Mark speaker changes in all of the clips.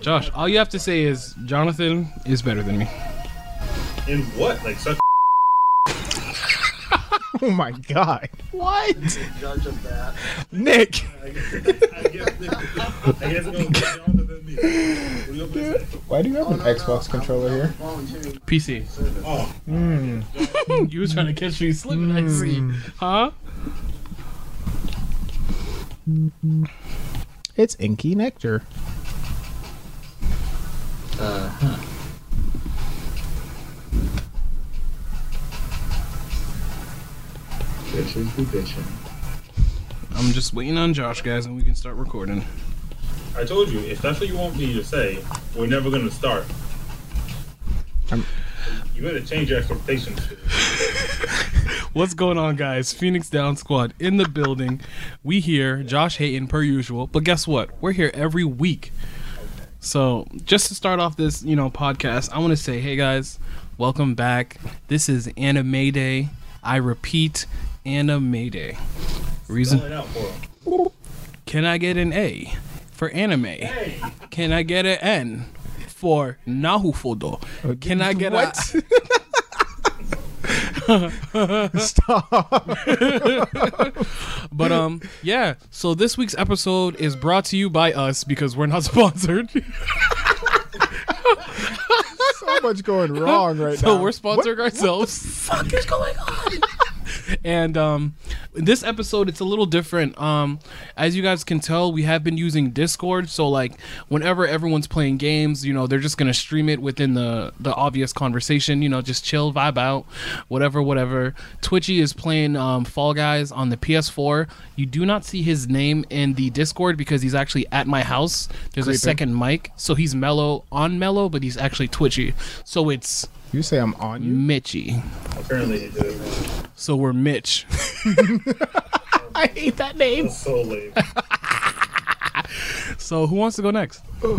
Speaker 1: Josh, all you have to say is Jonathan is better than me.
Speaker 2: In what? Like such.
Speaker 3: Oh my god.
Speaker 1: What?
Speaker 4: Judge of that.
Speaker 3: Nick.
Speaker 2: I guess, I guess, Nick- I guess no, Jonathan than me. What do you open this?
Speaker 3: Why do you
Speaker 4: Oh,
Speaker 3: have an Xbox controller here?
Speaker 4: Volunteering.
Speaker 1: PC.
Speaker 2: Oh,
Speaker 1: you was trying to catch me slipping. I see. Huh?
Speaker 3: It's Inky Nectar.
Speaker 4: Uh, huh.
Speaker 2: bitches be bitching.
Speaker 1: I'm just waiting on Josh, guys, and we can start recording.
Speaker 2: I told you, if that's what you want me to say, we're never gonna start.
Speaker 3: I'm-
Speaker 2: You better change your expectations.
Speaker 1: What's going on, guys? Phoenix Down Squad in the building. We here, Josh Hayton, per usual. But guess what? We're here every week. So just to start off this, you know, podcast, I want to say, hey guys, welcome back. This is Anime Day. I repeat, Anime Day.
Speaker 2: Spell
Speaker 1: Reason?
Speaker 2: it out for him.
Speaker 1: Can I get an A for anime?
Speaker 2: Hey,
Speaker 1: Can I get an N for Nahufodo? Can I get a
Speaker 3: What? Stop.
Speaker 1: But um, yeah. So this week's episode is brought to you by us because we're not sponsored.
Speaker 3: so much going wrong right now.
Speaker 1: so we're sponsoring ourselves. What the fuck is going on? and um, this episode it's a little different. Um, as you guys can tell, we have been using Discord. So like, whenever everyone's playing games, you know, they're just gonna stream it within the the obvious conversation. You know, just chill, vibe out, whatever, whatever. Twitchy is playing um, Fall Guys on the PS4. You do not see his name in the Discord because he's actually at my house. There's a
Speaker 3: Creeping.
Speaker 1: second mic, so he's mellow on mellow, but he's actually Twitchy. So it's
Speaker 3: You say I'm on you?
Speaker 1: Mitchy.
Speaker 2: apparently they did it.
Speaker 1: So we're Mitch.
Speaker 3: I hate that name.
Speaker 2: That's so lame.
Speaker 1: So who wants to go next?
Speaker 4: Wait,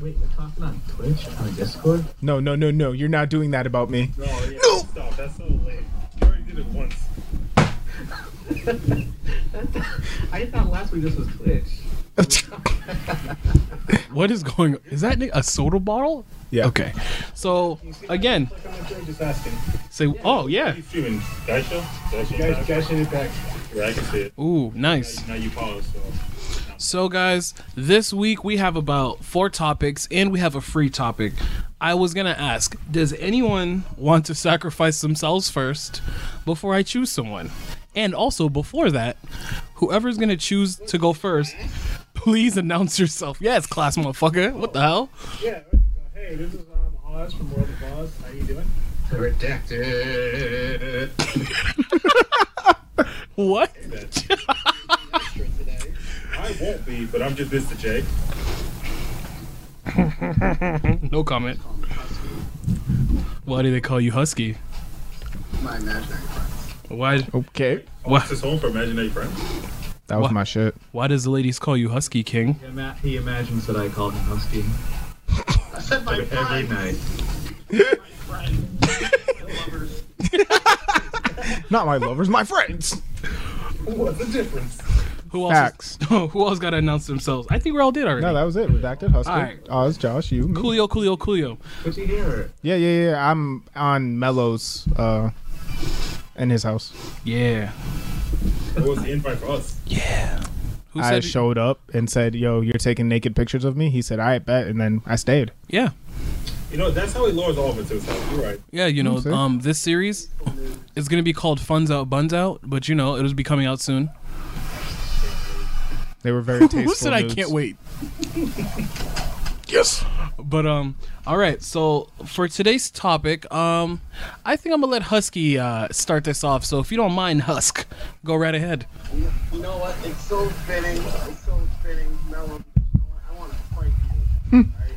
Speaker 4: we're talking on Twitch on Discord.
Speaker 3: No, no, no, no. You're not doing that about me.
Speaker 2: No, yeah, no. stop. That's so lame. You already did it once.
Speaker 4: I thought last week this was Twitch.
Speaker 1: What is going? Is that a soda bottle?
Speaker 3: Yeah.
Speaker 1: Okay. So again,
Speaker 2: Like I'm not sure, just asking.
Speaker 1: say oh yeah.
Speaker 2: You streaming Gaisha? Gaisha?
Speaker 4: Guys, guys, send it back.
Speaker 2: Yeah, I can see it.
Speaker 1: Ooh, nice.
Speaker 2: Now you pause. So.
Speaker 1: So guys, this week we have about four topics and we have a free topic. I was gonna ask, does anyone want to sacrifice themselves first before I choose someone? And also before that, whoever's gonna choose to go first, please announce yourself. Yes, class motherfucker. What the hell?
Speaker 2: Yeah. Hey, this is um, Oz from World of Oz. How you doing?
Speaker 4: Redacted.
Speaker 1: What?
Speaker 2: I won't be, but I'm just Mr. J.
Speaker 1: No comment. Why do they call you Husky?
Speaker 4: My imaginary friends.
Speaker 1: Why
Speaker 3: Okay.
Speaker 1: why,
Speaker 2: This is home for imaginary friends.
Speaker 3: That was
Speaker 1: What?
Speaker 3: my shit.
Speaker 1: why does the ladies call you Husky King?
Speaker 4: He, ima- he imagines that I call him Husky
Speaker 5: I said my
Speaker 4: every
Speaker 5: friend,
Speaker 4: night.
Speaker 5: my friend, my lovers.
Speaker 3: Not my lovers, my friends.
Speaker 2: What's the difference?
Speaker 1: Who else?
Speaker 3: Facts.
Speaker 1: who else got to announce themselves? I think we all did already.
Speaker 3: No, that was it. Redacted Husky.
Speaker 1: All right.
Speaker 3: Oz, Josh, you. Me.
Speaker 1: Coolio, Coolio, Coolio.
Speaker 4: But you hear?
Speaker 3: Yeah, yeah, yeah. I'm on Mello's uh in his house.
Speaker 1: Yeah.
Speaker 2: What was the invite for us?
Speaker 1: Who
Speaker 3: I
Speaker 1: said-
Speaker 3: showed up and said, "Yo, you're taking naked pictures of me." He said, "I bet," and then I stayed.
Speaker 1: Yeah.
Speaker 2: You know, that's how he lures all of us to his house. You're right.
Speaker 1: Yeah, you know,
Speaker 3: Okay.
Speaker 1: um, this series is gonna be called Funds Out, Buns Out, but you know, it'll be coming out soon.
Speaker 3: They were very tasteful.
Speaker 1: Who said I
Speaker 3: nudes.
Speaker 1: can't wait? yes. But um, all right. So for today's topic, um, I think I'm gonna let Husky uh, start this off. So if you don't mind, Husk, go right ahead.
Speaker 5: You you know what? It's so fitting. It's so fitting. Mellow. You know what? I want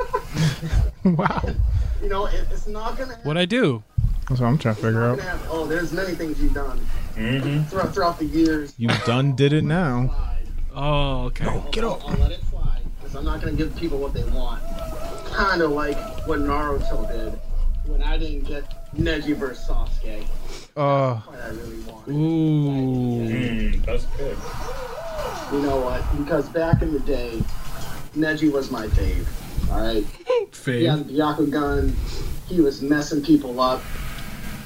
Speaker 5: to fight you. right?
Speaker 3: Wow,
Speaker 5: You know, it, it's not gonna.
Speaker 1: What I do?
Speaker 3: that's what I'm trying to figure out.
Speaker 5: Happen. It's not gonna happen. Oh, there's many things you've done
Speaker 2: Mm-hmm.
Speaker 5: throughout throughout the years.
Speaker 3: You done did it now.
Speaker 5: Slide.
Speaker 1: Oh, okay.
Speaker 5: I'll- I'll, I'll let it slide because I'm not gonna give people what they want. Kind of like what Naruto did when I didn't get Neji versus Sasuke.
Speaker 3: Uh,
Speaker 5: What I really wanted.
Speaker 1: Ooh.
Speaker 2: Mm, that's good.
Speaker 5: You know what? Because back in the day, Neji was my fave. All right,
Speaker 1: Fave.
Speaker 5: he had the Byakugan. He was messing people up,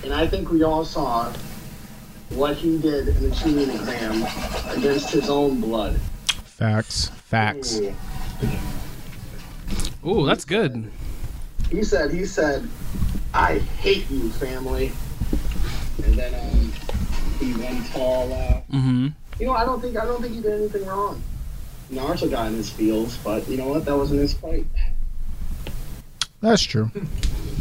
Speaker 5: and I think we all saw what he did in the tuning exam against his own blood.
Speaker 3: Facts. Facts.
Speaker 1: Ooh, that's good.
Speaker 5: He said, he said, I hate you, family. And then um, he went tall. Uh,
Speaker 1: Mm-hmm.
Speaker 5: you know, I don't think I don't think he did anything wrong. Naruto got in his feels, but you know what? That wasn't his fight.
Speaker 3: That's true.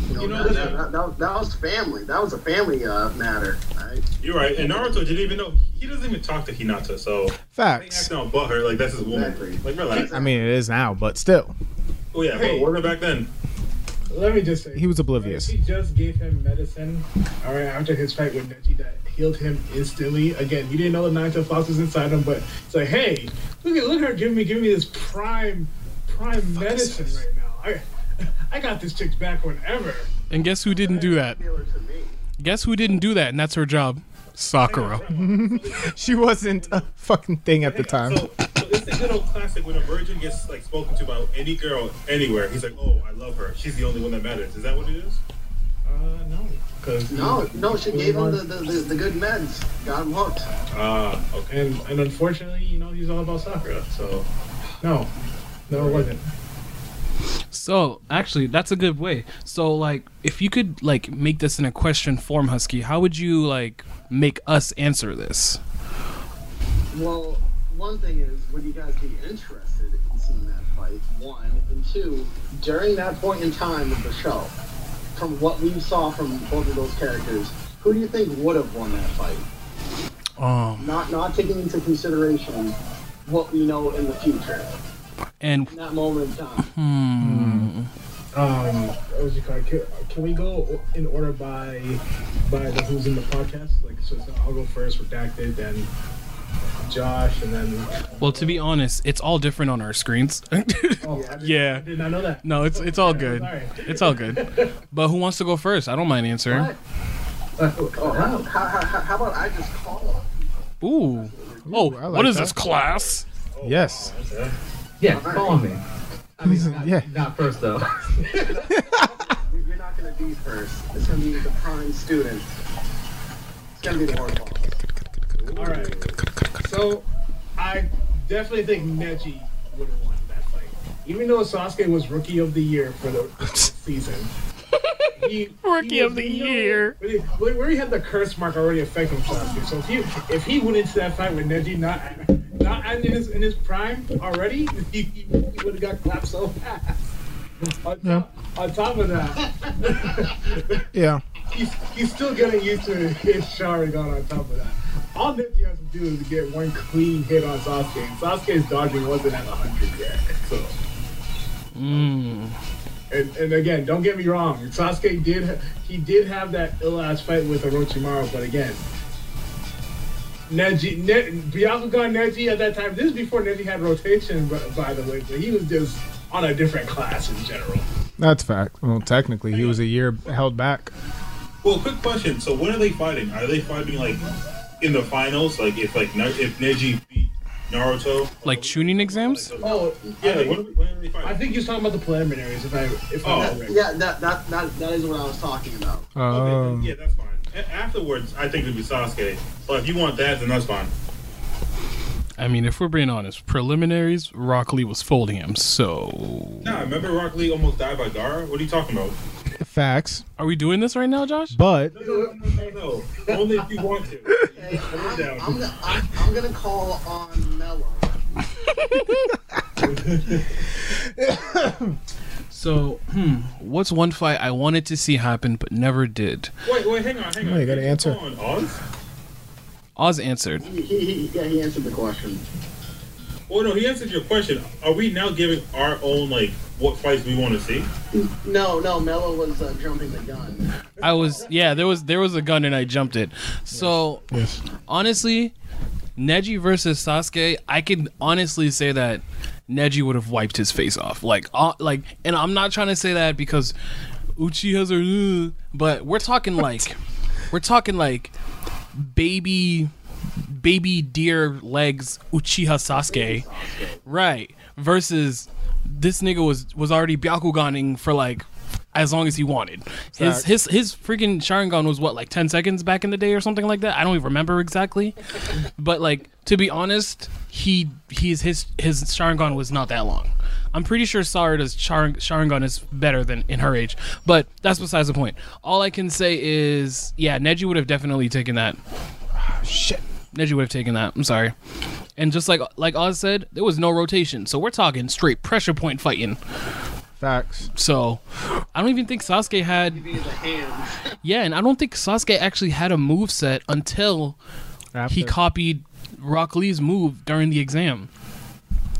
Speaker 5: You know,
Speaker 2: You know,
Speaker 5: that,
Speaker 2: that-
Speaker 5: that, that, that, was family. That was a family uh, matter. Right?
Speaker 2: You're right. And Naruto didn't even know. He doesn't even talk to Hinata, so they
Speaker 3: Facts. um,
Speaker 2: acting on butt her like that's his woman.
Speaker 5: Exactly.
Speaker 2: Like relax.
Speaker 3: I mean, it is now, but still,
Speaker 2: Oh yeah,
Speaker 6: Hey.
Speaker 2: but we're back then.
Speaker 6: Let me just say,
Speaker 3: he was oblivious.
Speaker 6: He just gave him medicine. All right, after his fight with Neji, that healed him instantly. Again, he didn't know the nine tail fox was inside him, but it's like, hey, look at look at her giving me giving me this prime prime medicine right now. I I got this chick's back whenever.
Speaker 1: And guess who didn't do that?
Speaker 5: Taylor to me.
Speaker 1: Guess who didn't do that? And that's her job. Sakura.
Speaker 3: She wasn't a fucking thing at the time.
Speaker 2: So, so it's the good old classic when a virgin gets like spoken to by any girl anywhere. He's like, oh, I love her. She's the only one that matters. Is that what it is?
Speaker 6: Uh, no, because
Speaker 5: No, no, she gave him the, the, the, the good meds. Got him hooked.
Speaker 2: Ah, okay.
Speaker 6: uh, and and unfortunately, you know, he's all about Sakura. So no, no, it wasn't.
Speaker 1: So actually, that's a good way. So like, if you could like make this in a question form, Husky, how would you like make us answer this?
Speaker 5: Well, one thing is, would you guys be interested in seeing that fight? One and two, during that point in time of the show, from what we saw from both of those characters, who do you think would have won that fight?
Speaker 1: Um,
Speaker 5: Not not taking into consideration what we know in the future,
Speaker 1: and
Speaker 5: in that moment in time.
Speaker 6: Um, what was it called? Can, can we go in order by by the who's in the podcast? Like, so it's- I'll go first, redacted, then Josh, and then.
Speaker 1: well, to be honest, it's all different on our screens.
Speaker 6: Oh, I did,
Speaker 1: Yeah.
Speaker 6: I did not know that.
Speaker 1: no, it's it's all good.
Speaker 6: Sorry.
Speaker 1: It's all good. But who wants to go first? I don't mind answering.
Speaker 5: What? Oh, how, how, how, how about I just call up?
Speaker 1: Ooh. Oh,
Speaker 3: I like
Speaker 1: what is
Speaker 3: that.
Speaker 1: this class?
Speaker 3: Yes.
Speaker 7: Yeah, call me. I mean, not,
Speaker 3: Yeah.
Speaker 7: not first though.
Speaker 5: You- You're not gonna be first. It's gonna be the prime student. It's gonna be the workhorse.
Speaker 6: All right. So, I definitely think Neji would have won that fight, even though Sasuke was Rookie of the Year for the season. He,
Speaker 1: Rookie
Speaker 6: he was
Speaker 1: of the
Speaker 6: no-
Speaker 1: Year.
Speaker 6: Where he, where he had the curse mark already affecting Sasuke. So if he if he went into that fight with Neji not not in his in his prime already, he, he would have got clapped so fast. On, top, on top of that,
Speaker 3: Yeah.
Speaker 6: he's, he's still getting used to his Sharingan on top of that. All Neji has to do is get one clean hit on Sasuke. And Sasuke's dodging wasn't at 100 yet. So.
Speaker 1: Mm.
Speaker 6: And, and again, don't get me wrong. Sasuke did he did have that ill ass fight with Orochimaru, but again, Neji, ne, Byakugan Neji at that time. This is before Neji had rotation, by, by the way. But he was just on a different class in general.
Speaker 3: That's fact. Well, technically, he was a year held back.
Speaker 2: Well, quick question. So when are they fighting? Are they fighting like in the finals? Like if like Na- if Neji beat Naruto?
Speaker 1: Like tuning exams?
Speaker 6: Oh,
Speaker 2: Yeah. Like, when, are, when are they
Speaker 6: I
Speaker 2: fighting?
Speaker 6: think he's talking about the preliminaries. If I if
Speaker 2: Oh,
Speaker 6: I
Speaker 5: That- yeah, that, that that that is what I was talking about.
Speaker 2: Okay,
Speaker 3: Um,
Speaker 2: yeah, that's fine. A- afterwards, I think it'd be Sasuke. But if you want that, then that's fine.
Speaker 1: I mean, if we're being honest, preliminaries, Rock Lee was folding him. So,
Speaker 2: Nah, remember Rock Lee almost died by Gara? What are you talking about?
Speaker 3: facts.
Speaker 1: are we doing this right now, Josh?
Speaker 3: But
Speaker 2: No, no, no, no, no. Only if you want to.
Speaker 5: Hey, I'm,
Speaker 2: down.
Speaker 5: I'm, gonna- I'm, I'm gonna call on Mello.
Speaker 1: So, hmm, what's one fight I wanted to see happen but never did?
Speaker 2: Wait, wait, hang on, hang on.
Speaker 3: No, you gotta answer.
Speaker 2: Come on, Oz.
Speaker 1: Oz answered.
Speaker 5: He, he, he, yeah, he answered the question.
Speaker 2: Well, no, he answered your question. Are we now giving our own like what fights we want to see?
Speaker 5: No, no, Mello was uh, jumping the gun.
Speaker 1: I was yeah, there was there was a gun and I jumped it. So
Speaker 3: yes.
Speaker 1: honestly, Neji versus Sasuke, I can honestly say that Neji would have wiped his face off. Like uh, like and I'm not trying to say that because Uchi has her uh, but we're talking like we're talking like baby baby deer legs Uchiha Sasuke. Right. Versus this nigga was was already Byakuganing for like as long as he wanted. His
Speaker 3: Fact.
Speaker 1: his his freaking Sharingan was what like ten seconds back in the day or something like that. I don't even remember exactly, but like to be honest, he he's his his Sharingan was not that long. I'm pretty sure Sarada's Char- Sharingan is better than in her age, but that's besides the point. All I can say is, yeah, Neji would have definitely taken that. Shit. Neji would have taken that. I'm sorry. And just like like Oz said, there was no rotation. So we're talking straight pressure point fighting.
Speaker 3: Facts.
Speaker 1: So I don't even think Sasuke had
Speaker 5: Be the hands.
Speaker 1: yeah, and I don't think Sasuke actually had a move set until he
Speaker 3: After.
Speaker 1: copied Rock Lee's move during the exam.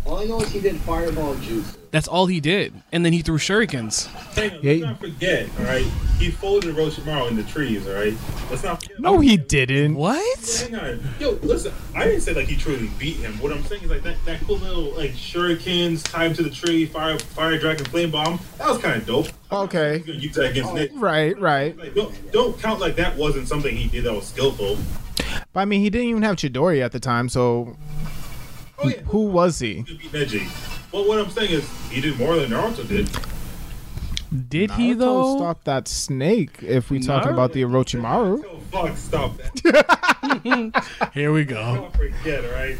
Speaker 5: All I know is he did fireball juice.
Speaker 1: That's all he did. And then he threw shurikens.
Speaker 2: Hang on,
Speaker 3: Yeah,
Speaker 2: let's
Speaker 3: you-
Speaker 2: not forget, all right? He folded Orochimaru in the trees, all right? Let's not forget.
Speaker 3: no, he didn't.
Speaker 1: What?
Speaker 2: Hang on. Yo, listen, I didn't say like he truly beat him. What I'm saying is like that, that cool little like shurikens tied to the tree, fire fire dragon flame bomb. That was kind of dope.
Speaker 3: Okay.
Speaker 2: You can use that against Nick.
Speaker 3: Right, right.
Speaker 2: Like, don't, don't count like that wasn't something he did that was skillful.
Speaker 3: But I mean, he didn't even have Chidori at the time, so
Speaker 2: Oh yeah,
Speaker 3: who was
Speaker 2: he
Speaker 3: he?
Speaker 2: beat Neji. But what I'm saying is he did more than Naruto did.
Speaker 1: Did he
Speaker 3: Naruto
Speaker 1: though?
Speaker 3: stopped that snake. If we talking about the Orochimaru,
Speaker 2: So fuck, stop that.
Speaker 1: Here we go.
Speaker 2: Don't forget, all right?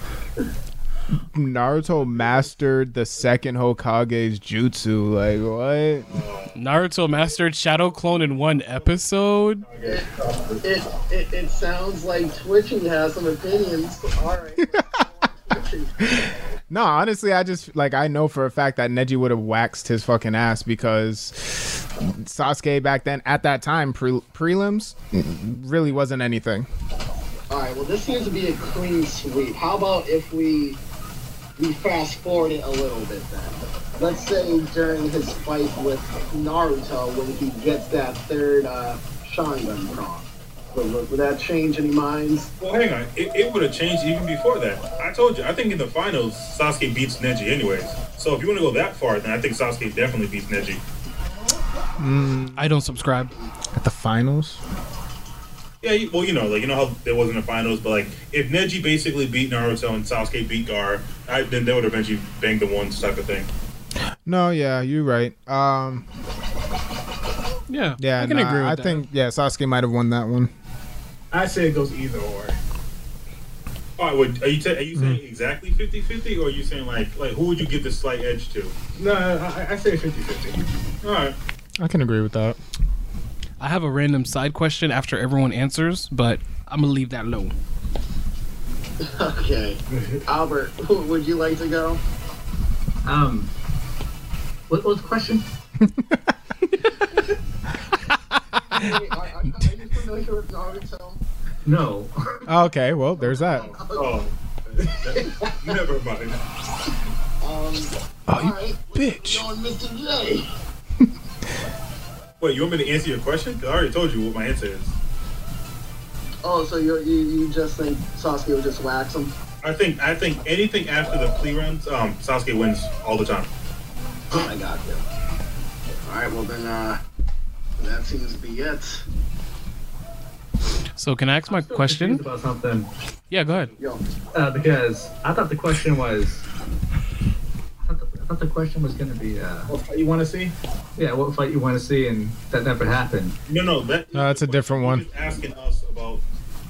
Speaker 3: Naruto mastered the second Hokage's jutsu. Like what?
Speaker 1: Naruto mastered Shadow Clone in one episode.
Speaker 5: It, it, it sounds like Twitchy has some opinions. Alright.
Speaker 3: No, honestly, I just like I know for a fact that Neji would have waxed his fucking ass because Sasuke back then at that time pre- prelims really wasn't anything.
Speaker 5: Alright, well, this seems to be a clean sweep. How about if we we fast forward it a little bit then? Let's say during his fight with Naruto when he gets that third uh, Sharingan prong. Would, would- would that change any minds?
Speaker 2: Well, hang on. It, it would have changed even before that. I told you. I think in the finals, Sasuke beats Neji anyways. So if you want to go that far, then I think Sasuke definitely beats Neji.
Speaker 1: I don't subscribe.
Speaker 3: At the finals,
Speaker 2: Yeah, you- well, you know, like you know how there wasn't a finals, but like if Neji basically beat Naruto and Sasuke beat Gar, I, then they would eventually bang the ones type of thing.
Speaker 3: no, yeah, you're right. Um,
Speaker 1: Yeah.
Speaker 3: yeah,
Speaker 1: I can
Speaker 3: nah,
Speaker 1: agree with
Speaker 3: I
Speaker 1: that.
Speaker 3: think yeah, Sasuke might have won that one.
Speaker 6: I say it goes either or.
Speaker 2: All right, wait, are you ta- are you saying exactly 50-50, or are you saying like like who would you give the slight edge to?
Speaker 6: No, I, I- I say 50 50.
Speaker 2: All right,
Speaker 3: I can agree with that.
Speaker 1: I have a random side question after everyone answers, but I'm gonna leave that alone.
Speaker 5: Okay. Albert, who- would you like to go?
Speaker 7: Um, what, what was the question?
Speaker 5: Wait, are, are, are you familiar with Naruto?
Speaker 7: No.
Speaker 3: Okay, well, there's that.
Speaker 2: oh, never mind.
Speaker 5: Um,
Speaker 3: Oh, you
Speaker 5: alright.
Speaker 3: bitch.
Speaker 5: Going Mr. J.
Speaker 2: Wait, you want me to answer your question? 'Cause I already told you what my answer is.
Speaker 5: Oh, so you you you just think Sasuke would just wax him?
Speaker 2: I think I think anything after the plea runs, um, Sasuke wins all the time.
Speaker 5: Oh, I got you. All right, well then, uh, that seems to be it.
Speaker 1: So can I ask my
Speaker 7: Still confused
Speaker 1: question?
Speaker 7: about something
Speaker 1: Yeah, go ahead.
Speaker 5: Yo,
Speaker 7: uh, because I thought the question was. I thought the- I thought the question was going to be, uh,
Speaker 6: What fight Oh, you want to see?
Speaker 7: yeah, what fight you want to see, and that never happened.
Speaker 2: No, no, that,
Speaker 3: No, that's a different one.
Speaker 2: He's asking us about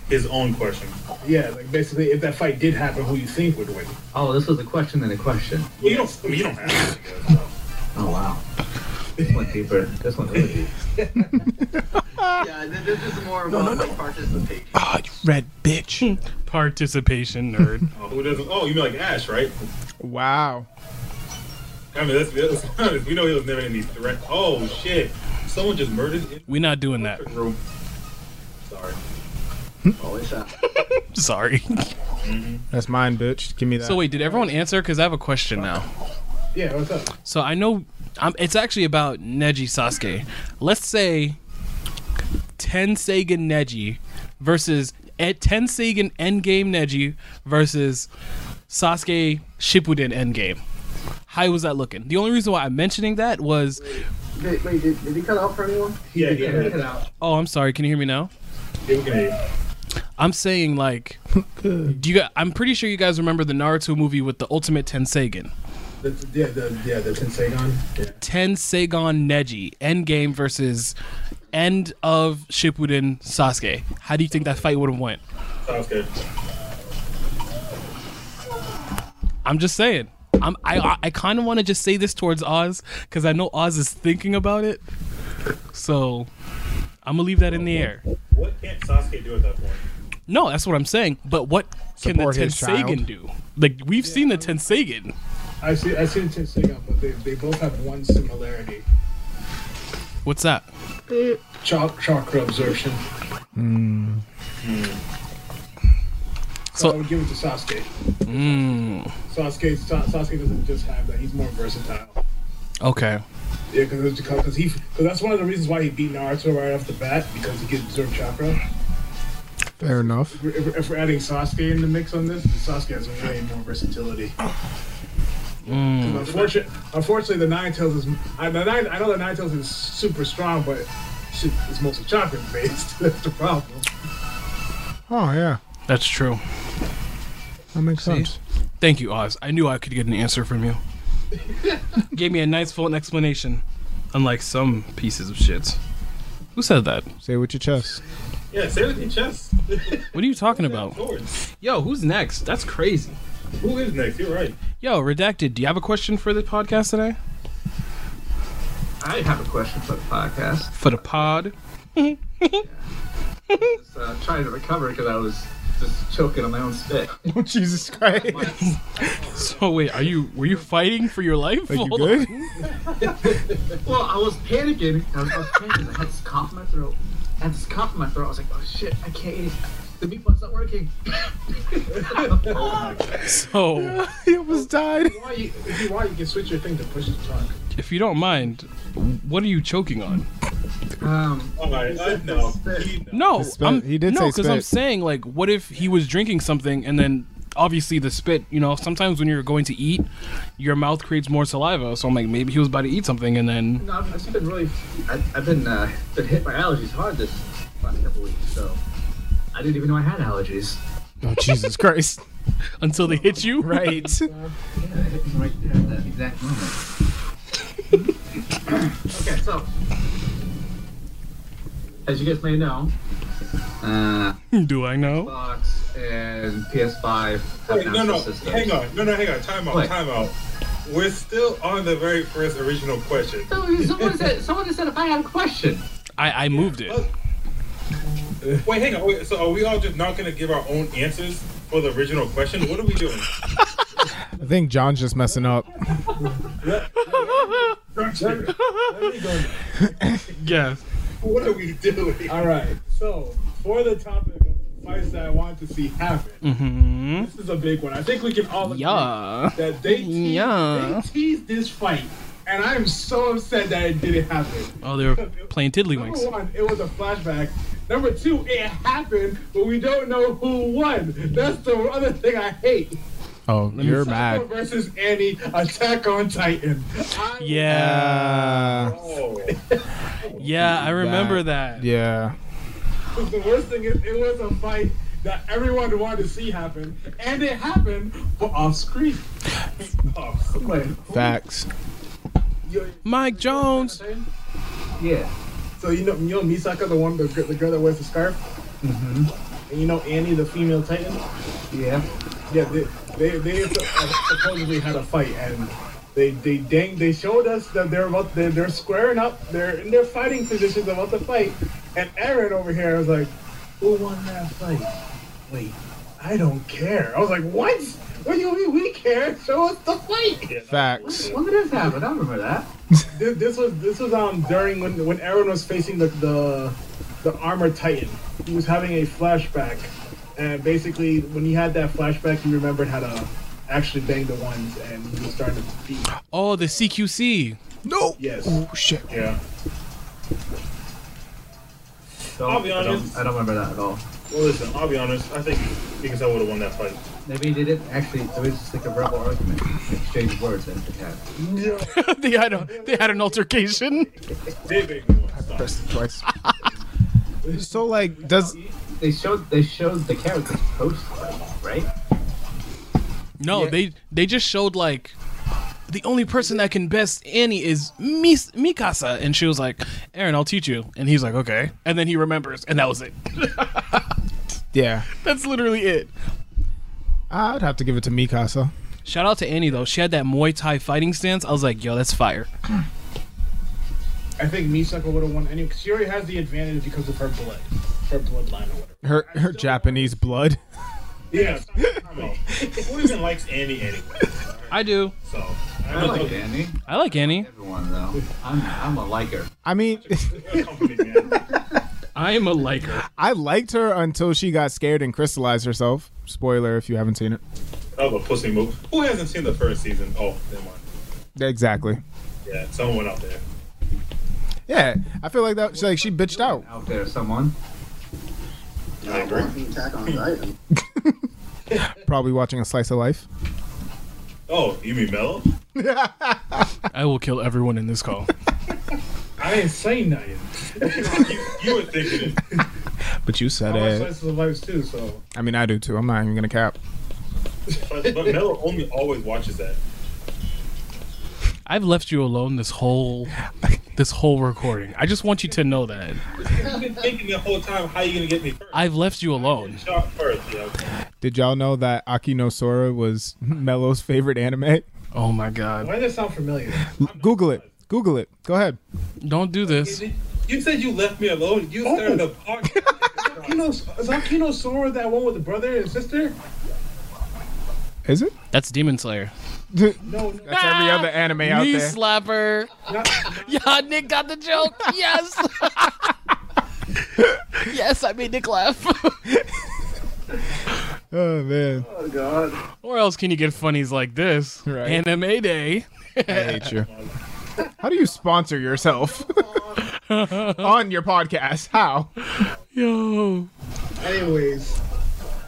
Speaker 2: his own question.
Speaker 6: Yeah, like basically, if that fight did happen, who you think would win?
Speaker 7: Oh, this was a question and a question.
Speaker 2: Well, you don't. I mean, you don't have to. I guess, so.
Speaker 7: Oh wow, this went deeper. This went really deep.
Speaker 5: yeah, th- this is more about like participation.
Speaker 3: Oh, you red bitch.
Speaker 1: Hmm. Participation nerd.
Speaker 2: Oh, who doesn't? Oh, you mean like Ash, right?
Speaker 3: wow.
Speaker 2: I mean, that's, that's we know he was never in these threats. Oh shit! Someone just murdered in
Speaker 1: We're not doing that.
Speaker 2: the room. Sorry.
Speaker 5: Always happens.
Speaker 1: Sorry.
Speaker 3: That's mine, bitch. Give me that.
Speaker 1: So wait, did everyone answer? Because I have a question now.
Speaker 6: Yeah, what's up?
Speaker 1: So I know um, it's actually about Neji Sasuke. Let's say Ten Sagan Neji versus at Ten Sagan Endgame Neji versus Sasuke Shippuden Endgame. How was that looking? The only reason why I'm mentioning that was,
Speaker 5: Wait, wait, did, did he cut out for anyone?
Speaker 2: Yeah,
Speaker 7: Yeah,
Speaker 2: yeah,
Speaker 7: check it
Speaker 2: yeah.
Speaker 7: out.
Speaker 1: oh, I'm sorry. Can you hear me now?
Speaker 2: yeah we can hear you.
Speaker 1: I'm saying like, do you? gu- I'm pretty sure you guys remember the Naruto movie with the Ultimate Ten Sagan.
Speaker 6: The, yeah, the, yeah, the Tensegon. Yeah.
Speaker 1: Ten Sagon Neji Endgame versus End of Shippuden Sasuke. How do you think that fight would have went?
Speaker 2: Sasuke.
Speaker 1: I'm just saying. I'm, I I kind of want to just say this towards Oz because I know Oz is thinking about it. So I'm gonna leave that in the air.
Speaker 2: What can't Sasuke do at that point?
Speaker 1: No, that's what I'm saying. But what can
Speaker 3: Support
Speaker 1: the
Speaker 3: his
Speaker 1: Tensegan
Speaker 3: child.
Speaker 1: do? Like we've seen the Tensegan.
Speaker 6: I've seen, I've seen Tensegon, but they, they both have one similarity.
Speaker 1: What's that?
Speaker 6: Chalk, chakra absorption. So,
Speaker 1: So-
Speaker 6: I would give it to Sasuke.
Speaker 1: Mm,
Speaker 6: Sasuke, Sa- Sasuke doesn't just have that; he's more versatile.
Speaker 1: okay.
Speaker 6: Yeah, because because he because that's one of the reasons why he beat Naruto right off the bat because he could absorb chakra.
Speaker 3: Fair enough.
Speaker 6: If, we're- if we're adding Sasuke in the mix on this, Sasuke has way more versatility.
Speaker 1: Mm.
Speaker 6: Unfortunately, unfortunately, the Ninetales is I, the Nine, I know the Ninetales is super strong, but shit, it's mostly chakra based. that's the problem.
Speaker 3: Oh yeah,
Speaker 1: That's true.
Speaker 3: that makes sense.
Speaker 1: Thank you, Oz. I knew I could get an answer from you. Gave me a nice full explanation, unlike some pieces of shit. Who said that?
Speaker 3: Say it with your chest.
Speaker 2: Yeah, say it with your chest.
Speaker 1: What are you talking about?
Speaker 2: Swords.
Speaker 1: Yo, who's next? That's crazy.
Speaker 2: Who is next? You're right.
Speaker 1: Yo, redacted. Do you have a question for the podcast today?
Speaker 7: I have a question for the podcast.
Speaker 1: For the pod?
Speaker 7: Just, uh, trying to recover because I was just choking on my own spit.
Speaker 3: Oh Jesus Christ!
Speaker 1: So wait, are you were you fighting for your life?
Speaker 3: Are you
Speaker 1: Hold
Speaker 3: good?
Speaker 7: Well, I was panicking. I was, I was panicking. I had this cough in my throat. I had this cough in my throat. I was like, oh shit, I can't eat. The meat but's not working.
Speaker 1: on. So
Speaker 3: he almost died.
Speaker 6: Why you, if you want, you can switch your thing to push the trunk.
Speaker 1: if you don't mind, what are you choking on?
Speaker 7: um,
Speaker 2: All right. I know. He knows.
Speaker 1: No,
Speaker 3: spit.
Speaker 1: I'm,
Speaker 3: He did
Speaker 1: no,
Speaker 3: say
Speaker 1: because I'm
Speaker 3: spit.
Speaker 1: saying like, what if he was drinking something and then obviously the spit? You know, sometimes when you're going to eat, your mouth creates more saliva. So I'm like, maybe he was about to eat something and then
Speaker 7: no, I've, I've just been really, I, I've been uh, been hit by allergies hard this last couple weeks. So I didn't even know I had allergies.
Speaker 3: Oh Jesus Christ!
Speaker 1: until they hit you.
Speaker 3: Right.
Speaker 7: Yeah, it hit me right there at that exact moment. okay, so as you guys may know, uh,
Speaker 1: Do I know?
Speaker 7: Xbox and PS5 have
Speaker 2: Wait, no,
Speaker 7: master
Speaker 2: no.
Speaker 7: systems.
Speaker 2: Hang on. No, no, hang on. Time out.
Speaker 7: What?
Speaker 2: Time out. We're still on the very first original question.
Speaker 7: So, Someone said, someone said if I had a question.
Speaker 1: I I moved it.
Speaker 2: Wait, hang on. Wait, so are we all just not gonna give our own answers for the original question? What are we doing?
Speaker 3: I think John's just messing up.
Speaker 6: There you go.
Speaker 1: Yeah.
Speaker 2: What are we doing?
Speaker 6: All right. So for the topic of fights that I want to see happen,
Speaker 1: Hmm.
Speaker 6: this is a big one. I think we can all agree
Speaker 1: Yeah.
Speaker 6: that they teased,
Speaker 1: Yeah.
Speaker 6: they teased this fight, and I am so upset that it didn't happen.
Speaker 1: Oh, they were playing
Speaker 6: Number
Speaker 1: tiddlywinks.
Speaker 6: one, it was a flashback. Number two, it happened, but we don't know who won. That's the other thing I hate.
Speaker 3: Oh, you're
Speaker 6: Sasha
Speaker 3: mad.
Speaker 6: versus Annie, Attack on Titan. I
Speaker 1: Yeah.
Speaker 3: Uh,
Speaker 2: Oh,
Speaker 1: Yeah, I remember that.
Speaker 3: yeah.
Speaker 6: The worst thing is, it was a fight that everyone wanted to see happen, and it happened, but off screen.
Speaker 2: oh,
Speaker 7: Wait,
Speaker 3: Facts.
Speaker 1: Mike Jones.
Speaker 7: yeah.
Speaker 6: So you know, you know Misaka, the one, the, gir- the girl that wears the scarf, mm-hmm. and you know Annie, the female Titan.
Speaker 7: Yeah.
Speaker 6: Yeah, they they, they su- uh, supposedly had a fight, and they they dang they showed us that they're about they're, they're squaring up, they're in their fighting positions about to fight, and Aaron over here was like, "Who won that fight?" Wait, I don't care. I was like, "What? What do you mean we care? Show us the fight."
Speaker 3: Facts.
Speaker 7: When did this happen? I don't remember that.
Speaker 6: This, this was this was um during when when Aaron was facing the the the armored titan. He was having a flashback, and basically when he had that flashback, he remembered how to actually bang the ones, and he was starting to beat.
Speaker 1: Oh, the CQC.
Speaker 3: No.
Speaker 6: Yes.
Speaker 3: Oh shit.
Speaker 2: yeah.
Speaker 7: Don't-
Speaker 2: I'll be
Speaker 7: I don't-
Speaker 2: honest.
Speaker 7: I don't remember that at all.
Speaker 2: Well, listen. I'll be honest. I think because I would have won that fight.
Speaker 7: Maybe they didn't actually. It was just like a verbal argument, exchange of words that they had.
Speaker 1: they had a, they had an altercation.
Speaker 2: They made me want to stop.
Speaker 3: Pressed it twice. so like, does
Speaker 7: They showed they showed the characters post, right?
Speaker 1: No, they they just showed like the only person that can best Annie is Mis- Mikasa. And she was like, Aaron, I'll teach you. And he's like, okay. And then he remembers, and that was it.
Speaker 3: Yeah.
Speaker 1: That's literally it.
Speaker 3: I'd have to give it to Mikasa.
Speaker 1: Shout out to Annie though. She had that Muay Thai fighting stance. I was like, yo, that's fire.
Speaker 6: I think Misaka would have won anyway. 'cause She already has the advantage because of her blood, her bloodline or whatever.
Speaker 3: Her her Japanese blood.
Speaker 6: Yeah,
Speaker 2: Well, Who even likes Annie anyway?
Speaker 1: I do.
Speaker 2: So
Speaker 7: I
Speaker 2: I'm not
Speaker 7: like
Speaker 2: talking
Speaker 7: Annie.
Speaker 1: I like Annie.
Speaker 7: Everyone though. I'm I'm a liker.
Speaker 3: I mean,
Speaker 2: company, man.
Speaker 1: I am a liker.
Speaker 3: I liked her until she got scared and crystallized herself. Spoiler if you haven't seen it.
Speaker 2: That was a pussy move. Who hasn't seen the first season? Oh, never mind.
Speaker 3: Exactly.
Speaker 2: Yeah, someone out there.
Speaker 3: Yeah, I feel like that. She, like she bitched out.
Speaker 7: Out there, someone.
Speaker 2: I agree.
Speaker 5: Walking Attack on Titan.
Speaker 3: Probably watching a slice of life.
Speaker 2: Oh, you mean Mello?
Speaker 1: I will kill everyone in this call.
Speaker 6: I ain't saying nothing.
Speaker 2: You, you were thinking it.
Speaker 3: But you said
Speaker 6: I watch
Speaker 3: it.
Speaker 6: Slices of Life too, so
Speaker 3: I mean, I do too. I'm not even gonna cap.
Speaker 2: But, but Mello only always watches that.
Speaker 1: I've left you alone this whole this whole recording. I just want you to know that.
Speaker 2: I've been thinking the whole time, how you gonna get me first?
Speaker 1: I've left you alone.
Speaker 2: Shot first, you know.
Speaker 3: Did y'all know that Aki no Sora was Mello's favorite anime?
Speaker 1: Oh my god.
Speaker 6: why does that sound familiar?
Speaker 3: Google it. Google it. Go ahead.
Speaker 1: Don't do this.
Speaker 2: You said you left me alone. You started the podcast.
Speaker 6: Oh. Kino, is that Kino Sora that one with the brother and sister?
Speaker 3: Is it?
Speaker 1: That's Demon Slayer.
Speaker 6: No, no,
Speaker 3: That's every other anime out
Speaker 1: Knee
Speaker 3: there.
Speaker 1: slapper.
Speaker 6: not,
Speaker 1: Yeah, Nick got the joke. Yes. yes, I made Nick laugh.
Speaker 3: Oh man,
Speaker 5: Oh God.
Speaker 1: Where else can you get funnies like this?
Speaker 3: Right.
Speaker 1: Anime day.
Speaker 3: I hate you. How do you sponsor yourself on your podcast? How?
Speaker 1: Yo.
Speaker 6: anyways.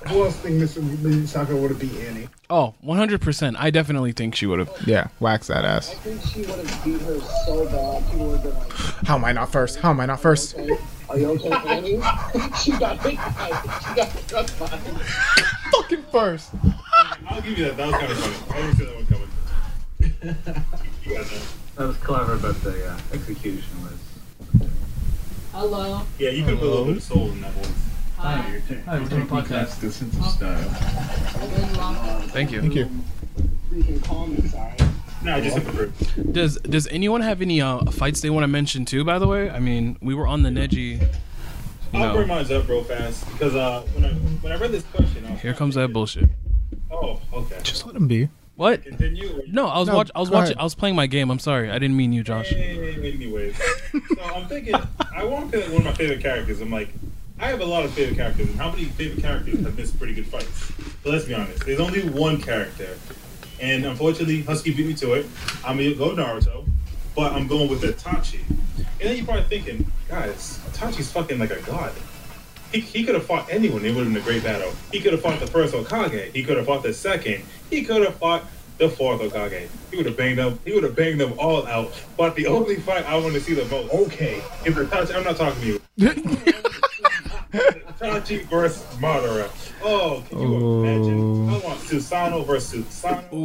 Speaker 6: Who else think Miss Misaka would have beat Annie?
Speaker 1: Oh, 100%. I definitely think she would have.
Speaker 3: Yeah, wax that ass.
Speaker 5: I think she would have beat her so bad. People would have been like,
Speaker 3: How am I not first? How am I not first?
Speaker 5: "Okay, are you okay, Annie?" she got hit by. She got struck by.
Speaker 3: Fucking first.
Speaker 2: I'll give you that. That was kind of funny. I didn't see that one coming. You guys know.
Speaker 7: That was clever, but the uh, execution was.
Speaker 8: Hello.
Speaker 2: Yeah, you could put a little bit of soul in that voice.
Speaker 8: Hi.
Speaker 4: Hi, we're doing a podcast. The sense of style.
Speaker 1: Thank you.
Speaker 3: Thank you.
Speaker 5: You can call me. Sorry.
Speaker 2: No, I just hit the group.
Speaker 1: Does Does anyone have any uh, fights they want to mention too? By the way, I mean we were on the Neji.
Speaker 2: I'll bring
Speaker 1: No.
Speaker 2: mine up real fast because uh, when I when I read this question, I was
Speaker 1: Here
Speaker 2: kinda
Speaker 1: comes that
Speaker 2: thinking-
Speaker 1: bullshit.
Speaker 2: Oh, okay.
Speaker 3: Just let him be.
Speaker 1: What?
Speaker 2: Continue. or-
Speaker 1: No, I was
Speaker 3: No,
Speaker 1: watch. I was
Speaker 3: go
Speaker 1: watching.
Speaker 3: ahead.
Speaker 1: I was playing my game. I'm sorry. I didn't mean you, Josh.
Speaker 2: Anyways, so I'm thinking I want to pick one of my favorite characters. I'm like, I have a lot of favorite characters, and how many favorite characters have missed pretty good fights? But let's be honest, there's only one character, and unfortunately, Husky beat me to it. I'm gonna go Naruto, but I'm going with Itachi. And then you're probably thinking, guys, Itachi's fucking like a god. He, he could have fought anyone. It would have been a great battle. He could have fought the first Okage. He could have fought the second. He could have fought the fourth Okage. He would have banged them. He would have banged them all out. But the only fight I want to see the most, okay, is Itachi. I'm not talking to you. Itachi versus Madara. Oh, can you imagine? I want Susano versus Susano.
Speaker 3: Oh.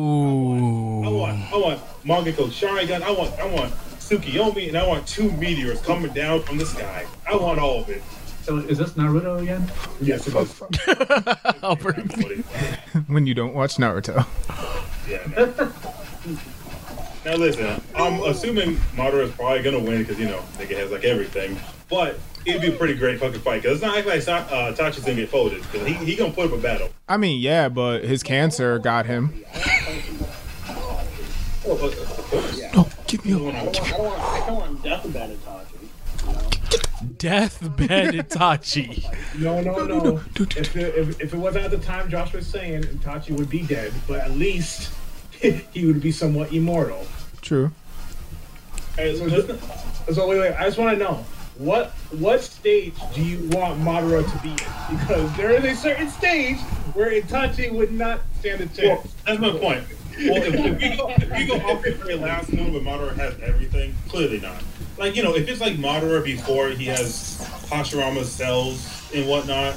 Speaker 2: I
Speaker 1: Ooh.
Speaker 2: want, I want Mangeko Sharingan. I want, I want Tsukiyomi, and I want two meteors coming down from the sky. I want all of it.
Speaker 7: So is this Naruto again?
Speaker 2: Yes, about
Speaker 1: Albert.
Speaker 3: When you don't watch Naruto.
Speaker 2: Yeah, man. now listen, I'm assuming Madara is probably gonna win because you know nigga has like everything, but it'd be a pretty great fucking fight because it's not like Sa- uh, Tachi's gonna get folded because he, he gonna put up a battle.
Speaker 3: I mean, yeah, but his cancer got him. No, give me a
Speaker 5: I don't want. I don't want. I don't want death about Itachi.
Speaker 1: Deathbed Itachi.
Speaker 6: No, no, no. If it, if, if it wasn't at the time Josh was saying, Itachi would be dead, but at least he would be somewhat immortal.
Speaker 3: True.
Speaker 2: Hey, so listen,
Speaker 6: So wait, wait. I just want to know what what stage do you want Madara to be in? Because there is a certain stage where Itachi would not stand a
Speaker 2: well,
Speaker 6: chance.
Speaker 2: that's my point. Well, if, if we go if we go off the very last move and Madara has everything, clearly not. Like you know, if it's like Madara before he has Hashirama's cells and whatnot,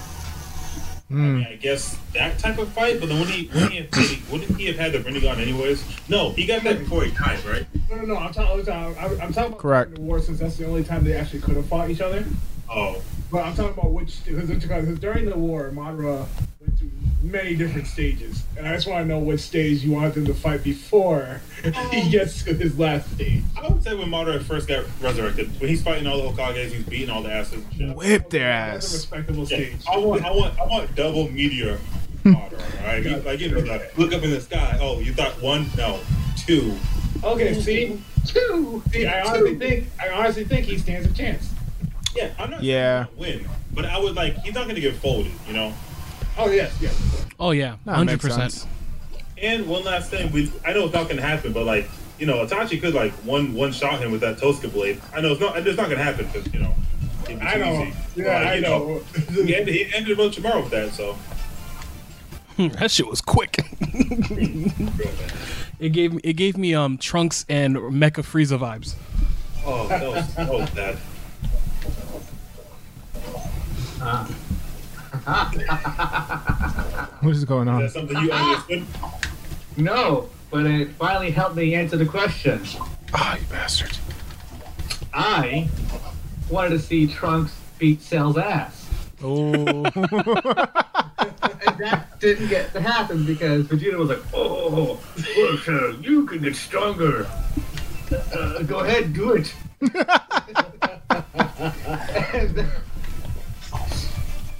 Speaker 2: I mean, I guess that type of fight, but then wouldn't he, wouldn't he, have, taken- wouldn't he have had the Renegade anyways? No, he got that before he died, right?
Speaker 6: No, no, no. I'm talking. I'm, I'm I'm talking about
Speaker 3: Correct.
Speaker 6: the war since that's the only time they actually could have fought each other.
Speaker 2: Oh,
Speaker 6: But I'm talking about which because during the war, Madara went through many different stages, and I just want to know what stage you want them to fight before he
Speaker 5: Um,
Speaker 6: gets to his last stage.
Speaker 2: I would say when Madara first got resurrected, when he's fighting all the Hokages, he's beating all the asses. and shit.
Speaker 3: Whip their
Speaker 6: That's
Speaker 3: ass.
Speaker 6: a respectable
Speaker 2: Yeah,
Speaker 6: stage.
Speaker 2: I want, I want, I want double meteor Madara. All right, You- like you know, like, look up in the sky. Oh, you thought one? No, two.
Speaker 6: Okay, see,
Speaker 5: Two.
Speaker 6: see, I honestly think I honestly think he stands a chance.
Speaker 2: Yeah, I'm not.
Speaker 3: Yeah.
Speaker 2: saying he's gonna Win, but I would like he's not gonna get folded, you know.
Speaker 6: Oh yes, yes.
Speaker 1: Oh yeah,
Speaker 3: Nah,
Speaker 1: hundred
Speaker 3: makes
Speaker 1: percent.
Speaker 3: sense.
Speaker 2: And one last thing, we I know it's not gonna happen, but like you know, Itachi could like one one shot him with that Tosca blade. I know it's not. It's not gonna happen because you know. it'd be
Speaker 6: I
Speaker 2: too
Speaker 6: know.
Speaker 2: easy.
Speaker 6: Yeah,
Speaker 2: Like,
Speaker 6: I
Speaker 2: you
Speaker 6: know.
Speaker 2: he ended, he ended both tomorrow with that, so.
Speaker 1: that shit was quick. it gave me it gave me um Trunks and Mecha Frieza vibes.
Speaker 2: Oh, that was, that was bad.
Speaker 3: What is going
Speaker 2: Is
Speaker 3: on?
Speaker 2: that something you understood?
Speaker 7: No, but it finally helped me answer the question.
Speaker 3: Ah, you bastard.
Speaker 7: I wanted to see Trunks beat Cell's ass.
Speaker 1: Oh,
Speaker 7: And that didn't get to happen because Vegeta was like, oh, look, Cell, you can get stronger. Uh, go ahead, do it. and then,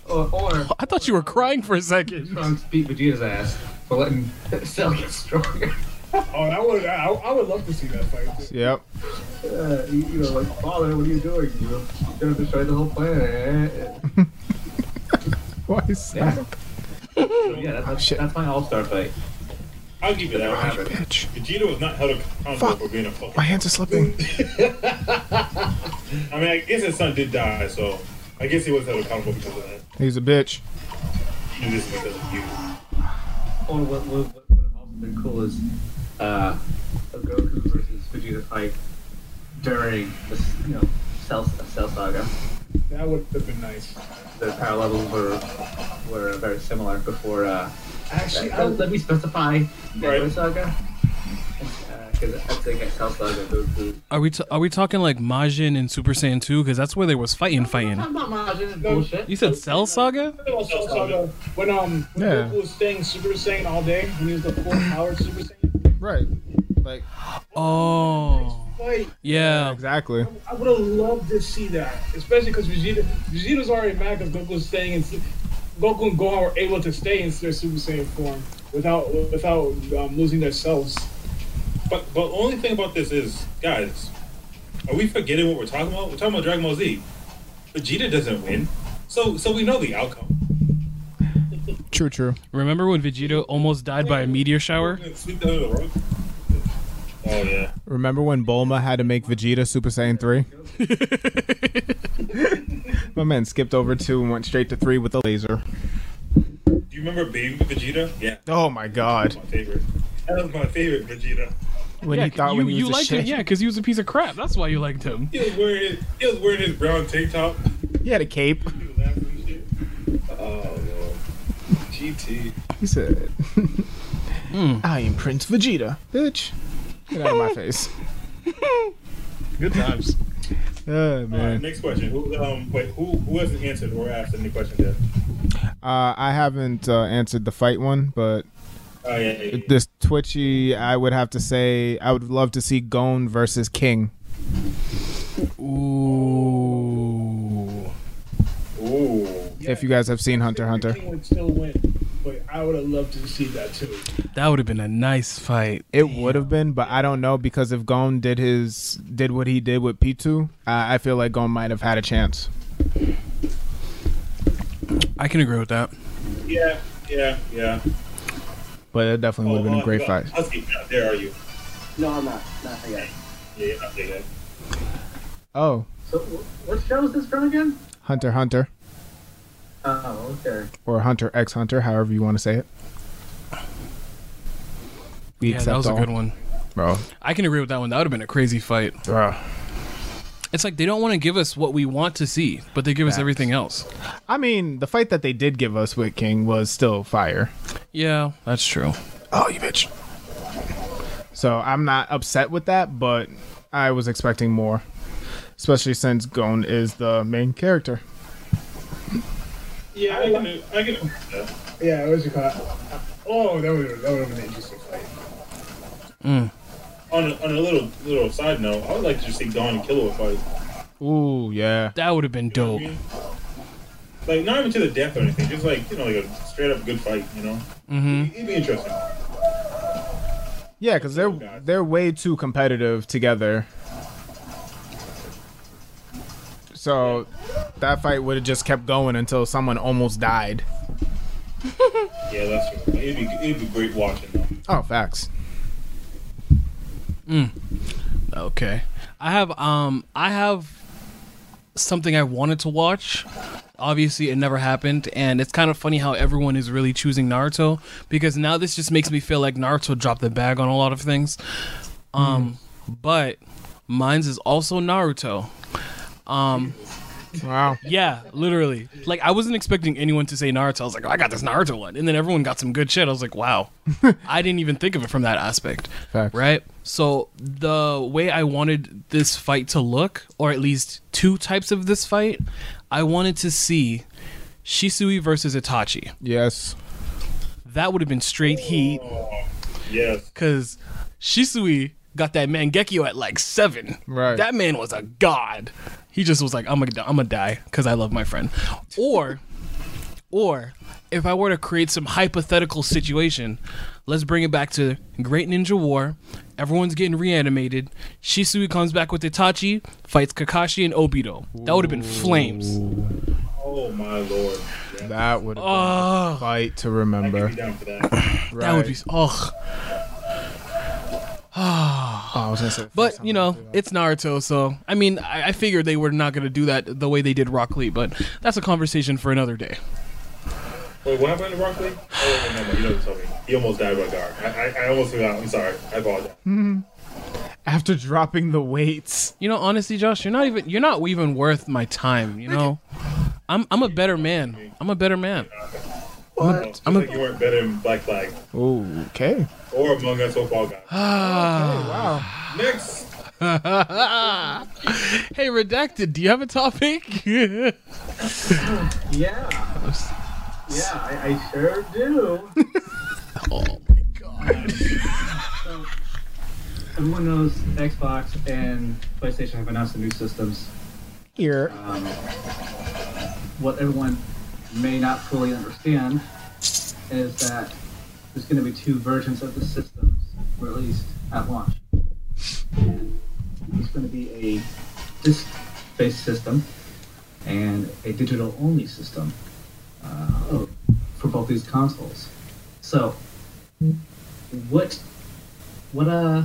Speaker 7: or, or
Speaker 1: I thought you were crying for a second.
Speaker 7: Trunks beat Vegeta's ass for letting Cell get stronger.
Speaker 6: Oh, and I would, I, I would love to see that fight.
Speaker 3: Yep.
Speaker 7: Uh, you, you know, like, father, what are you doing? You're gonna destroy the whole planet.
Speaker 3: Why is that?
Speaker 7: Yeah, that's, that's,
Speaker 3: shit.
Speaker 7: that's my all-star fight.
Speaker 2: I'll give you that.
Speaker 3: Ah, you
Speaker 2: one.
Speaker 3: bitch.
Speaker 2: Vegeta was not held accountable
Speaker 3: Fuck.
Speaker 2: for being a
Speaker 3: My
Speaker 2: fucking.
Speaker 3: hands are slipping.
Speaker 2: I mean, I guess his son did die, so I guess he was held accountable because of that.
Speaker 3: He's a bitch.
Speaker 2: You do this because of you.
Speaker 7: Or what would what, what have also been cool is uh, a Goku versus Vegeta fight during this, you know, Cell, Cell Saga.
Speaker 6: That would have been nice.
Speaker 7: The power levels were were very similar before. Uh,
Speaker 6: Actually, I
Speaker 7: let, let me specify Cell
Speaker 2: Right.
Speaker 7: Saga. Uh, Because I think at Cell Saga, Goku.
Speaker 1: Are we t- are we talking like Majin and Super Saiyan 2? Because that's where they was fighting, fighting.
Speaker 7: Talking about Majin is bullshit.
Speaker 1: You said Cell Saga?
Speaker 6: I also saw the, when um when
Speaker 3: Yeah.
Speaker 6: Goku was staying Super Saiyan all day when he was the full powered Super Saiyan.
Speaker 3: Right. Like,
Speaker 1: Oh,
Speaker 6: Like
Speaker 1: yeah.
Speaker 3: exactly.
Speaker 6: I would have loved to see that, especially because Vegeta Vegeta's already mad because Goku's staying in Su- Goku and Gohan were able to stay in their Super Saiyan form without without um, losing themselves.
Speaker 2: But but the only thing about this is, guys, are we forgetting what we're talking about? We're talking about Dragon Ball Z. Vegeta doesn't win, so so we know the outcome.
Speaker 3: True, true.
Speaker 1: Remember when Vegeta almost died by a meteor shower?
Speaker 2: Sweep that under the rug. Oh yeah.
Speaker 3: Remember when Bulma had to make Vegeta Super Saiyan 3? My man skipped over 2 and went straight to 3 with a laser.
Speaker 2: Do you remember Baby Vegeta? Yeah,
Speaker 3: Oh my god.
Speaker 2: my favorite. That was my favorite Vegeta.
Speaker 3: When
Speaker 1: yeah,
Speaker 3: he thought
Speaker 1: you,
Speaker 3: when he was
Speaker 1: you
Speaker 3: a
Speaker 1: liked
Speaker 3: shit.
Speaker 1: him, yeah, because he was a piece of crap. That's why you liked him.
Speaker 2: He was wearing his, he was wearing his brown tank top.
Speaker 3: He had a cape.
Speaker 2: He was laughing and shit. Oh lord. GT.
Speaker 3: He said, I am Prince Vegeta, bitch. Get out of my face.
Speaker 1: Good times.
Speaker 3: Oh,
Speaker 2: All right,
Speaker 3: man.
Speaker 2: next question. Who um wait who who hasn't answered or asked any questions yet?
Speaker 3: Uh, I haven't uh, answered the fight one, but
Speaker 2: Oh yeah. yeah, yeah.
Speaker 3: this Twitchy, I would have to say, I would love to see Gone versus King.
Speaker 1: Ooh.
Speaker 2: Ooh.
Speaker 3: If you guys have seen Hunter x Hunter,
Speaker 6: King would still win, but I would have loved to see that too.
Speaker 1: That would have been a nice fight.
Speaker 3: it would have been, but I don't know because if Gone did his did what he did with P2, I I feel like Gone might have had a chance.
Speaker 1: I can agree with that.
Speaker 2: Yeah. Yeah. Yeah. Oh, uh,
Speaker 3: But it definitely would have been a great fight.
Speaker 2: Husky, you're not there are you?
Speaker 5: No, I'm not. Not yet.
Speaker 2: Yeah, you're not there yet.
Speaker 3: Oh,
Speaker 7: So, wh- what show is this from again?
Speaker 3: Hunter x Hunter
Speaker 7: Oh, okay.
Speaker 3: or Hunter X Hunter, however you want to say it. We
Speaker 1: Yeah, that was a
Speaker 3: all.
Speaker 1: good one.
Speaker 3: bro.
Speaker 1: I can agree with that one. That would have been a crazy fight. It's like they don't want to give us what we want to see, but they give us everything else.
Speaker 3: I mean, the fight that they did give us with King was still fire.
Speaker 1: Yeah, that's true.
Speaker 3: Oh, you bitch. So I'm not upset with that, but I was expecting more. Especially since Gon is the main character.
Speaker 2: Yeah, I can. I can.
Speaker 6: Yeah, what was your call? Oh, that would that would have been an interesting fight.
Speaker 2: On a, on a little little side note, I would like to just see Dawn and Killua fight.
Speaker 3: Ooh, yeah.
Speaker 1: That would have been
Speaker 2: You know
Speaker 1: dope.
Speaker 2: what I mean? Like not even to the death or anything, just like you know, like a straight up good fight. You know,
Speaker 1: Mm-hmm.
Speaker 2: it'd be interesting.
Speaker 3: Yeah, because they're they're way too competitive together. So that fight would have just kept going until someone almost died.
Speaker 2: Yeah, that's true. It'd be it'd be great watching. Though.
Speaker 3: Oh, facts.
Speaker 1: Okay. I have um I have something I wanted to watch. Obviously, it never happened, and it's kind of funny how everyone is really choosing Naruto because now this just makes me feel like Naruto dropped the bag on a lot of things. Um, but mine's is also Naruto. Um,
Speaker 3: Wow.
Speaker 1: yeah, literally. Like I wasn't expecting anyone to say Naruto. I was like, "Oh, I got this Naruto one, and then everyone got some good shit. I was like, wow, I didn't even think of it from that aspect.
Speaker 3: Facts.
Speaker 1: Right. So the way I wanted this fight to look, or at least two types of this fight, I wanted to see Shisui versus Itachi.
Speaker 3: Yes.
Speaker 1: That would have been straight heat,
Speaker 2: Yes,
Speaker 1: cause Shisui got that Mangekyo at like seven.
Speaker 3: Right.
Speaker 1: That man was a god. He just was like, I'm gonna, I'm gonna die because I love my friend. Or, or if I were to create some hypothetical situation, let's bring it back to Great Ninja War. Everyone's getting reanimated. Shisui comes back with Itachi, fights Kakashi and Obito. That would have been flames.
Speaker 2: Oh my lord. Yeah.
Speaker 3: That would have been a
Speaker 1: Oh,
Speaker 3: fight to
Speaker 2: I could
Speaker 3: remember.
Speaker 2: be down for that.
Speaker 3: Right.
Speaker 1: that would be. Oh,
Speaker 3: Oh, I was gonna say.
Speaker 1: but you know, it's Naruto, so I mean, I, I figured they were not gonna do that the way they did Rock Lee, but that's a conversation for another day.
Speaker 2: Wait, what happened to Rock Lee? Oh, wait, no, no, you don't tell me. He almost died by guard. I, I, I almost forgot. I'm sorry. I apologize.
Speaker 3: after dropping the weights.
Speaker 1: You know, honestly, Josh, you're not even you're not even worth my time. You know, I'm I'm a better man. I'm a better man.
Speaker 2: No, just
Speaker 1: I'm a-
Speaker 2: like you weren't better than Black Flag
Speaker 3: Okay.
Speaker 2: or Among Us football guy.
Speaker 3: Wow.
Speaker 2: Next.
Speaker 1: Hey, redacted. Do you have a topic?
Speaker 7: Yeah. Yeah, I, I sure do. So, everyone knows Xbox and PlayStation have announced the new systems.
Speaker 3: Here.
Speaker 7: Um, what everyone may not fully understand is that there's going to be two versions of the systems released at launch. And there's going to be a disk-based system and a digital-only system uh, for both these consoles. So, what, what, uh,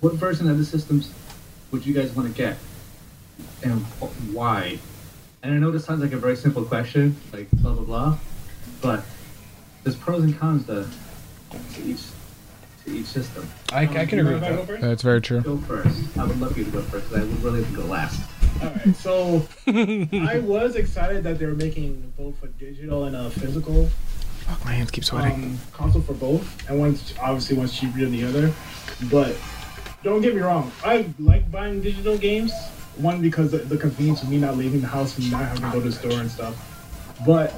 Speaker 7: what version of the systems would you guys want to get? and wh- why? And I know this sounds like a very simple question, like blah blah blah, but there's pros and cons to, to each to each system.
Speaker 1: I, I can agree with that.
Speaker 3: That's very true.
Speaker 7: Go first. I would love you to go first. 'cause I would really like to go last.
Speaker 6: All right, so I was excited that they were making both a digital and a physical
Speaker 3: My hands keep sweating.
Speaker 6: um, console for both, and one's obviously one's cheaper than the other. But don't get me wrong, I like buying digital games. One because the, the convenience of me not leaving the house and not having to go to the store and stuff. But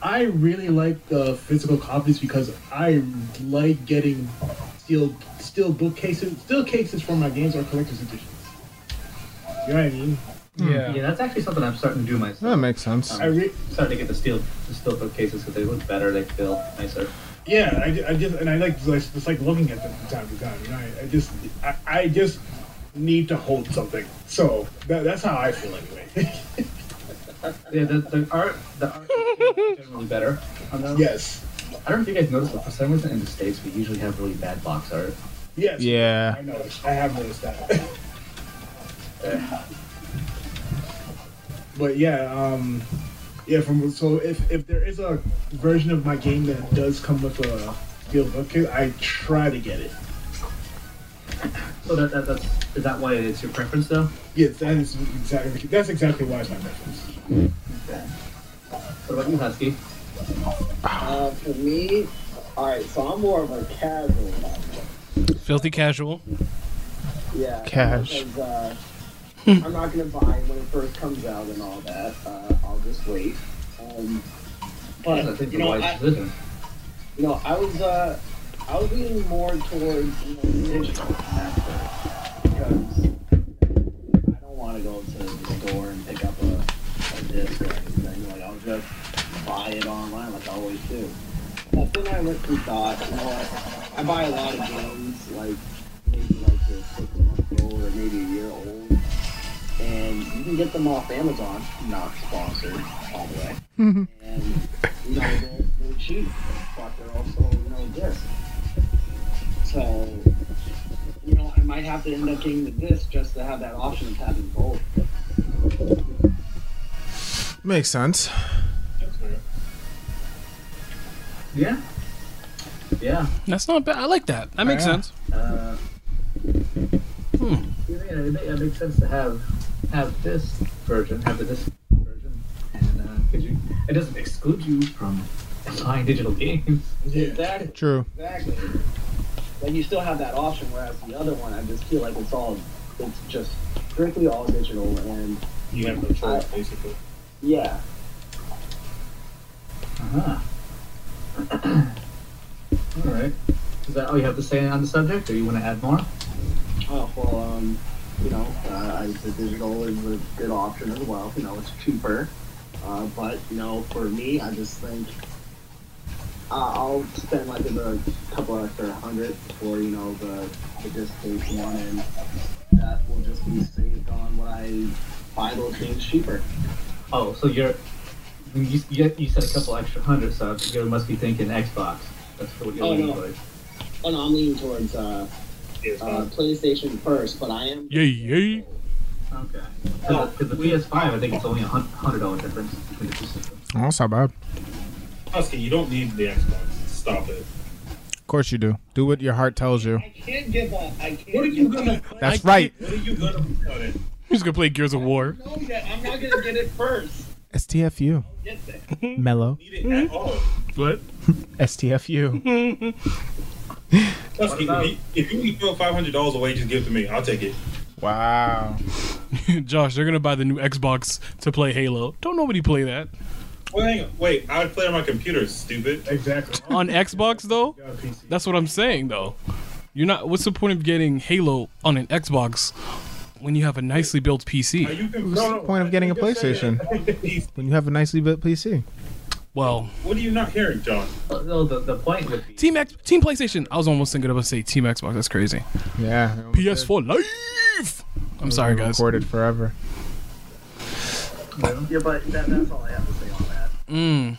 Speaker 6: I really like the physical copies because I like getting steel steel bookcases, steel cases for my games or collector's editions. You know what I mean?
Speaker 7: Yeah. that's actually something I'm starting to do myself.
Speaker 3: that makes sense.
Speaker 6: I re-
Speaker 7: I'm starting to get the steel the steel bookcases because they look better. They feel nicer.
Speaker 6: Yeah, I, ju- I just and I like just, just like looking at them from time to time. You know, I, I just I, I just need to hold something. So that, that's how I feel anyway.
Speaker 7: Yeah, the, the art the art is generally better. on those.
Speaker 6: yes,
Speaker 7: I don't know if you guys noticed, but for some reason in the states we usually have really bad box art.
Speaker 6: yes.
Speaker 3: Yeah.
Speaker 6: I know. I have noticed that. but yeah, um, yeah. From so if if there is a version of my game that does come with a steel bookcase, I try to get it.
Speaker 7: So that, that that's is that why it's your preference though?
Speaker 6: Yes, that is exactly that's exactly why it's my preference.
Speaker 7: Okay. What about you, Husky?
Speaker 5: Uh, for me, all right. So I'm more of a casual. guy.
Speaker 1: Filthy casual.
Speaker 5: Yeah.
Speaker 3: Cash.
Speaker 5: Because, uh, I'm not gonna buy it when it first comes out and all that. Uh, I'll just wait. Um, but
Speaker 7: I think
Speaker 5: you
Speaker 7: the
Speaker 5: know,
Speaker 7: wise
Speaker 5: I,
Speaker 7: decision.
Speaker 5: you know, I was uh, I was leaning more towards you know, digital at first because I don't want to go to the store and pick up a, a disc or anything. Like I'll just buy it online, like I always do. But then I went through thought. You know, what? I buy a lot of games, like maybe like they're six months old or maybe a year old, and you can get them off Amazon, not sponsored, by the way and you know they're, they're cheap, but they're also you know disc. So you know I might have to end up getting the disc just to have that option of having both.
Speaker 3: Makes sense.
Speaker 7: Yeah. Yeah.
Speaker 1: That's not bad. I like that. That makes
Speaker 3: Yeah.
Speaker 1: sense.
Speaker 7: Uh,
Speaker 1: Hmm.
Speaker 7: yeah, it, ma- it makes sense to have have this version, have the disc version, and uh, 'cause you, it doesn't exclude you from buying digital games.
Speaker 5: Exactly.
Speaker 3: True.
Speaker 5: Exactly. Like you still have that option, whereas the other one I just feel like it's all it's just strictly all digital and
Speaker 2: You have no choice, basically.
Speaker 5: yeah.
Speaker 7: Uh-huh. all right. Is that all you have to say on the subject, or you want to add more?
Speaker 5: Oh well, um, you know, uh, I, the digital is a good option as well. You know, it's cheaper, uh, but you know, for me, I just think uh, I'll spend like a couple extra hundred for you know the the disc tape one, and that will just be saved on what I buy those things cheaper.
Speaker 7: Oh, so you're you, you, you said a couple extra hundred, so you must be thinking Xbox. That's what you're
Speaker 5: Oh,
Speaker 7: leaning
Speaker 5: no.
Speaker 7: towards.
Speaker 5: Oh no, I'm leaning towards uh,
Speaker 2: Yeah, it's
Speaker 5: uh,
Speaker 2: not-
Speaker 5: PlayStation first, but I am.
Speaker 1: Yay, yay.
Speaker 7: Okay. Because the, 'cause the PS5, I think it's only a hun- hundred dollar difference between the two systems.
Speaker 3: Oh, that's not bad.
Speaker 2: Husky, you don't need the Xbox. Stop it.
Speaker 3: Of course you do. Do what your heart tells you.
Speaker 5: I can't give up. I can't.
Speaker 2: What are you gonna?
Speaker 3: That's
Speaker 1: I
Speaker 3: right.
Speaker 2: What are you gonna put it?
Speaker 1: He's gonna play Gears of War.
Speaker 5: No, yet. I'm not gonna get it first.
Speaker 3: STFU.
Speaker 5: Get there.
Speaker 3: Mellow.
Speaker 2: Need it at all?
Speaker 1: What?
Speaker 3: STFU.
Speaker 2: Husky, if you, if you can throw five hundred dollars away, just give it to me. I'll take it.
Speaker 3: Wow.
Speaker 1: Josh, they're gonna buy the new Xbox to play Halo. Don't nobody play that
Speaker 2: Well, hang on. Wait, I would play on my computer. Stupid.
Speaker 6: Exactly.
Speaker 1: on Xbox though.
Speaker 6: Yeah, PC.
Speaker 1: That's what I'm saying though. You're not. What's the point of getting Halo on an Xbox when you have a nicely built
Speaker 2: Are
Speaker 1: PC?
Speaker 2: you can,
Speaker 3: What's the point of getting a PlayStation when you have a nicely built PC?
Speaker 1: Well,
Speaker 2: What are you not hearing, John?
Speaker 7: Well, No, the, the point would be
Speaker 1: Team X, Team PlayStation. I was almost thinking about say Team Xbox. That's crazy.
Speaker 3: Yeah.
Speaker 1: PS4 life. I'm sorry, guys.
Speaker 3: Recorded forever.
Speaker 5: Yeah, but that, that's all I have to say on that.
Speaker 1: Mm.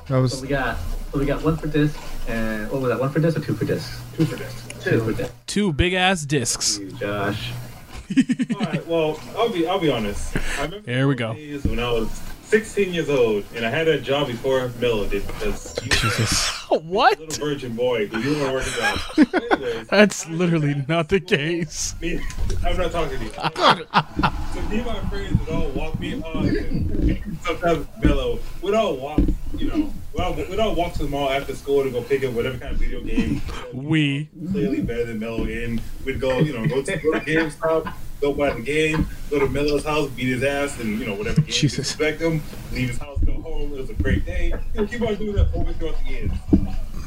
Speaker 3: That
Speaker 7: so
Speaker 3: was
Speaker 7: we got so we got one for disc and what was that? One for disc or two for disc?
Speaker 6: Two for this.
Speaker 7: Two, for disc.
Speaker 1: Two big ass discs.
Speaker 7: You, Josh.
Speaker 2: All right, well, I'll be I'll be honest. I remember
Speaker 1: Here we go.
Speaker 2: days when I was 16 years old, and I had a job before Miller did because you were
Speaker 1: what?
Speaker 2: a little virgin boy, but you were working out. Anyways,
Speaker 1: That's literally not the case.
Speaker 2: me, I'm not talking to you. so me and my friends would all walk me on, and sometimes Mello would all walk, you know, well, we'd all walk to the mall after school to go pick up whatever kind of video game.
Speaker 1: We.
Speaker 2: clearly better than Melo in. We'd go, you know, go to, go to GameStop, go buy the game, go to Melo's house, beat his ass, and you know whatever game
Speaker 3: Jesus.
Speaker 2: disrespect him, leave his house, go home. It was a great day. You know, keep on doing that over throughout the years.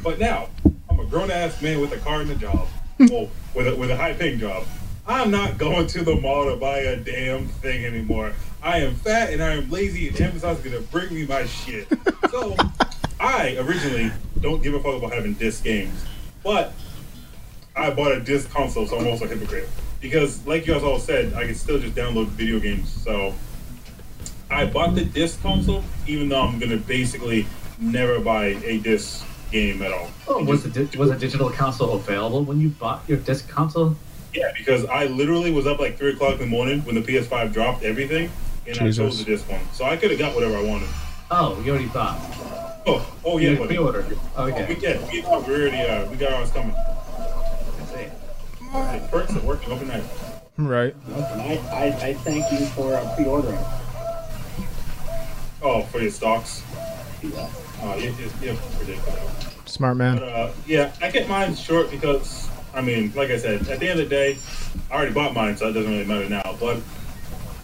Speaker 2: But now I'm a grown ass man with a car and a job, well, with a, with a high paying job. I'm not going to the mall to buy a damn thing anymore. I am fat and I am lazy, and Amazon's gonna bring me my shit. So, I originally don't give a fuck about having disc games, but I bought a disc console, so I'm also a hypocrite. Because, like you guys all said, I can still just download video games. So I bought the disc console, even though I'm gonna basically never buy a disc game at all.
Speaker 7: Oh, was the di- was a digital console available when you bought your disc console?
Speaker 2: Yeah, because I literally was up like three o'clock in the morning when the PS5 dropped everything, and I
Speaker 3: Jesus.
Speaker 2: chose the disc one. So I could have got whatever I wanted.
Speaker 7: Oh, you already bought.
Speaker 2: Oh, oh
Speaker 7: You
Speaker 2: yeah,
Speaker 7: did
Speaker 2: but
Speaker 7: pre-order.
Speaker 2: we
Speaker 7: Okay.
Speaker 2: yeah, we, we already uh, we got ours coming.
Speaker 7: I see.
Speaker 2: It perks are working overnight.
Speaker 3: Right.
Speaker 5: And I, I, I thank you for uh, pre-ordering.
Speaker 2: Oh, for your stocks.
Speaker 5: Yeah.
Speaker 2: Oh, you're, you're, you're ridiculous.
Speaker 3: Smart
Speaker 2: But,
Speaker 3: man.
Speaker 2: uh, yeah, I kept mine short because, I mean, like I said, at the end of the day, I already bought mine, so it doesn't really matter now. But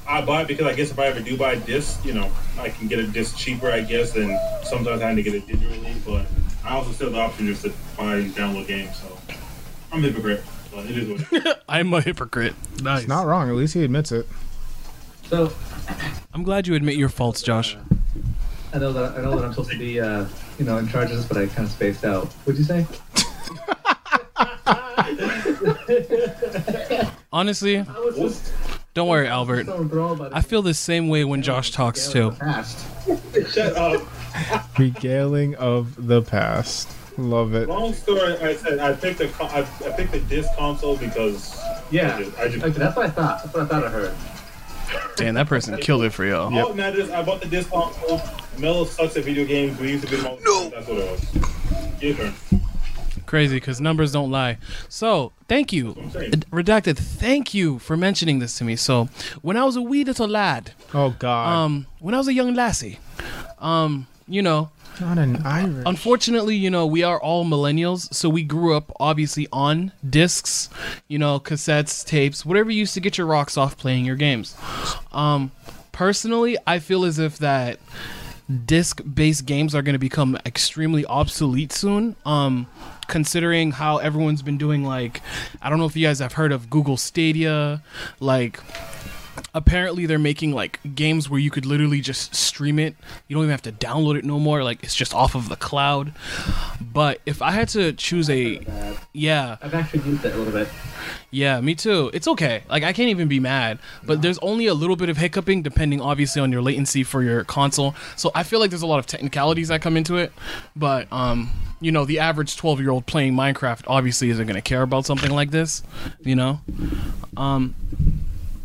Speaker 2: I bought it because I guess if I ever do buy a disc, you know, I can get a disc cheaper, I guess, than sometimes having to get it digitally. But I also still have the option just to buy and download games, so I'm a hypocrite. But it is what it is.
Speaker 1: I'm a hypocrite. Nice.
Speaker 3: It's not wrong. At least he admits it.
Speaker 7: So
Speaker 1: I'm glad you admit your faults, Josh.
Speaker 7: I know that I know that I'm supposed to be uh, you know in charge of this, but I kind of spaced out. What'd you say?
Speaker 1: Honestly,
Speaker 7: I was just
Speaker 1: don't worry, Albert.
Speaker 7: so enthralled by the
Speaker 1: I feel the same way when Josh talks too.
Speaker 7: past.
Speaker 2: Shut up.
Speaker 3: Regaling of the past. Love it.
Speaker 2: Long story, I said I picked the con- I, I picked the disc console because
Speaker 7: Yeah,
Speaker 2: I just, I just
Speaker 7: okay, that's what I thought. That's what I thought I heard.
Speaker 1: Damn, that person killed it for y'all.
Speaker 2: All that matters, Oh, I bought the disc console. Mel sucks at video games. We used to be no. That's what it was. Your turn.
Speaker 1: Crazy, because numbers don't lie. So, thank you,
Speaker 2: I'm saying.
Speaker 1: redacted. Thank you for mentioning this to me. So, when I was a wee little lad,
Speaker 3: Oh God.
Speaker 1: um, when I was a young lassie, um, you know,
Speaker 3: not an Irish.
Speaker 1: unfortunately, you know, we are all millennials, so we grew up obviously on discs, you know, cassettes, tapes, whatever you used to get your rocks off playing your games. Um, personally, I feel as if that disc-based games are going to become extremely obsolete soon. Um, considering how everyone's been doing, like, I don't know if you guys have heard of Google Stadia, like apparently they're making like games where you could literally just stream it you don't even have to download it no more like it's just off of the cloud but if i had to choose a yeah
Speaker 7: I've actually used it a little bit.
Speaker 1: yeah me too it's okay like i can't even be mad but there's only a little bit of hiccuping depending obviously on your latency for your console so i feel like there's a lot of technicalities that come into it but um you know the average 12 year old playing minecraft obviously isn't going to care about something like this you know um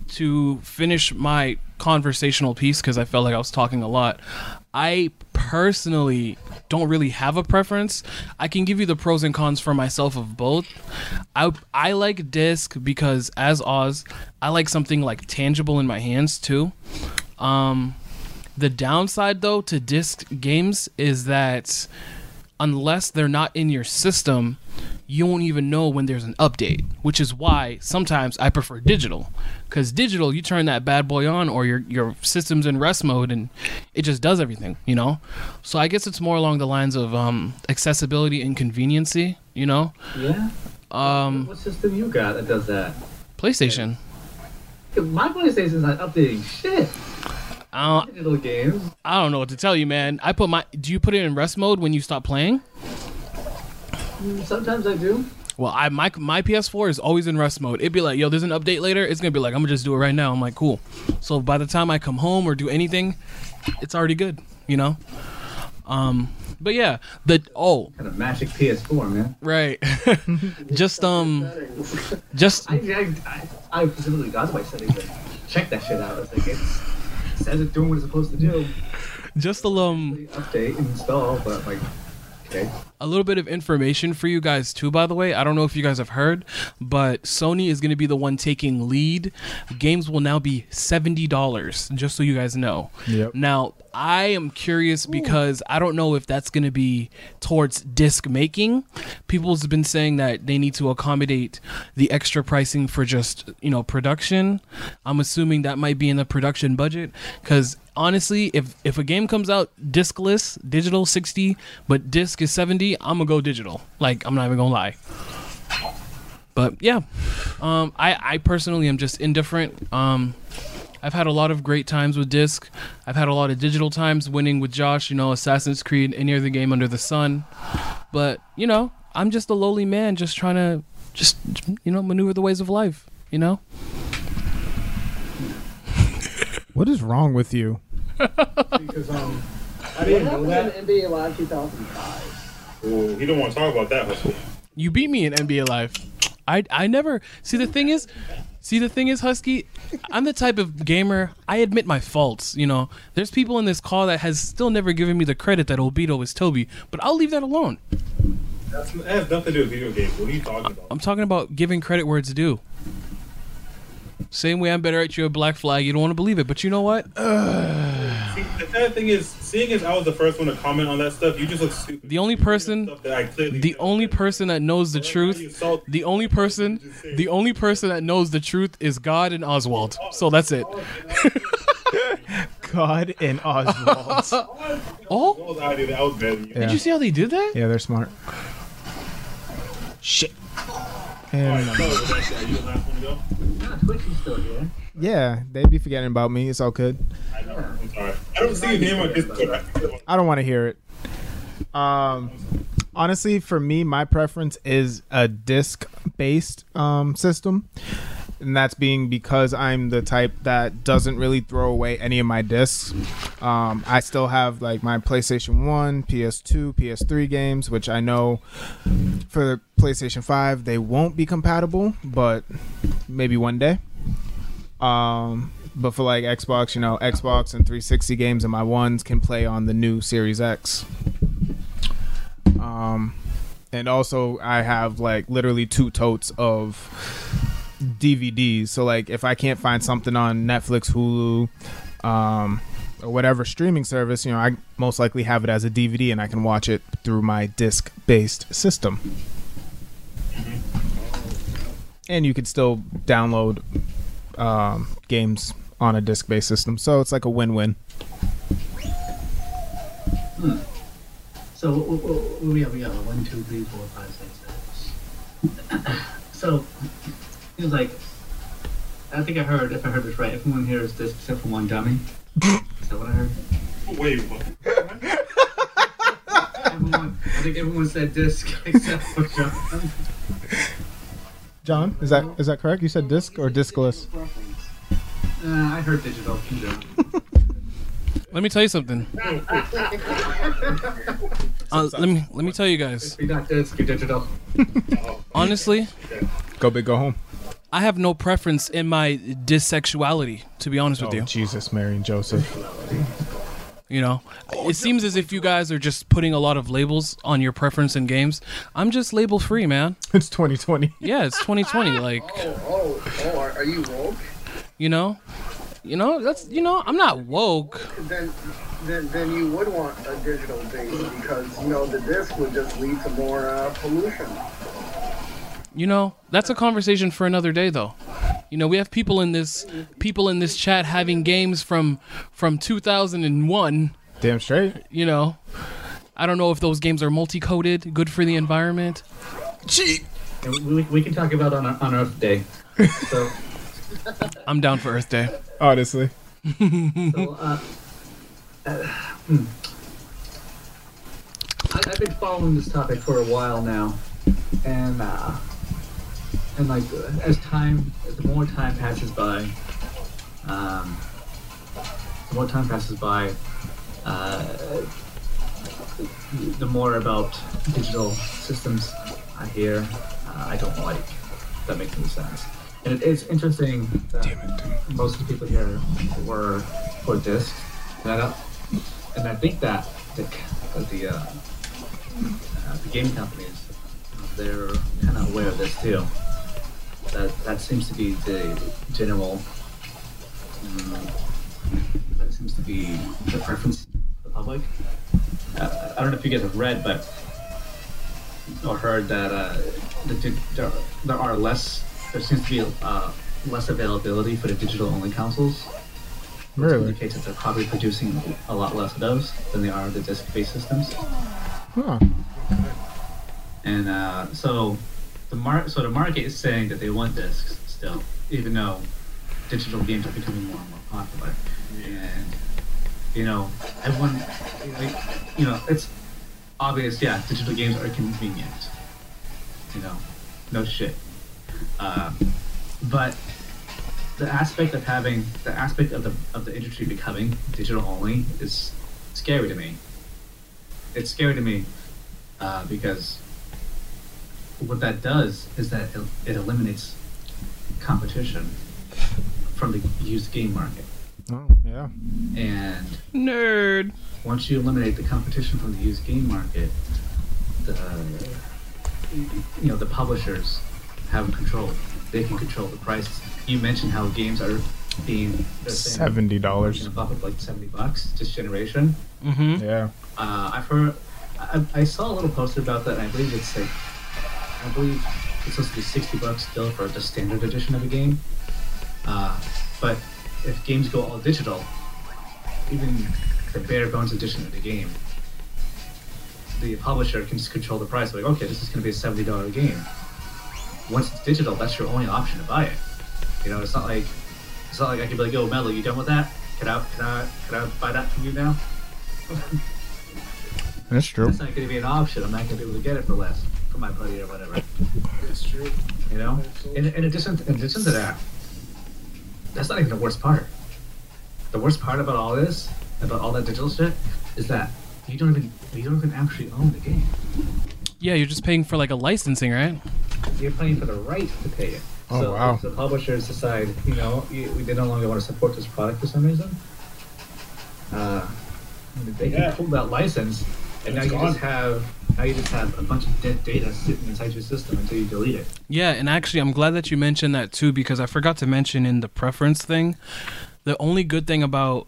Speaker 1: to finish my conversational piece because I felt like I was talking a lot. I personally don't really have a preference. I can give you the pros and cons for myself of both. I I like disc because as Oz, I like something like tangible in my hands too. Um the downside though to disc games is that unless they're not in your system, you won't even know when there's an update, which is why sometimes I prefer digital. Because digital, you turn that bad boy on or your, your system's in rest mode and it just does everything, you know? So I guess it's more along the lines of um, accessibility and conveniency, you know?
Speaker 7: Yeah.
Speaker 1: Um,
Speaker 7: What system you got that does that?
Speaker 1: PlayStation.
Speaker 7: My PlayStation's not updating shit.
Speaker 1: I don't,
Speaker 7: Digital games.
Speaker 1: I don't know what to tell you, man. I put my. Do you put it in rest mode when you stop playing?
Speaker 7: Mm, Sometimes I do.
Speaker 1: Well, I my my PS4 is always in rest mode. It'd be like, yo, there's an update later. It's gonna be like, I'm gonna just do it right now. I'm like, cool. So by the time I come home or do anything, it's already good, you know. Um, but yeah, the oh
Speaker 7: Kind of magic PS4, man.
Speaker 1: right, just um, just
Speaker 7: I, I, I, I specifically got to my settings and checked that shit out. I was like, it's, it says it's doing what it's supposed to do.
Speaker 1: just a um.
Speaker 7: Update and install, but I'm like, okay.
Speaker 1: a little bit of information for you guys too by the way i don't know if you guys have heard but sony is going to be the one taking lead games will now be $70 just so you guys know
Speaker 3: Yep.
Speaker 1: now i am curious because i don't know if that's going to be towards disc making people's been saying that they need to accommodate the extra pricing for just you know production i'm assuming that might be in the production budget because honestly, if if a game comes out discless, digital 60, but disc is 70, I'm gonna go digital. Like I'm not even gonna lie. But yeah, um, I I personally am just indifferent. Um, I've had a lot of great times with disc. I've had a lot of digital times winning with Josh. You know, Assassin's Creed, any other game under the sun. But you know, I'm just a lowly man, just trying to just you know maneuver the ways of life. You know.
Speaker 3: What is wrong with you?
Speaker 6: because um, I
Speaker 5: What
Speaker 6: didn't know
Speaker 5: happened
Speaker 6: that.
Speaker 5: in NBA Live 2005?
Speaker 2: Ooh, you don't want to talk about that one.
Speaker 1: You beat me in NBA Live. I I never see the thing is, see the thing is Husky. I'm the type of gamer. I admit my faults. You know, there's people in this call that has still never given me the credit that Obito is Toby, but I'll leave that alone.
Speaker 2: That's, that has nothing to do with video games. What are you talking about?
Speaker 1: I'm talking about giving credit where it's due. Same way I'm better at you at Black Flag. You don't want to believe it, but you know what?
Speaker 2: See, the sad thing is, seeing as I was the first one to comment on that stuff, you just look stupid.
Speaker 1: The only person,
Speaker 2: Stuff that I clearly
Speaker 1: the only person that knows the truth, the only person, the only person that knows the truth is God and Oswald. So that's it.
Speaker 3: God and Oswald.
Speaker 1: Oh,
Speaker 3: Yeah.
Speaker 1: did you see how they did that?
Speaker 3: yeah, they're smart. Shit. And, um,
Speaker 7: Yeah, Twitch is still here.
Speaker 3: yeah, they'd be forgetting about me. It's all good.
Speaker 2: I'm sorry. I don't see your name on Discord. I think it's-
Speaker 3: I don't want to hear it. Um, honestly, for me, my preference is a disc-based um, system, and that's being because I'm the type that doesn't really throw away any of my discs. Um, I still have like my PlayStation One, PS2, PS3 games, which I know for the PlayStation Five they won't be compatible, but maybe one day. Um, but for like Xbox, you know, Xbox and 360 games and my ones can play on the new Series X. Um, and also I have like literally two totes of DVDs. So like if I can't find something on Netflix, Hulu, um, or whatever streaming service, you know, I most likely have it as a DVD and I can watch it through my disc-based system. And you could still download um, games on a disc-based system. So it's like a win-win.
Speaker 7: So w- w- w- we have we have a one, two, three, four, five, six, seven. so he was like, I think I heard if I heard this right, everyone here is this except for one dummy. is that what I heard?
Speaker 2: Wait, what?
Speaker 7: Everyone, I think everyone said disc except for John. Uh,
Speaker 3: John, is that is that correct? You said disc or discless?
Speaker 7: Uh, I heard digital. in general.
Speaker 1: Let me tell you something. Uh, let me let me tell you guys.
Speaker 7: You're not disc, you're digital.
Speaker 1: Honestly,
Speaker 3: Go big, go home.
Speaker 1: I have no preference in my dissexuality. To be honest with you,
Speaker 3: Oh, Jesus, Mary, and Joseph.
Speaker 1: you know, it seems as if you guys are just putting a lot of labels on your preference in games. I'm just label free, man.
Speaker 3: It's 2020.
Speaker 1: Yeah, it's 2020. Like,
Speaker 5: Oh, oh, are, are you woke?
Speaker 1: you know, you know, that's you know, I'm not woke.
Speaker 5: Then, then, then you would want a digital base because you know the disc would just lead to more uh, pollution.
Speaker 1: You know, that's a conversation for another day though. You know, we have people in this people in this chat having games from from 2001
Speaker 3: Damn straight.
Speaker 1: you know i don't know if those games are multi-coded good for the environment
Speaker 7: And we, we, we can talk about it on our, on Earth Day. So,
Speaker 1: i'm down for earth day
Speaker 3: Honestly.
Speaker 7: so uh, uh, hmm. I, I've been following this topic for a while now, and uh, and like uh, as time, as the more time passes by, um, the more time passes by, uh, the more about digital systems I hear, uh, I don't like. If that makes any sense. And it is interesting that most of the people here were for disc. And I, don't, and I think that the, that the, uh, uh, the game companies, they're kind of aware of this too. That, that seems to be the general. Um, that seems to be the preference of the public. Uh, I don't know if you guys have read, but or heard that uh, the, di- there, there are less. There seems to be uh, less availability for the digital-only consoles. Which
Speaker 3: Really?
Speaker 7: indicates that they're probably producing a lot less of those than they are the disc-based systems.
Speaker 3: Huh.
Speaker 7: And uh, so the mar- so the market is saying that they want discs still, even though digital games are becoming more and more popular. And you know, everyone, like, you know, it's obvious. Yeah, digital games are convenient. You know, no shit. Uh, but the aspect of having the aspect of the of the industry becoming digital only is scary to me. It's scary to me uh, because what that does is that it, it eliminates competition from the used game market.
Speaker 3: Oh, yeah.
Speaker 7: And
Speaker 1: nerd
Speaker 7: once you eliminate the competition from the used game market, the you know the publishers have control. They can control the prices. You mentioned how games are being they're saying
Speaker 3: Seventy dollars.
Speaker 7: they're up at like seventy bucks this generation.
Speaker 1: Mm-hmm.
Speaker 3: Yeah.
Speaker 7: Uh, I've heard, I, I saw a little poster about that, and I believe it's like, I believe it's supposed to be sixty bucks still for the standard edition of a game. Uh, but if games go all digital, even the bare bones edition of the game, the publisher can just control the price. Like, okay, this is going to be a seventy dollar game. Once it's digital, that's your only option to buy it. You know, it's not like it's not like I can be like, "Yo, Mel, you done with that? Can I can I can I buy that from you now?"
Speaker 3: That's true.
Speaker 7: That's not going to be an option. I'm not going to be able to get it for less for my buddy or whatever.
Speaker 6: That's true.
Speaker 7: You know. In, in addition, in addition to that, that's not even the worst part. The worst part about all this, about all that digital shit, is that you don't even you don't even actually own the game.
Speaker 1: Yeah, you're just paying for like a licensing, right?
Speaker 7: You're paying for the right to pay it.
Speaker 3: Oh,
Speaker 7: so
Speaker 3: wow.
Speaker 7: if the publishers decide, you know, you, we- they no longer want to support this product for some reason, uh, they
Speaker 2: Yeah.
Speaker 7: can pull that license, and now
Speaker 2: It's
Speaker 7: you
Speaker 2: gone.
Speaker 7: just have now you just have a bunch of dead data sitting inside your system until you delete it.
Speaker 1: Yeah, and actually, I'm glad that you mentioned that too because I forgot to mention in the preference thing. The only good thing about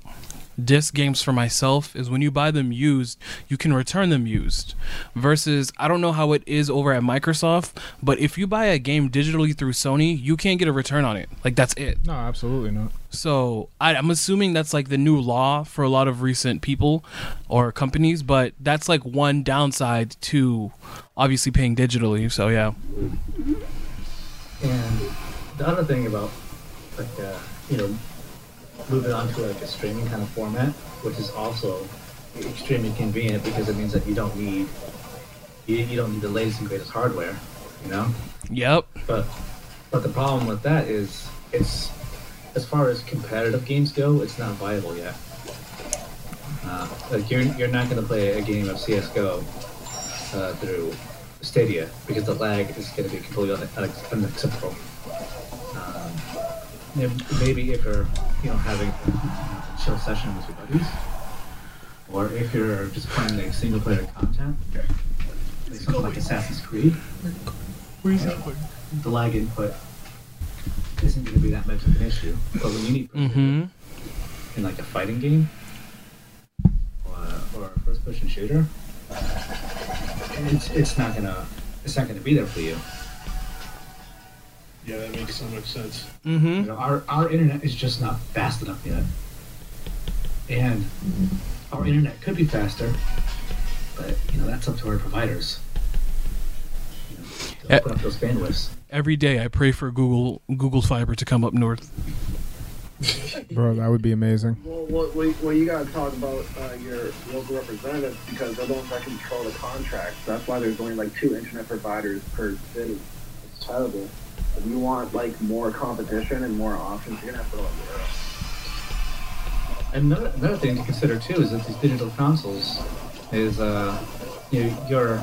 Speaker 1: disc games for myself is when you buy them used, you can return them used. Versus, I don't know how it is over at Microsoft, but if you buy a game digitally through Sony, you can't get a return on it. Like, that's it.
Speaker 3: No, absolutely not.
Speaker 1: So I, I'm assuming that's like the new law for a lot of recent people or companies, but that's like one downside to obviously paying digitally. So yeah,
Speaker 7: And the other thing about, like, uh, you know, moving on to like a streaming kind of format, which is also extremely convenient because it means that you don't need you, you don't need the latest and greatest hardware, you know.
Speaker 1: yep,
Speaker 7: But but the problem with that is it's as far as competitive games go, it's not viable yet. Uh, like you're you're not going to play a game of CS:GO uh, through Stadia because the lag is going to be completely un- unac- unacceptable. Um, you know, maybe if you're you know having a chill session with your buddies, or if you're just playing like single player content, like something like Assassin's Creed
Speaker 6: Where's that one?
Speaker 7: the lag input isn't going to be that much of an issue. But when you need
Speaker 1: mm-hmm,
Speaker 7: in like a fighting game or, or a first person shooter, it's, it's not gonna it's not gonna be there for you.
Speaker 6: Yeah, that makes so much sense.
Speaker 1: mm-hmm.
Speaker 7: You know, our our internet is just not fast enough yet, and our internet could be faster, but you know that's up to our providers. You know, to
Speaker 1: Eh.
Speaker 7: open up those bandwidths.
Speaker 1: Every day I pray for Google Google Fiber to come up north.
Speaker 3: Bro, that would be amazing.
Speaker 5: Well, well, well, well you got to talk about uh, your local representatives because they're the ones that control the contracts. That's why there's only like two internet providers per city. It's terrible. If you want like more competition and more options, you're gonna have to go up there.
Speaker 7: Another, another thing to consider too is that these digital consoles is uh, you know, your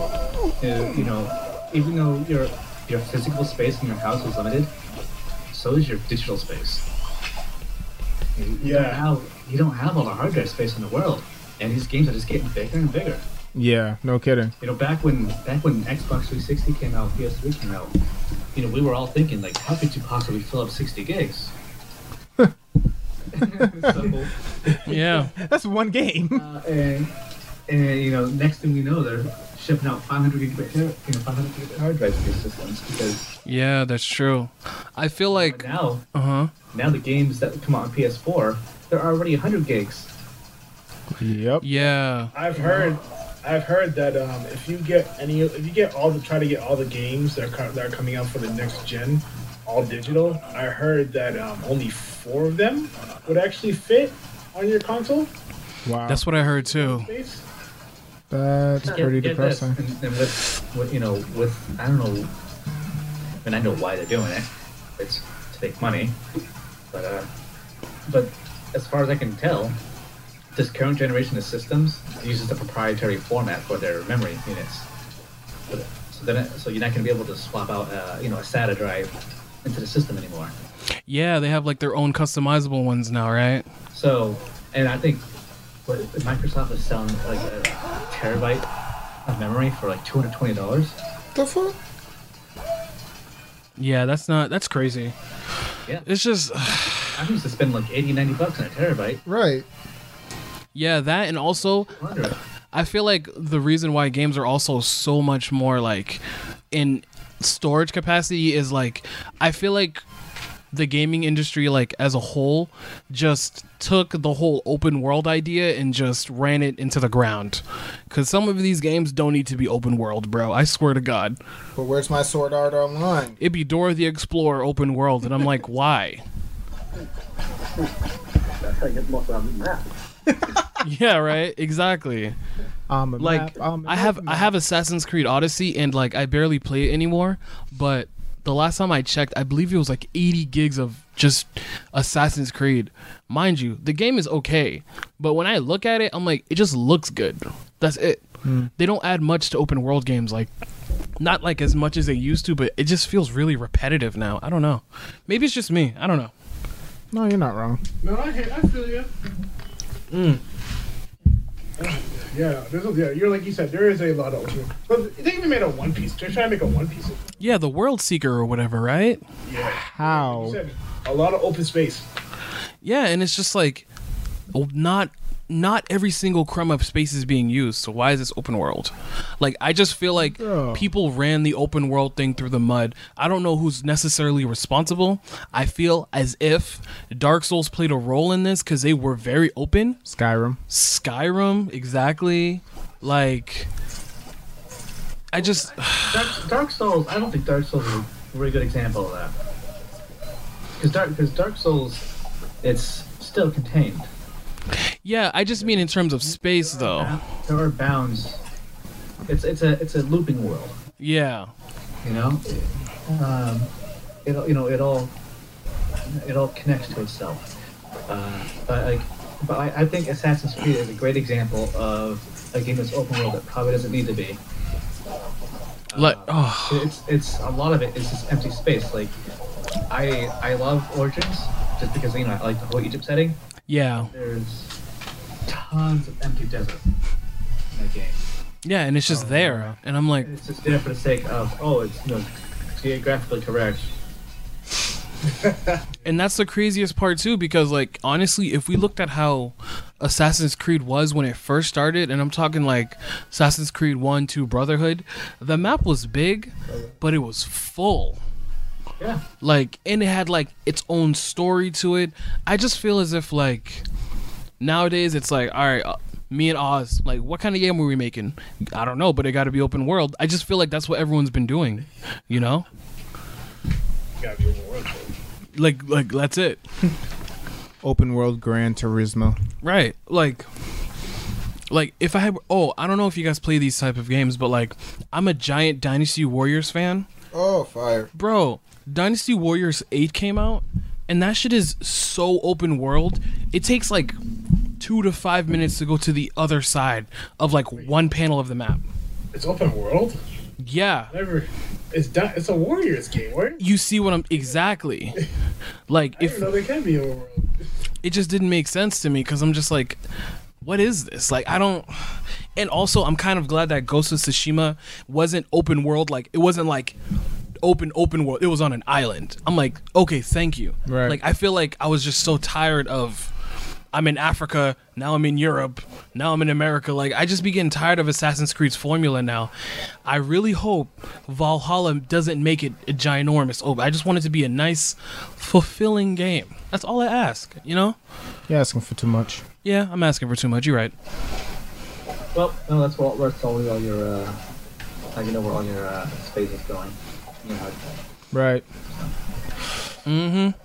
Speaker 7: uh, you know even though your your physical space in your house is limited, so is your digital space. You, you
Speaker 6: Yeah.
Speaker 7: Don't have, you don't have all the hard drive space in the world, and these games are just getting bigger and bigger.
Speaker 3: Yeah, no kidding.
Speaker 7: You know, back when back when Xbox 360 came out, PS3 came out, you know, we were all thinking like, how could you possibly fill up 60 gigs? so,
Speaker 1: Yeah,
Speaker 3: That's one game.
Speaker 7: uh, and, and you know, next thing we know, they're shipping out 500 gigabit, you know, 500 gigabit hard drives for these systems because
Speaker 1: yeah, that's true. I feel like,
Speaker 7: now,
Speaker 1: uh huh,
Speaker 7: now the games that come out on PS4, they're already 100 gigs.
Speaker 3: Yep.
Speaker 1: yeah,
Speaker 6: I've heard, I've heard that um, if you get any, if you get all the try to get all the games that are, co- that are coming out for the next gen, all digital. I heard that um, only four of them would actually fit on your console
Speaker 3: Wow.
Speaker 1: that's what I heard too.
Speaker 6: space.
Speaker 3: That's
Speaker 7: Get-
Speaker 3: pretty
Speaker 7: get this.
Speaker 3: depressing.
Speaker 7: And, and with, with, you know, with I don't know, and I know why they're doing it. It's to make money, but uh, but as far as I can tell, this current generation of systems uses a proprietary format for their memory units. But- So then, it- so you're not going to be able to swap out, uh, you know, a SATA drive into the system anymore.
Speaker 1: Yeah, they have like their own customizable ones now, right?
Speaker 7: So, and I think what Microsoft is selling like a terabyte a memory for like two hundred twenty dollars.
Speaker 3: The fuck?
Speaker 1: Yeah, that's not. That's crazy.
Speaker 7: Yeah.
Speaker 1: It's just.
Speaker 7: I used to spend like 80, 90 bucks on a terabyte.
Speaker 3: Right.
Speaker 1: Yeah, that and also
Speaker 7: I wonder.
Speaker 1: I feel like the reason why games are also so much more like in storage capacity is like I feel like the gaming industry like as a whole just took the whole open world idea and just ran it into the ground cuz some of these games don't need to be open world, bro. I swear to god.
Speaker 3: But where's my Sword Art Online?
Speaker 1: It'd be Dora the Explorer open world and I'm like, "Why?"
Speaker 5: That thing is most on the map.
Speaker 1: Yeah, right? Exactly.
Speaker 3: Um,
Speaker 1: like I have I have Assassin's Creed Odyssey and like I barely play it anymore, but the last time I checked, I believe it was like 80 gigs of just Assassin's Creed. Mind you, the game is okay, but when I look at it, I'm like it just looks good. That's it. They don't add much to open world games like not like as much as they used to, but it just feels really repetitive now. I don't know. Maybe it's just me. I don't know.
Speaker 3: No, you're not wrong.
Speaker 6: No, I hate. I feel you. Mm. Yeah, there's a, yeah. You're like you said. There is a lot of. But they even made a One Piece. They're trying to make a One Piece.
Speaker 1: Yeah, the World Seeker or whatever, right?
Speaker 6: Yeah. You
Speaker 3: How?
Speaker 6: said a lot of open space.
Speaker 1: Yeah, and it's just like well, not not every single crumb of space is being used. So why is this open world? Like I just feel like
Speaker 3: Bro.
Speaker 1: people ran the open world thing through the mud. I don't know who's necessarily responsible. I feel as if Dark Souls played a role in this cuz they were very open.
Speaker 3: Skyrim.
Speaker 1: Skyrim exactly like I just
Speaker 7: Dark, Dark Souls. I don't think Dark Souls is a very good example of that. Because Dark, because Dark Souls, it's still contained.
Speaker 1: yeah, I just mean in terms of space though.
Speaker 7: There are bounds. It's it's a it's a looping world.
Speaker 1: Yeah.
Speaker 7: You know. Um, it all- you know it all it all connects to itself. Uh, but like, but I, I think Assassin's Creed is a great example of a game that's open world that probably doesn't need to be. Uh,
Speaker 1: Like oh,
Speaker 7: it's it's a lot of it is just empty space. Like I I love Origins just because you know I like the whole Egypt setting.
Speaker 1: yeah.
Speaker 7: There's tons of empty desert in that game.
Speaker 1: Yeah, and it's just there. And I'm like
Speaker 7: It's just there for the sake of oh it's you know geographically correct.
Speaker 1: and that's the craziest part too because like honestly if we looked at how assassin's creed was when it first started and i'm talking like assassin's creed 1 2 brotherhood the map was big but it was full
Speaker 7: Yeah.
Speaker 1: like and it had like its own story to it i just feel as if like nowadays it's like all right uh, me and oz like what kind of game were we making i don't know but it got to be open world i just feel like that's what everyone's been doing you know
Speaker 2: You gotta be overworked. though.
Speaker 1: like like that's it
Speaker 3: Open world Gran Turismo.
Speaker 1: Right. Like like if I had oh, I don't know if you guys play these type of games, but like I'm a giant Dynasty Warriors fan.
Speaker 3: Oh, fire.
Speaker 1: Bro, Dynasty Warriors 8 came out and that shit is so open world. It takes like 2 to 5 minutes to go to the other side of like one panel of the map.
Speaker 6: It's open world.
Speaker 1: Yeah.
Speaker 6: Never. It's di- It's a Warriors game. Right?
Speaker 1: You see what I'm exactly like
Speaker 6: I
Speaker 1: if
Speaker 6: didn't know there can be a world.
Speaker 1: it just didn't make sense to me because I'm just like, what is this? Like, I don't. And also, I'm kind of glad that Ghost of Tsushima wasn't open world. Like, it wasn't like open open world. It was on an island. I'm like, okay, thank you.
Speaker 3: Right.
Speaker 1: Like, I feel like I was just so tired of. I'm in Africa now. I'm in Europe now. I'm in America. Like I just be getting tired of Assassin's Creed's formula now. I really hope Valhalla doesn't make it a ginormous. Oh, I just want it to be a nice, fulfilling game. That's all I ask. You know.
Speaker 3: You're asking for too much.
Speaker 1: Yeah, I'm asking for too much. You're right.
Speaker 7: Well, no, that's all. That's all all your. Uh, like you know where all your uh, space is going. You know,
Speaker 3: Right.
Speaker 1: Mm-hmm.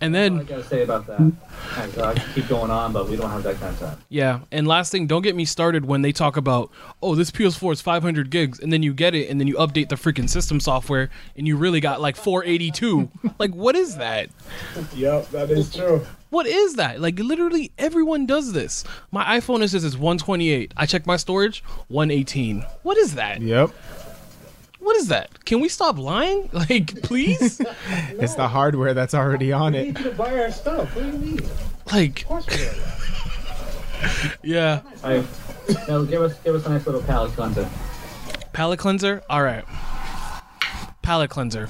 Speaker 1: And
Speaker 7: all I
Speaker 1: then,
Speaker 7: gotta say about that. I, I could keep going on, but we don't have that kind of time.
Speaker 1: yeah. And last thing, don't get me started when they talk about, oh, this PS4 is 500 gigs, and then you get it, and then you update the freaking system software, and you really got like 482. like, what is that?
Speaker 6: Yep, that is true.
Speaker 1: What is that? Like, literally everyone does this. My iPhone is says it's 128. I check my storage, 118. What is that?
Speaker 3: Yep.
Speaker 1: What is that? Can we stop lying? Like, please?
Speaker 3: It's the hardware that's already on
Speaker 6: We
Speaker 3: it.
Speaker 6: need you to buy our stuff. What do you mean? Of
Speaker 1: like,
Speaker 6: course we are.
Speaker 1: yeah.
Speaker 7: Alright. Now give us give us a nice little palate cleanser.
Speaker 1: Palette cleanser? All right. Palette cleanser.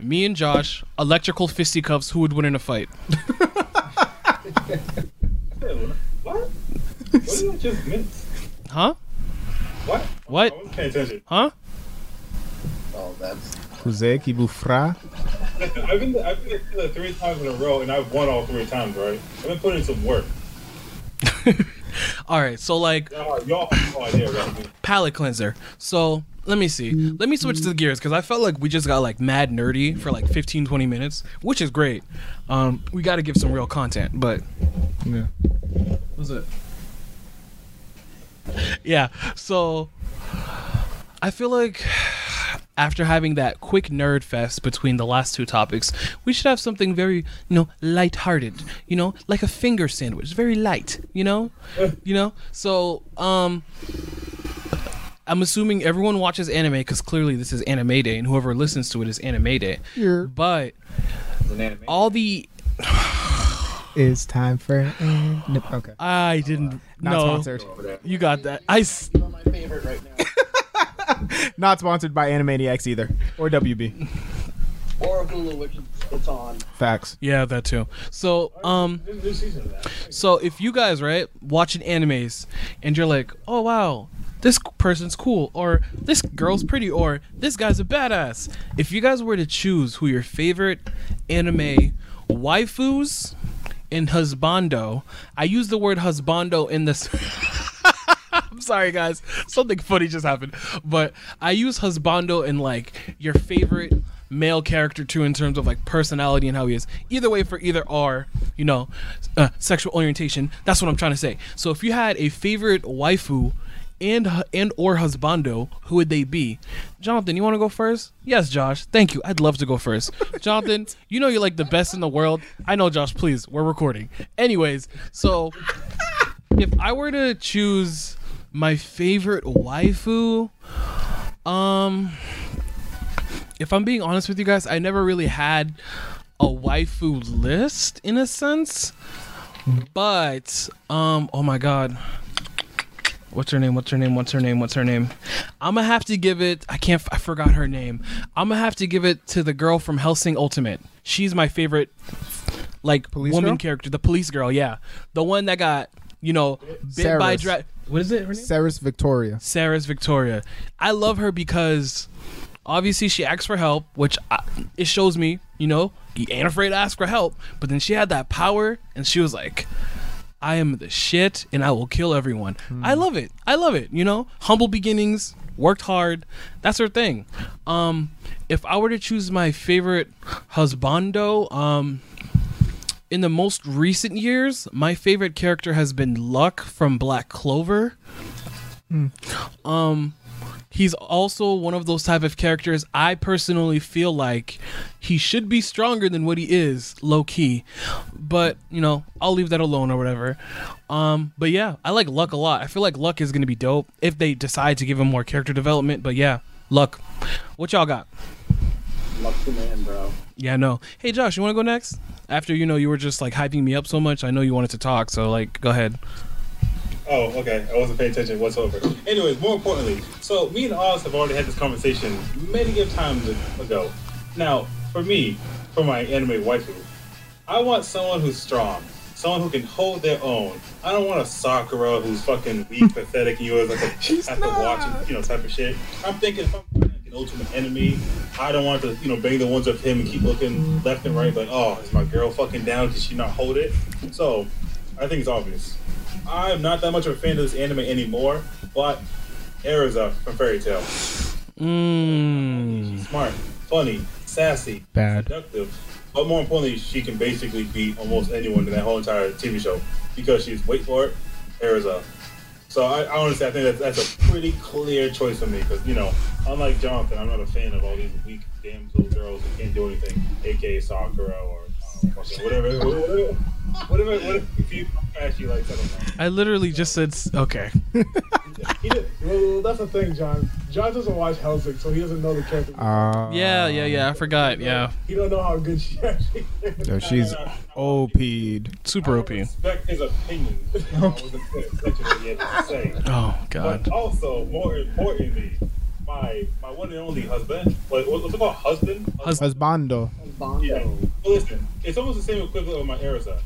Speaker 1: Me and Josh, electrical fisticuffs, who would win in a fight?
Speaker 2: What? What did I just miss?
Speaker 1: Huh?
Speaker 2: What?
Speaker 1: What?
Speaker 2: I was paying attention.
Speaker 1: Huh?
Speaker 5: Oh, that's
Speaker 3: Jose Kibufra.
Speaker 2: I've been I've been to the three times in a row, and I've won all three times, right? I've been putting in some work.
Speaker 1: All right. So like
Speaker 2: Y'all, y'all have no idea about me.
Speaker 1: palette cleanser. So let me see. Let me switch to the gears because I felt like we just got like mad nerdy for like 15, 20 minutes, which is great. Um, we got to give some real content, but
Speaker 3: Yeah.
Speaker 1: What's it? Yeah. So I feel like after having that quick nerd fest between the last two topics, we should have something very, you know, lighthearted, you know, like a finger sandwich, very light, you know? You know? So, um I'm assuming everyone watches anime cuz clearly this is anime day and whoever listens to it is anime day.
Speaker 3: Here
Speaker 1: But all the
Speaker 3: is time for. Okay.
Speaker 1: I didn't
Speaker 3: Not
Speaker 1: no.
Speaker 3: sponsored.
Speaker 1: You got that. I s-
Speaker 5: you are my favorite right now.
Speaker 3: Not sponsored by Animaniacs either or WB.
Speaker 5: or Hulu, which it's on.
Speaker 3: Facts.
Speaker 1: Yeah, that too. So, um
Speaker 2: There's a new season of that.
Speaker 1: So if you guys right watching animes and you're like, oh wow, this person's cool, or this girl's pretty, or this guy's a badass. If you guys were to choose who your favorite anime waifus and husbando, I use the word husbando in this. I'm sorry, guys. Something funny just happened, but I use husbando in like your favorite male character too, in terms of like personality and how he is. Either way, for either or, you know, uh, sexual orientation. That's what I'm trying to say. So if you had a favorite waifu and hu- and or husbando, who would they be? Jonathan, you want to go first? Yes, Josh. Thank you. I'd love to go first. Jonathan, you know you're like the best in the world. I know, Josh. Please, we're recording. Anyways, so if I were to choose my favorite waifu, um, if I'm being honest with you guys, I never really had a waifu list in a sense. But um, oh my god. What's her name? What's her name? What's her name? What's her name? I'm gonna have to give it. I can't. I forgot her name. I'm gonna have to give it to the girl from Helsing Ultimate. She's my favorite, like
Speaker 3: Police
Speaker 1: woman
Speaker 3: girl?
Speaker 1: character. The police girl. Yeah, the one that got you know bit by
Speaker 3: Saris.
Speaker 1: dra- What is it? Her name?
Speaker 3: Ceres Victoria.
Speaker 1: Sarah's Victoria. I love her because obviously she asks for help, which I, it shows me, you know, you ain't afraid to ask for help. But then she had that power and she was like, I am the shit and I will kill everyone. I love it. I love it. You know, humble beginnings, worked hard. That's her thing. Um, if I were to choose my favorite husbando, um, in the most recent years, my favorite character has been Luck from Black Clover. He's also one of those type of characters I personally feel like he should be stronger than what he is, low key. But, you know, I'll leave that alone or whatever. Um, but yeah, I like Luck a lot. I feel like Luck is gonna be dope if they decide to give him more character development. But yeah, Luck. What y'all got?
Speaker 5: Lucky man, bro.
Speaker 1: Yeah, no. Hey Josh, you wanna go next? After you know you were just like hyping me up so much, I know you wanted to talk, so like go ahead.
Speaker 2: Oh, okay. I wasn't paying attention whatsoever. Anyways, more importantly, so me and Oz have already had this conversation many of times ago. Now, for me, for my anime waifu, I want someone who's strong, someone who can hold their own. I don't want a Sakura who's fucking weak, pathetic, and you always like
Speaker 3: She's
Speaker 2: have to watch
Speaker 3: not.
Speaker 2: it, you know, type of shit. I'm thinking if I'm fighting an ultimate enemy, I don't want to, you know, bang the ones up him and keep looking left and right, like, oh, is my girl fucking down? Did she not hold it? So, I think it's obvious. I'm not that much of a fan of this anime anymore, but Erza from Fairy Tail.
Speaker 1: Mmm.
Speaker 2: She's smart, funny, sassy,
Speaker 3: Bad.
Speaker 2: seductive, but more importantly, she can basically beat almost anyone in that whole entire TV show because she's wait for it, Erza. So I, I honestly, I think that's, that's a pretty clear choice for me because you know, unlike Jonathan, I'm not a fan of all these weak damsel girls who can't do anything, aka Sakura or uh, fucking whatever, whatever, whatever, whatever. If you actually like, I don't know.
Speaker 1: I literally just said s- okay.
Speaker 6: He did, well, that's the thing, John. John doesn't watch Hellsing, so he doesn't know the character.
Speaker 3: Uh,
Speaker 1: Yeah, yeah, yeah. I forgot. Yeah,
Speaker 6: He don't know how good she actually is.
Speaker 3: Yo, she's OP'd.
Speaker 1: super OP.
Speaker 2: I respect his opinion. I wasn't what he had to say.
Speaker 1: Oh
Speaker 2: But
Speaker 1: God.
Speaker 2: also, more importantly, my my one and only husband. Like, what- what's it called? Husband?
Speaker 1: Hus-
Speaker 3: Husbando.
Speaker 5: Bondo.
Speaker 2: Yeah. Well, listen, it's almost the same equivalent of my Erza.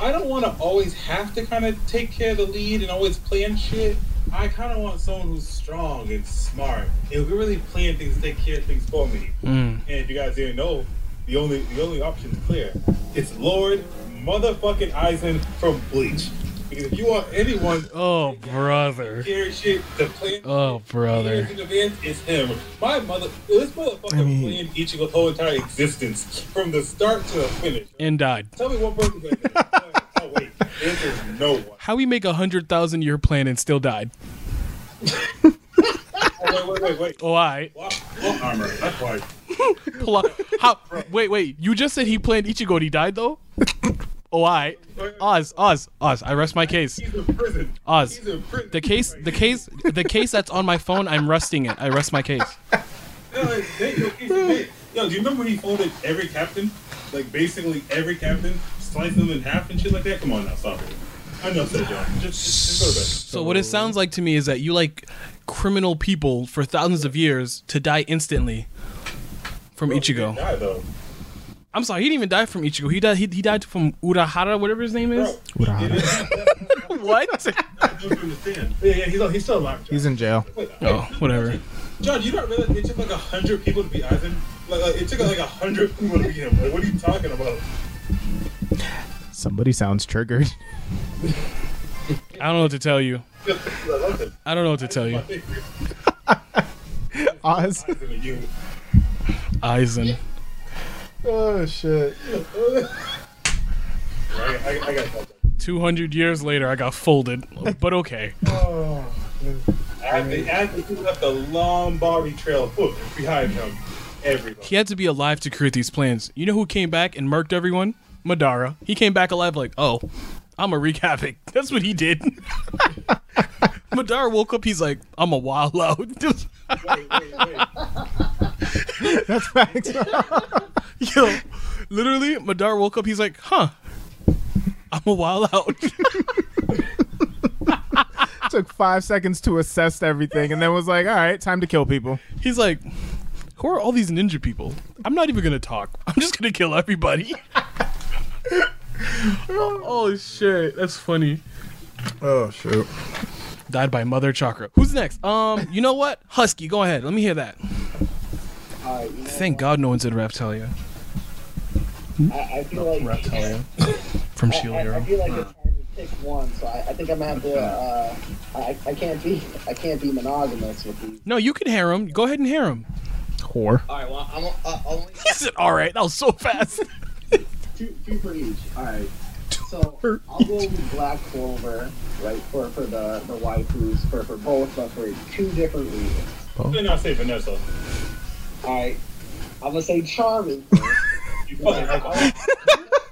Speaker 2: I don't want to always have to kind of take care of the lead and always plan shit. I kind of want someone who's strong and smart and who can really plan things, and take care of things for me.
Speaker 1: Mm.
Speaker 2: And if you guys didn't know, the only the only option's clear. It's Lord motherfucking Eisen from Bleach. Because if you want anyone to
Speaker 1: Oh brother.
Speaker 2: care shit to plan
Speaker 1: Oh brother.
Speaker 2: Years in advance is him. My mother, this motherfucker
Speaker 3: I mean-
Speaker 2: planned Ichigo's whole entire existence from the start to the finish.
Speaker 1: And died.
Speaker 2: Tell me one person. planned that. oh wait, this is no one.
Speaker 1: How we make a hundred thousand year plan and still died?
Speaker 2: Oh, wait, wait, wait, wait.
Speaker 1: Oh, I.
Speaker 2: Lock, lock armor. That's why.
Speaker 1: Pull up. How? Wait, wait. You just said he planned Ichigo and he died though. Oh, I. Oz, Oz, Oz. I rest my case.
Speaker 2: He's in prison.
Speaker 1: Oz.
Speaker 2: He's in prison.
Speaker 1: The case, the case, the case that's on my phone. I'm resting it. I rest my case.
Speaker 2: They're like, they- yo, he's big. Yo, do you remember when he folded every captain? Like basically every captain, sliced them in half and shit like that. Come on now, stop it. I know, so John. Just, just, just
Speaker 1: So what it sounds like to me is that you like criminal people for thousands of years to die instantly from
Speaker 2: go to bed. Bro, he
Speaker 1: Ichigo.
Speaker 2: didn't Die though.
Speaker 1: I'm sorry, he didn't even die from Ichigo. He died. He, he died from Urahara, whatever his name
Speaker 2: Bro,
Speaker 1: is.
Speaker 2: he did it.
Speaker 1: What?
Speaker 2: I don't understand.
Speaker 6: Yeah, yeah, he's, he's still alive. John.
Speaker 3: He's in jail.
Speaker 2: Wait,
Speaker 1: Oh, whatever.
Speaker 2: John, you don't realize it took like a hundred people to beat Ivan? Like, like it took like a hundred people to beat him. Like, what are you talking about?
Speaker 3: Somebody sounds triggered.
Speaker 1: I don't know what to tell you.
Speaker 2: I love him.
Speaker 1: I don't know what to tell you.
Speaker 2: My favorite
Speaker 3: Oz.
Speaker 2: Aizen is you.
Speaker 1: Aizen.
Speaker 3: Oh shit.
Speaker 2: Right? I, I gotta talk.
Speaker 1: 200 years later, I got folded. But okay.
Speaker 6: Oh, man.
Speaker 2: After, after he left a long body trail of hoof behind him, everybody.
Speaker 1: He had to be alive to create these plans. You know who came back and murked everyone? Madara. He came back alive like, oh, I'm a wreak havoc. That's what he did. Madara woke up, he's like, I'm a wild out.
Speaker 2: Wait, wait, wait.
Speaker 3: That's facts.
Speaker 1: Yo, literally, Madara woke up, he's like, huh, I'm a wild out.
Speaker 3: Took five seconds to assess everything and then was like, all right, time to kill people.
Speaker 1: he's like, who are all these ninja people? I'm not even gonna talk. I'm just gonna kill everybody. oh shit, that's funny.
Speaker 3: Oh shoot.
Speaker 1: Died by Mother Chakra. Who's next? Um, you know what? Husky, go ahead. Let me hear that.
Speaker 5: All right, you know,
Speaker 1: Thank God no one said Reptalia
Speaker 5: I, I feel like
Speaker 1: from
Speaker 5: I,
Speaker 1: Shield
Speaker 5: I, I
Speaker 1: Hero.
Speaker 5: feel like it's hard to pick one, so I, I think I'm gonna have to. Uh, I, I can't be I can't be monogamous with these.
Speaker 1: No, you can hair him. Go ahead and hair him.
Speaker 3: Whore.
Speaker 5: All right, well, I'm uh, only
Speaker 1: He said, "All right." That was so fast.
Speaker 5: two, two for each. All right. So I'll go with Black Clover, right, for for the the waifus, for for both, but for two different reasons.
Speaker 2: Did not say Vanessa.
Speaker 5: All right, I'm gonna say charming. first.
Speaker 2: You fucking alcoholic.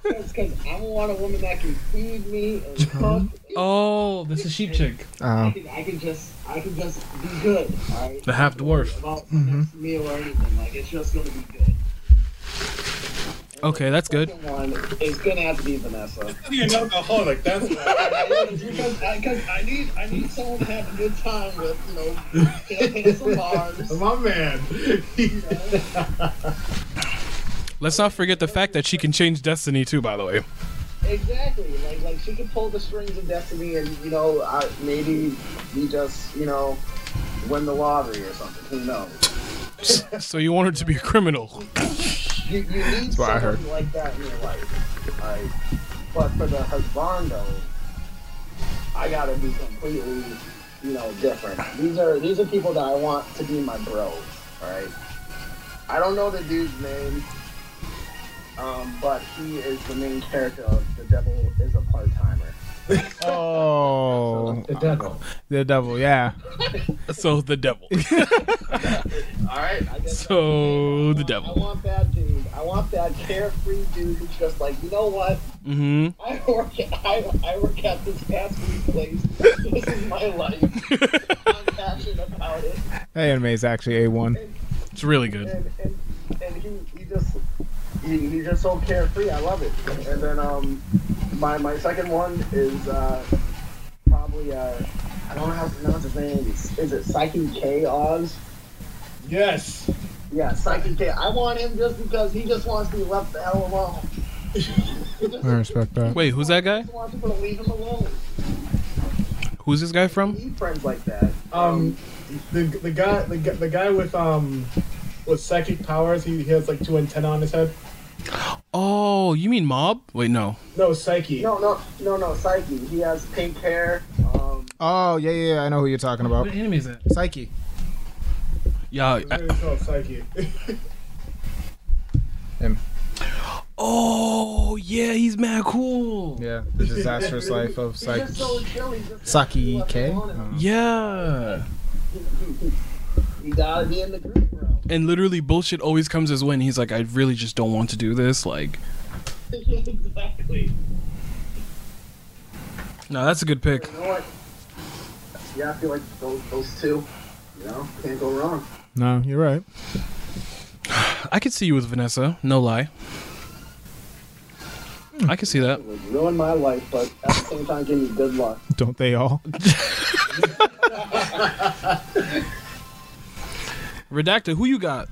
Speaker 5: Because I want a woman that can feed me and cook.
Speaker 1: Oh, this is Sheep Chick.
Speaker 5: I
Speaker 3: Um,
Speaker 5: can, I can just, I can just be good. All right.
Speaker 1: The half dwarf.
Speaker 5: About the next meal or anything, like it's just gonna be good.
Speaker 1: Okay, that's good.
Speaker 5: Second one is gonna have to be Vanessa.
Speaker 2: You're an alcoholic. That's why.
Speaker 5: because I, 'cause I need, I need someone to have a good time with, you know, handsome bars.
Speaker 6: My man.
Speaker 1: Let's not forget the fact that she can change destiny too. By the way.
Speaker 5: Exactly. Like, like she could pull the strings of destiny, and you know, I, maybe we just, you know, win the lottery or something. Who knows?
Speaker 1: So you want her to be a criminal?
Speaker 5: You, you need
Speaker 3: what I
Speaker 5: something
Speaker 3: heard.
Speaker 5: like that in your life. Alright. But for the husbando, I gotta be completely, you know, different. These are these are people that I want to be my bros. Alright. I don't know the dude's name. Um, but he is the main character of The Devil is a Part Timer.
Speaker 3: Oh,
Speaker 7: The devil.
Speaker 3: the devil. Yeah.
Speaker 1: So the devil.
Speaker 5: All right. I guess
Speaker 1: So the
Speaker 5: I
Speaker 1: devil.
Speaker 5: want that dude. I want that carefree dude who's just like, you know what?
Speaker 1: Mm-hmm.
Speaker 5: I work. At, I, I work at this fast food place. This is my life. I'm passionate about it.
Speaker 3: That anime is actually a one.
Speaker 1: It's really good.
Speaker 5: and, and, and he, he just he, he's just so carefree. I love it. And then um, my my second one is uh, probably uh, I don't know how to pronounce his name. Is, is it Psyche K Oz?
Speaker 6: Yes.
Speaker 5: Yeah, Psyche K. I want him just because he just wants to be left the hell alone. He just-
Speaker 3: I respect that.
Speaker 1: Wait, who's that
Speaker 5: he
Speaker 1: guy?
Speaker 5: just wants people to leave him alone.
Speaker 1: Who's this guy
Speaker 5: We
Speaker 1: from?
Speaker 5: Need friends like that.
Speaker 6: Um, the the guy the, gu- the guy with um with psychic powers. He, he has like two antennae on his head.
Speaker 1: Oh, you mean Mob? Wait, no.
Speaker 6: No, psyche.
Speaker 5: No, no, no, no. Psyche. He has pink hair. Um,
Speaker 3: Oh yeah, yeah. yeah, I know who you're talking about.
Speaker 1: anime is that?
Speaker 3: Psyche.
Speaker 1: Yeah. I-
Speaker 6: It's called psyche.
Speaker 1: oh, yeah, he's mad cool.
Speaker 3: Yeah. The disastrous life of
Speaker 5: he's just so
Speaker 3: Psyche. Uh-huh.
Speaker 5: chill. He just wants to be
Speaker 3: Saki
Speaker 5: left
Speaker 3: K.
Speaker 5: alone and-
Speaker 1: Yeah.
Speaker 5: You gotta be in the group, bro.
Speaker 1: And literally, bullshit always comes as when he's like, I really just don't want to do this. Like,
Speaker 5: exactly.
Speaker 1: no, that's a good pick.
Speaker 5: You know what? Yeah, I feel like those, those two, you know, can't go wrong.
Speaker 3: No, you're right.
Speaker 1: I could see you with Vanessa, no lie. I could see that.
Speaker 5: It would ruin my life, but at the same time, give me good luck.
Speaker 3: Don't they all?
Speaker 1: Redactor, who you got?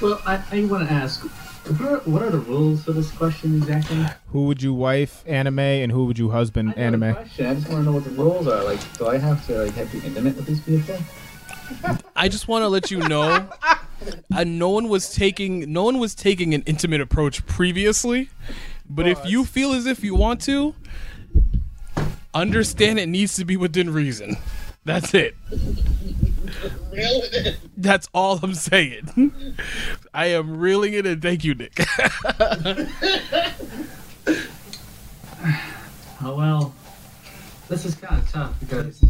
Speaker 7: Well, I, I want to ask, what are, what are the rules for this question exactly?
Speaker 3: Who would you wife anime and who would you
Speaker 7: I
Speaker 3: husband
Speaker 7: know the
Speaker 3: anime?
Speaker 7: question, I just want to know what the rules are. Like, do I have to like have be intimate with these people?
Speaker 1: I just want to let you know, uh, no one was taking no one was taking an intimate approach previously, but if you feel as if you want to, understand it needs to be within reason. That's it. That's all I'm saying. I am reeling it in. Thank you, Nick.
Speaker 7: Oh well, this is kind of tough because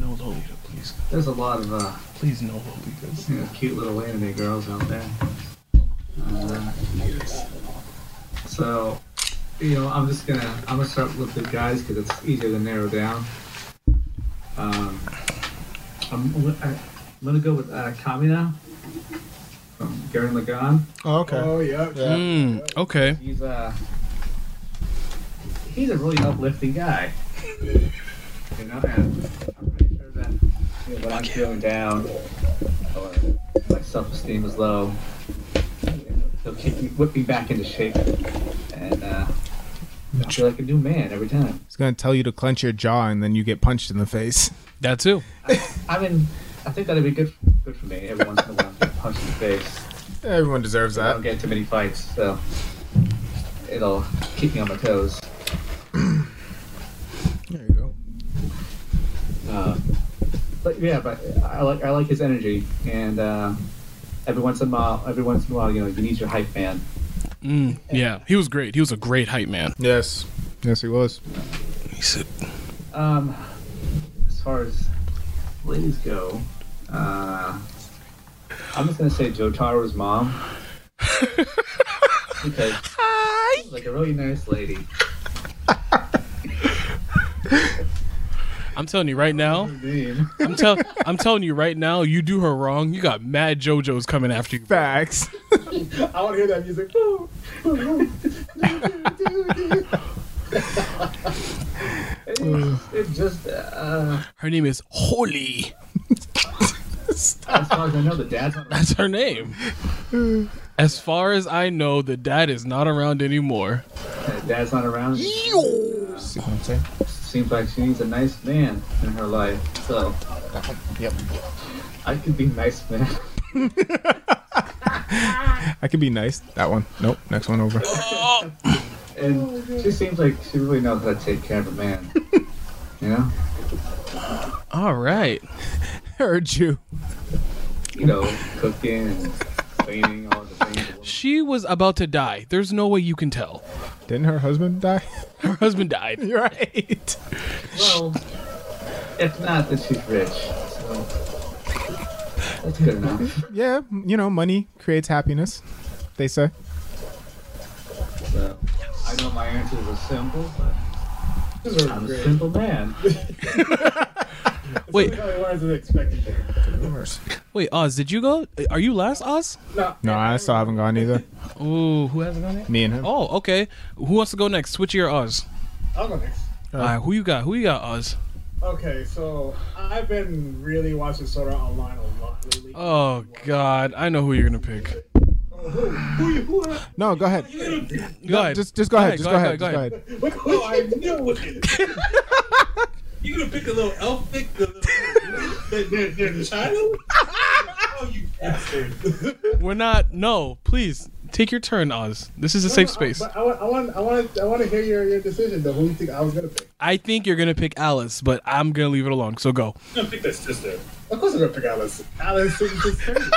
Speaker 1: No Lolita, please,
Speaker 7: there's a lot of uh,
Speaker 1: please no Lolita.
Speaker 7: you know, cute little anime girls out there. Uh, so, you know, I'm just gonna I'm gonna start with the guys because it's easier to narrow down. Um, I'm, I'm gonna go with uh, Kamina from Garen Lagan.
Speaker 3: Oh, okay.
Speaker 6: Oh yeah.
Speaker 3: Yeah.
Speaker 1: Mm, okay.
Speaker 7: He's uh he's a really uplifting guy. You know, and I'm pretty sure that you know, when I'm feeling down or my self esteem is low, they'll kick me whip me back into shape and uh I feel like a new man every time.
Speaker 3: He's gonna tell you to clench your jaw and then you get punched in the face.
Speaker 1: That too.
Speaker 7: I mean I think that'd be good good for me every once in a while get punched in the face.
Speaker 3: Everyone deserves
Speaker 7: I don't get too many fights, so it'll keep me on my toes.
Speaker 3: There you go.
Speaker 7: Uh, but yeah, but I like I like his energy, and uh, every once in a while, every once in a while, you know, you need your hype man.
Speaker 1: Mm, yeah, he was great. He was a great hype man.
Speaker 3: Yes. Yes, he was.
Speaker 1: He said,
Speaker 7: Um, as far as ladies go, uh, I'm just gonna say Jotaro's mom because she's like a really nice lady.
Speaker 1: "I'm telling you right now,
Speaker 7: Name.
Speaker 1: I'm tell I'm telling you right now, you do her wrong. You got mad JoJo's coming after you.
Speaker 3: Facts.
Speaker 6: I want to hear that music.
Speaker 7: It's, it's just uh,
Speaker 1: Her name is Holy.
Speaker 7: as far as I know, the dad's not around.
Speaker 1: That's her name. As far as I know, the dad is not around anymore.
Speaker 7: The dad's not around.
Speaker 3: See what I'm saying?
Speaker 7: Seems like she needs a nice man in her life. So,
Speaker 3: Yep.
Speaker 7: I could be nice man.
Speaker 3: I could be nice. That one. Nope. Next one over.
Speaker 7: And she seems like she really knows how to take care of a man. you know?
Speaker 1: All right.
Speaker 3: Heard you.
Speaker 7: You know, cooking and cleaning, all the things. a woman
Speaker 1: She was about to die. There's no way you can tell.
Speaker 3: Didn't her husband die?
Speaker 1: Her husband died.
Speaker 3: You're right.
Speaker 7: Well, it's not that she's rich, so that's good enough.
Speaker 3: yeah, you know, money creates happiness. They say.
Speaker 7: So I know my answers are simple, but
Speaker 6: These are
Speaker 7: I'm a
Speaker 6: great.
Speaker 7: simple man.
Speaker 1: Wait,
Speaker 6: Probably Lawrence is expecting that.
Speaker 1: wait, Oz, did you go? Are you last, Oz?
Speaker 6: No,
Speaker 3: No, I still haven't gone either.
Speaker 1: Ooh, who hasn't gone yet?
Speaker 3: Me and him.
Speaker 1: Oh, okay. Who wants to go next? Switchy or Oz?
Speaker 6: I'll go next.
Speaker 1: All right, who you got? Who you got, Oz?
Speaker 6: Okay, so I've been really watching Sora online a lot lately.
Speaker 1: Oh God, I know who you're gonna pick.
Speaker 6: who? Who you? Who? are-
Speaker 3: No, go ahead.
Speaker 1: Go ahead.
Speaker 3: Just, just go, ahead. Just go ahead. Just go ahead.
Speaker 6: What?
Speaker 2: Oh, I know it is. you gonna pick a little elf pick the little that- that- that child? Oh, you bastard.
Speaker 1: We're not. No, please take your turn, Oz. This is a safe space.
Speaker 6: But I, want, I want, I want, I want to hear your, your decision. Though, who you think I was gonna pick?
Speaker 1: I think you're gonna pick Alice, but I'm gonna leave it alone. So go.
Speaker 2: I'm gonna pick that sister.
Speaker 6: Of course, I'm gonna pick Alice. Alice is just crazy.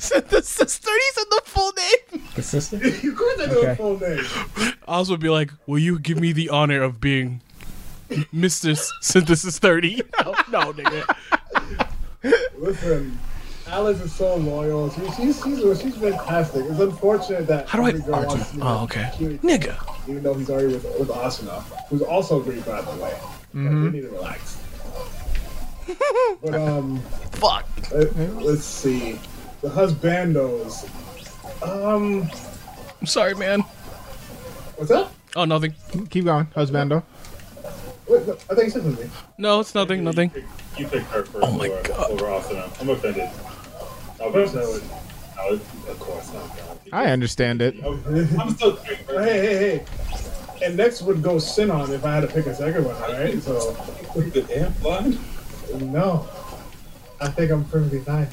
Speaker 1: Said the sister. He said the full name.
Speaker 3: The sister.
Speaker 6: Of course, I know
Speaker 3: Okay.
Speaker 6: her full name.
Speaker 1: Oz would be like, "Will you give me the honor of being Mister Synthesis 30?" No, no, nigga.
Speaker 6: Listen, Alice is so loyal. She, she's, she's, she's fantastic. It's unfortunate that
Speaker 1: How do I?
Speaker 6: every girl wants
Speaker 1: Arjun.
Speaker 6: to be
Speaker 1: Oh,
Speaker 6: like
Speaker 1: okay.
Speaker 6: Cute,
Speaker 1: Nigga.
Speaker 6: even though he's already with with Asuna, who's also great by the way. But
Speaker 1: Mm-hmm.
Speaker 6: we need to relax. but um,
Speaker 1: Fuck.
Speaker 6: let, let's see. The husbandos. Um,
Speaker 1: I'm sorry, man.
Speaker 6: what's up?
Speaker 1: Oh, nothing.
Speaker 3: Keep going, husbando.
Speaker 6: Wait, no, I think you said something.
Speaker 1: No, it's nothing. Nothing.
Speaker 2: You picked- You picked her first oh
Speaker 1: my
Speaker 2: over,
Speaker 1: God.
Speaker 2: over Asuna. I'm offended. I'll be honest. I would, of course not.
Speaker 3: I understand it.
Speaker 2: I'm I'm still three.
Speaker 6: But hey, hey, hey. And next would go Sinon if I had to pick a second one, alright? So,
Speaker 2: The damn blind?
Speaker 6: no. I think I'm perfectly fine.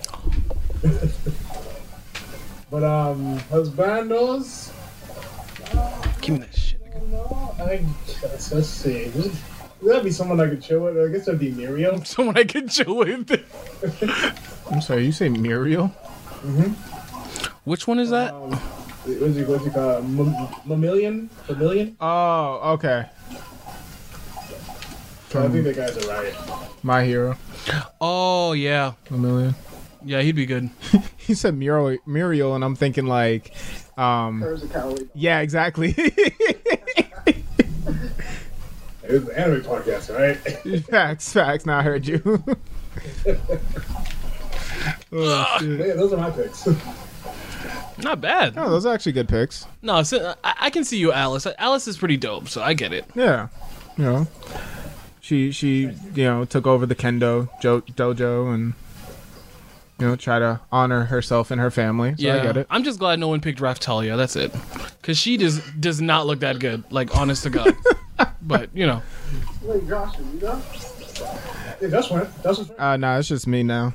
Speaker 6: but, um, husbandos.
Speaker 1: Give me that shit.
Speaker 6: No, I guess. Let's see. Would would that be someone I could chill with? I guess that'd be Muriel.
Speaker 1: Someone I can chill with.
Speaker 3: I'm sorry. You say Muriel?
Speaker 1: Which one is that?
Speaker 6: Um, what's he, what's he called? M- Mammalian? Mammalian?
Speaker 3: Oh, okay.
Speaker 6: I think the guy's a riot.
Speaker 3: My hero,
Speaker 1: Oh yeah,
Speaker 3: Mammalian.
Speaker 1: yeah. He'd be good.
Speaker 3: He said Muriel, Muriel, and I'm thinking like, um,
Speaker 5: There's a cowardly.
Speaker 3: yeah, exactly.
Speaker 6: It was an anime podcast, alright?
Speaker 3: facts, facts. Now I heard you. oh, shit.
Speaker 6: yeah, those are my picks.
Speaker 1: Not bad.
Speaker 3: No, those are actually good picks.
Speaker 1: No, so, I, I can see you, Alice. Alice is pretty dope, so I get it.
Speaker 3: Yeah, you know, she she you know took over the kendo jo- dojo and you know try to honor herself and her family. So
Speaker 1: yeah,
Speaker 3: I get it.
Speaker 1: am just glad no one picked Raftalia. That's it, because she does does not look that good. Like honest to god. but you know,
Speaker 5: Wait, Josh, are you done?
Speaker 6: Yeah, that's one. That's one.
Speaker 3: Uh, no, it's just me now.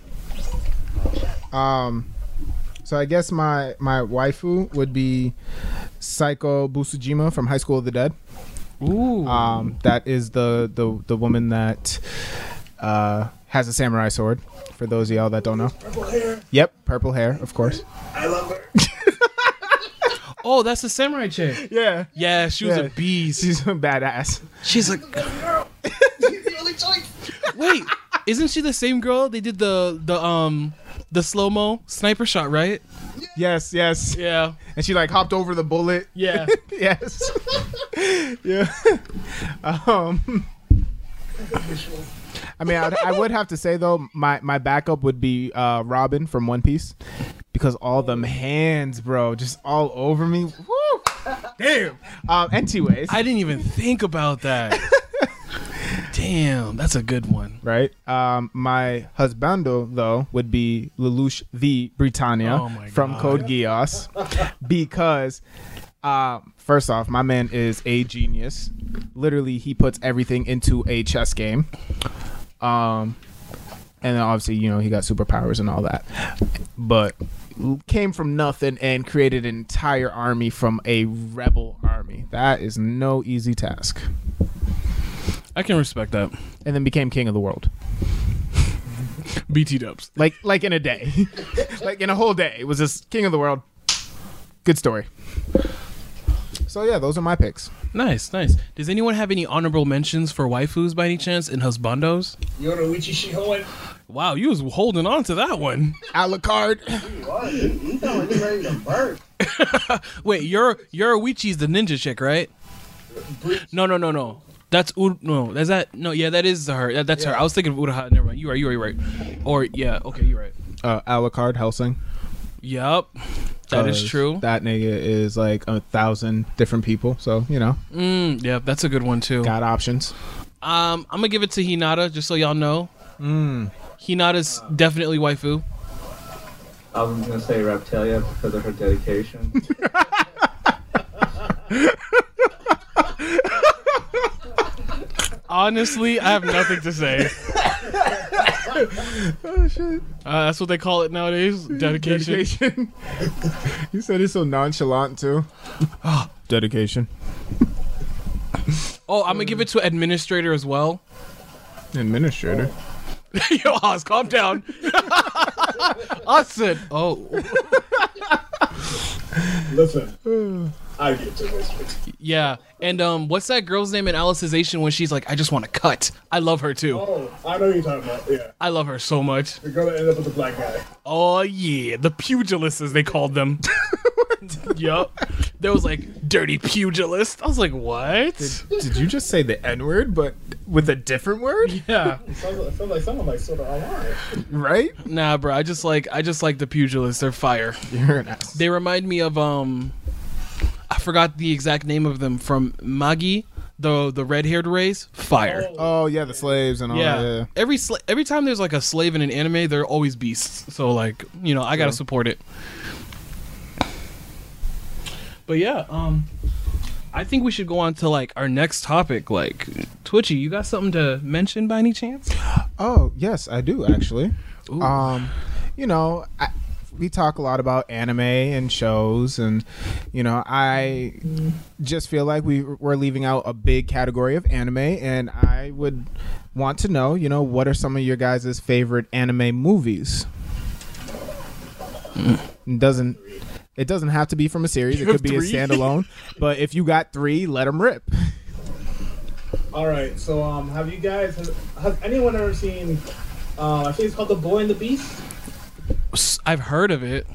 Speaker 3: Um, so I guess my my waifu would be Psycho Busujima from High School of the Dead.
Speaker 1: ooh,
Speaker 3: Um, that is the the the woman that uh has a samurai sword. For those of y'all that don't know.
Speaker 6: Purple hair.
Speaker 3: Yep, purple hair, of course.
Speaker 6: I love her.
Speaker 1: oh, that's the samurai chick.
Speaker 3: Yeah,
Speaker 1: Yeah, she was
Speaker 3: Yeah.
Speaker 1: a beast.
Speaker 3: she's a badass.
Speaker 1: She's like, wait, isn't she the same girl? They did the the um the slow mo sniper shot, right?
Speaker 3: Yes, yes.
Speaker 1: Yeah,
Speaker 3: And she like hopped over the bullet.
Speaker 1: yeah.
Speaker 3: yes. yeah. um. I mean, I'd, I would have to say though, my my backup would be uh, Robin from One Piece, because all them hands, bro, just all over me. Woo! Damn. Um, anyways,
Speaker 1: I didn't even think about that. Damn, that's a good one.
Speaker 3: right? Um, my husbando though would be Lelouch the Britannia
Speaker 1: Oh my
Speaker 3: from
Speaker 1: God.
Speaker 3: Code Geass, because uh, first off, my man is a genius. Literally, he puts everything into a chess game. Um, and then obviously, you know, he got superpowers and all that, but came from nothing and created an entire army from a rebel army. That is no easy task.
Speaker 1: I can respect that.
Speaker 3: And then became king of the world.
Speaker 1: BT dubs.
Speaker 3: like like in a day, like in a whole day. It was just king of the world. good story. So yeah, those are my picks.
Speaker 1: Nice, nice. Does anyone have any honorable mentions for waifus by any chance and husbandos?
Speaker 6: Yoruichi Shihoan.
Speaker 1: Wow, you was holding on to that one.
Speaker 3: Alucard.
Speaker 5: What? You sound like you're ready to burst.
Speaker 1: Wait, your Yoruichi's the ninja chick, right? No, no, no, no. That's U- no. That's that. No, yeah, that is her. That, that's her. I was thinking of Uraha. Never mind. You are. You are. You're right. Or yeah. Okay. You're right.
Speaker 3: Uh, Alucard Helsing.
Speaker 1: Yep. That is
Speaker 3: 'Cause
Speaker 1: true.
Speaker 3: That nigga is like a thousand different people. So you know,
Speaker 1: Mm, yeah, that's a good one too.
Speaker 3: got options.
Speaker 1: Um, I'm gonna give it to Hinata just so y'all know. Mm. Hinata's definitely waifu.
Speaker 7: I'm gonna say Reptilia because of her dedication.
Speaker 1: Honestly, I have nothing to say. Uh, that's what they call it nowadays. Dedication.
Speaker 3: Dedication. you said it so nonchalant too. Dedication.
Speaker 1: Oh, I'm gonna give it to administrator as well.
Speaker 3: Administrator.
Speaker 1: Yo, Oz, calm down. I said, oh,
Speaker 6: Listen, I get to this.
Speaker 1: yeah. And um, what's that girl's name in Alicization when she's like, I just want to cut? I love her too.
Speaker 6: Oh, I know what you're talking about. Yeah,
Speaker 1: I love her so much.
Speaker 6: the girl that ended up with the black guy.
Speaker 1: Oh yeah, the pugilists as they called them. yup. There was like dirty pugilist. I was like, what?
Speaker 3: Did you just say the N word, but with a different word?
Speaker 1: Yeah.
Speaker 6: It sounds like, it sounds like someone like sort of online.
Speaker 3: Right?
Speaker 1: Nah, bro. I just like I just like the pugilists. They're fire.
Speaker 3: You're an ass.
Speaker 1: They remind me of um, I forgot the exact name of them from Magi, the the red haired race. Fire.
Speaker 3: Oh yeah, the slaves and all
Speaker 1: yeah.
Speaker 3: that. Yeah.
Speaker 1: Every sla- every time there's like a slave in an anime, they're always beasts. So like, you know, I gotta support it. But yeah, um, I think we should go on to like our next topic. Like, Twitchy, you got something to mention by any chance?
Speaker 3: Oh yes, I do actually.
Speaker 1: Ooh.
Speaker 3: Um, you know, I, we talk a lot about anime and shows, and you know, I just feel like we we're leaving out a big category of anime, and I would want to know, you know, what are some of your guys' favorite anime movies? It doesn't it doesn't have to be from a series? It
Speaker 1: Hmm. You have
Speaker 3: could be
Speaker 1: three?
Speaker 3: a standalone. but if you got three, let them rip.
Speaker 6: All right, so um, have you guys? Has, has anyone ever seen? Uh, I think it's called The Boy and the Beast.
Speaker 1: S- I've heard of it.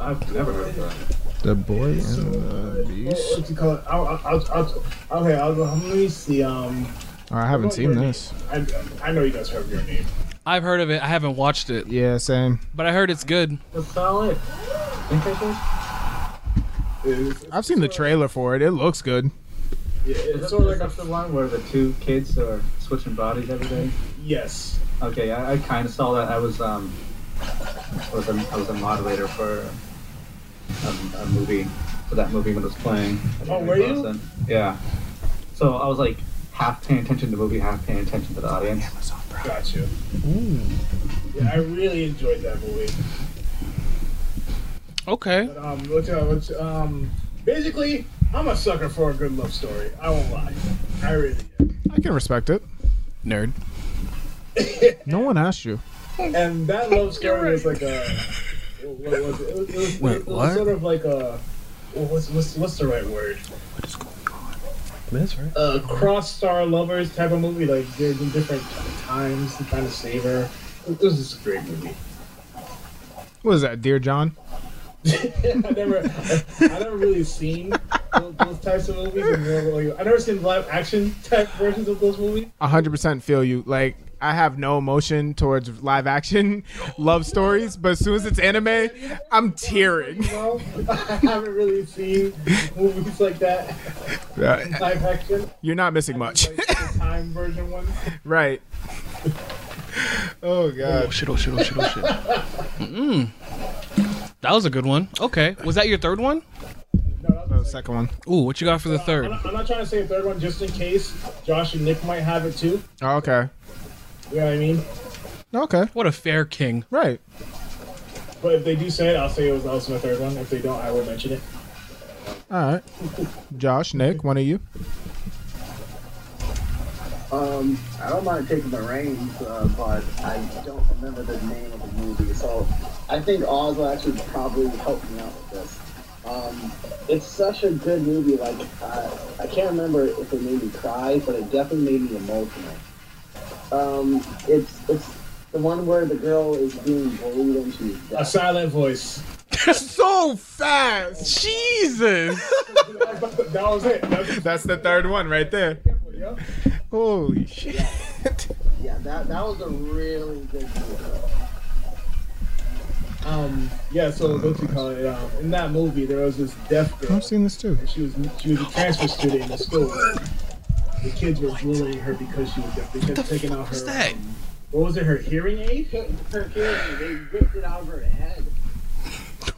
Speaker 7: I've never heard of that.
Speaker 3: The boy and the
Speaker 6: What, what you call it? I'll, I'll, I'll, I'll, okay, I'll, let me see. Um,
Speaker 3: Oh, I haven't seen this.
Speaker 6: I, I know you guys have your name.
Speaker 1: I've heard of it. I haven't watched it,
Speaker 3: Yeah, same.
Speaker 1: but I heard it's good.
Speaker 7: It's solid. Think I should-
Speaker 6: It's,
Speaker 3: I've seen the trailer for it. It looks good.
Speaker 6: it's
Speaker 7: It's
Speaker 6: sort of like
Speaker 7: like
Speaker 6: a
Speaker 7: the one where the two kids are switching bodies every day.
Speaker 6: yes.
Speaker 7: Okay, I, I kind of saw that. I was um, I was a, I was a moderator for um, a movie for that movie when it was playing.
Speaker 6: Oh, were you?
Speaker 7: Yeah. So I was like half paying attention to the movie, half paying attention to the audience.
Speaker 6: Got you. Yeah, I really enjoyed that movie.
Speaker 1: Okay.
Speaker 6: But, um, what's, uh, what's, um, basically, I'm a sucker for a good love story. I won't lie. I really am.
Speaker 3: I can respect it.
Speaker 1: Nerd.
Speaker 3: No one asked you.
Speaker 6: And that love story was like a. What was it? It was, it was,
Speaker 1: Wait,
Speaker 6: it was
Speaker 1: what?
Speaker 6: sort of like a. What's, what's, what's the right word?
Speaker 1: That's right.
Speaker 6: A cross star lovers type of movie. Like, they're in different times and trying to save her. It was just a great movie.
Speaker 3: What is that, Dear John?
Speaker 6: I never, I, I never really seen those, those types of movies. And never, like, I never seen live action type versions of those movies.
Speaker 3: 100% feel you. Like, I have no emotion towards live action love stories, but as soon as it's anime, I'm tearing.
Speaker 6: Well, I haven't really seen movies like that
Speaker 3: Right.
Speaker 6: live action.
Speaker 3: You're not missing much.
Speaker 6: Like the time version ones.
Speaker 3: right. Oh,
Speaker 1: Oh
Speaker 3: God.
Speaker 1: shit! Oh shit! Oh shit! Oh shit! Mm. That was a good one. Okay. Was that your third one?
Speaker 6: No, that
Speaker 3: Oh,
Speaker 6: was like,
Speaker 3: second one.
Speaker 1: Ooh, what you got for the
Speaker 6: I'm,
Speaker 1: third?
Speaker 6: not, I'm not trying to say a third one just in case Josh and Nick might have it too.
Speaker 3: Oh, okay.
Speaker 6: You know what I mean?
Speaker 3: Okay.
Speaker 1: What a fair king.
Speaker 3: Right.
Speaker 6: But if they do say it, I'll say it was also my third one. If they don't, I will mention it.
Speaker 3: All right. Josh, Nick, one of you.
Speaker 5: Uh, Um, I don't mind taking the reins, uh, but I don't remember the name of the movie, so I think Oz will actually probably help me out with this. Um, it's such a good movie. Like I, I can't remember if it made me cry, but it definitely made me emotional. Um, it's it's the one where the girl is being bullied and she's
Speaker 6: A
Speaker 5: deaf.
Speaker 6: silent voice.
Speaker 3: so fast. Jesus.
Speaker 6: that was it. That was it.
Speaker 3: That's the third one right there.
Speaker 6: Yep.
Speaker 3: Holy shit.
Speaker 5: Yeah, that that was a really good movie.
Speaker 6: Um, yeah, so what you call it? Um, in that movie, there was this deaf girl.
Speaker 3: I've seen this too.
Speaker 6: and she was she was a transfer student in the school. The kids were bullying her because she was deaf. They kept taking out her.
Speaker 1: What's that?
Speaker 6: um, what was it? Her hearing aid?
Speaker 5: Her hearing, they ripped it out of her head.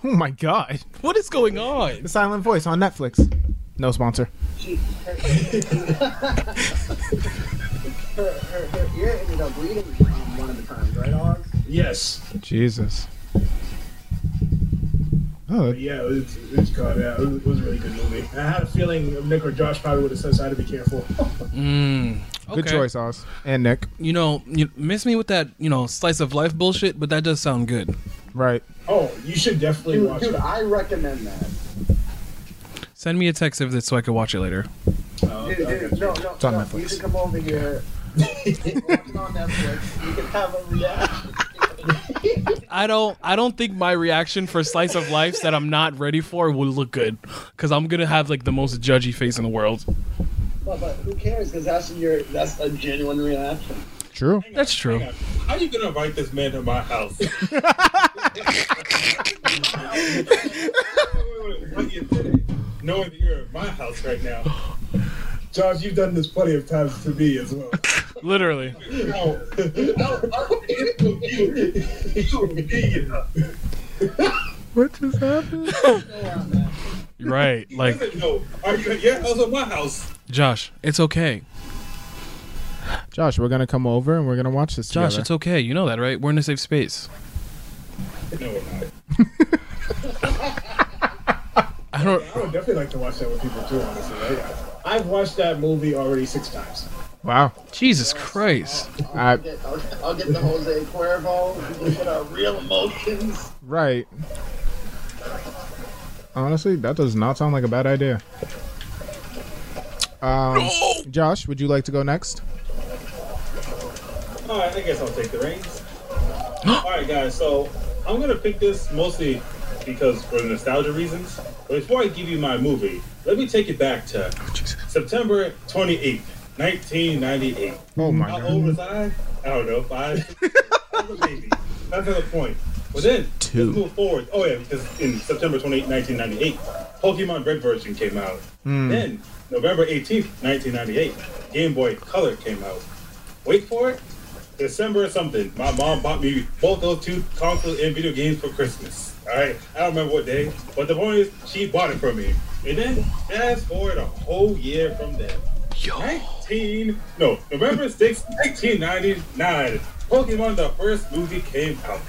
Speaker 3: Oh my god.
Speaker 1: What is going on?
Speaker 3: The Silent Voice on Netflix. No sponsor.
Speaker 5: She, her, her, her, her ear ended up bleeding um, one of the times, right, Oz?
Speaker 6: Yes.
Speaker 3: Jesus. Oh,
Speaker 6: But yeah, it was, it was called. Yeah, it was, it was a really good movie. I had a feeling Nick or Josh probably would have said, so "I had to be careful."
Speaker 1: Mm,
Speaker 3: good
Speaker 1: okay.
Speaker 3: choice, Oz. And Nick.
Speaker 1: You know, you miss me with that, you know, slice of life bullshit, but that does sound good.
Speaker 3: Right.
Speaker 6: Oh, you should definitely
Speaker 5: Dude,
Speaker 6: watch
Speaker 5: dude,
Speaker 6: it.
Speaker 5: I recommend that.
Speaker 1: Send me a text of this so I can watch it later.
Speaker 6: Oh,
Speaker 5: Dude, dude,
Speaker 6: okay.
Speaker 5: no, no,
Speaker 3: on
Speaker 5: no.
Speaker 3: Netflix.
Speaker 5: You can come over here. watch it on Netflix. You can have a reaction.
Speaker 1: I don't I don't think my reaction for slice of life that I'm not ready for will look good cuz I'm going to have like the most judgy face in the world.
Speaker 5: But, but who cares? Because that's your that's a genuine reaction.
Speaker 3: True.
Speaker 1: That's true.
Speaker 2: How you gonna invite this man to my house? Wait, wait, wait, what you did, Knowing that you're at my house right now.
Speaker 6: Josh, you've done this plenty of times to me as well.
Speaker 1: Literally.
Speaker 2: No, no, I'm you. You idiot.
Speaker 3: What just happened?
Speaker 1: Right. Like
Speaker 2: No, are you at your house or my house?
Speaker 1: Josh, it's okay.
Speaker 3: Josh, we're gonna come over and we're gonna watch this
Speaker 1: Josh,
Speaker 3: together.
Speaker 1: it's okay. You know that, right? We're in a safe space.
Speaker 2: No, we're not.
Speaker 1: I don't
Speaker 6: I would definitely like to watch that with people too. Honestly, I, I've watched that movie already six times.
Speaker 3: wow.
Speaker 1: Jesus Christ.
Speaker 3: I,
Speaker 5: I'll get, I'll, I'll get the Jose Cuervo. We'll get our real emotions.
Speaker 3: right. Honestly, that does not sound like a bad idea. Um, Josh, would you like to go next?
Speaker 2: All right, I guess I'll take the reins. All right, guys. So I'm gonna pick this mostly because for nostalgia reasons. But before I give you my movie, let me take it back to September 28th, 1998.
Speaker 3: Oh my
Speaker 2: How
Speaker 3: god.
Speaker 2: old was I? I don't know. Five. six, I was a baby. That's not the point. But then
Speaker 3: Two.
Speaker 2: let's move forward. Oh yeah, because in September 28th, 1998, Pokemon Red version came out. Then November 18th, 1998, Game Boy Color came out. Wait for it. December something. My mom bought me both those two consoles and video games for Christmas. Alright? I don't remember what day, but the point is she bought it for me. And then fast forward a whole year from then. 19 no November 6, 1999. Pokemon the first movie came out.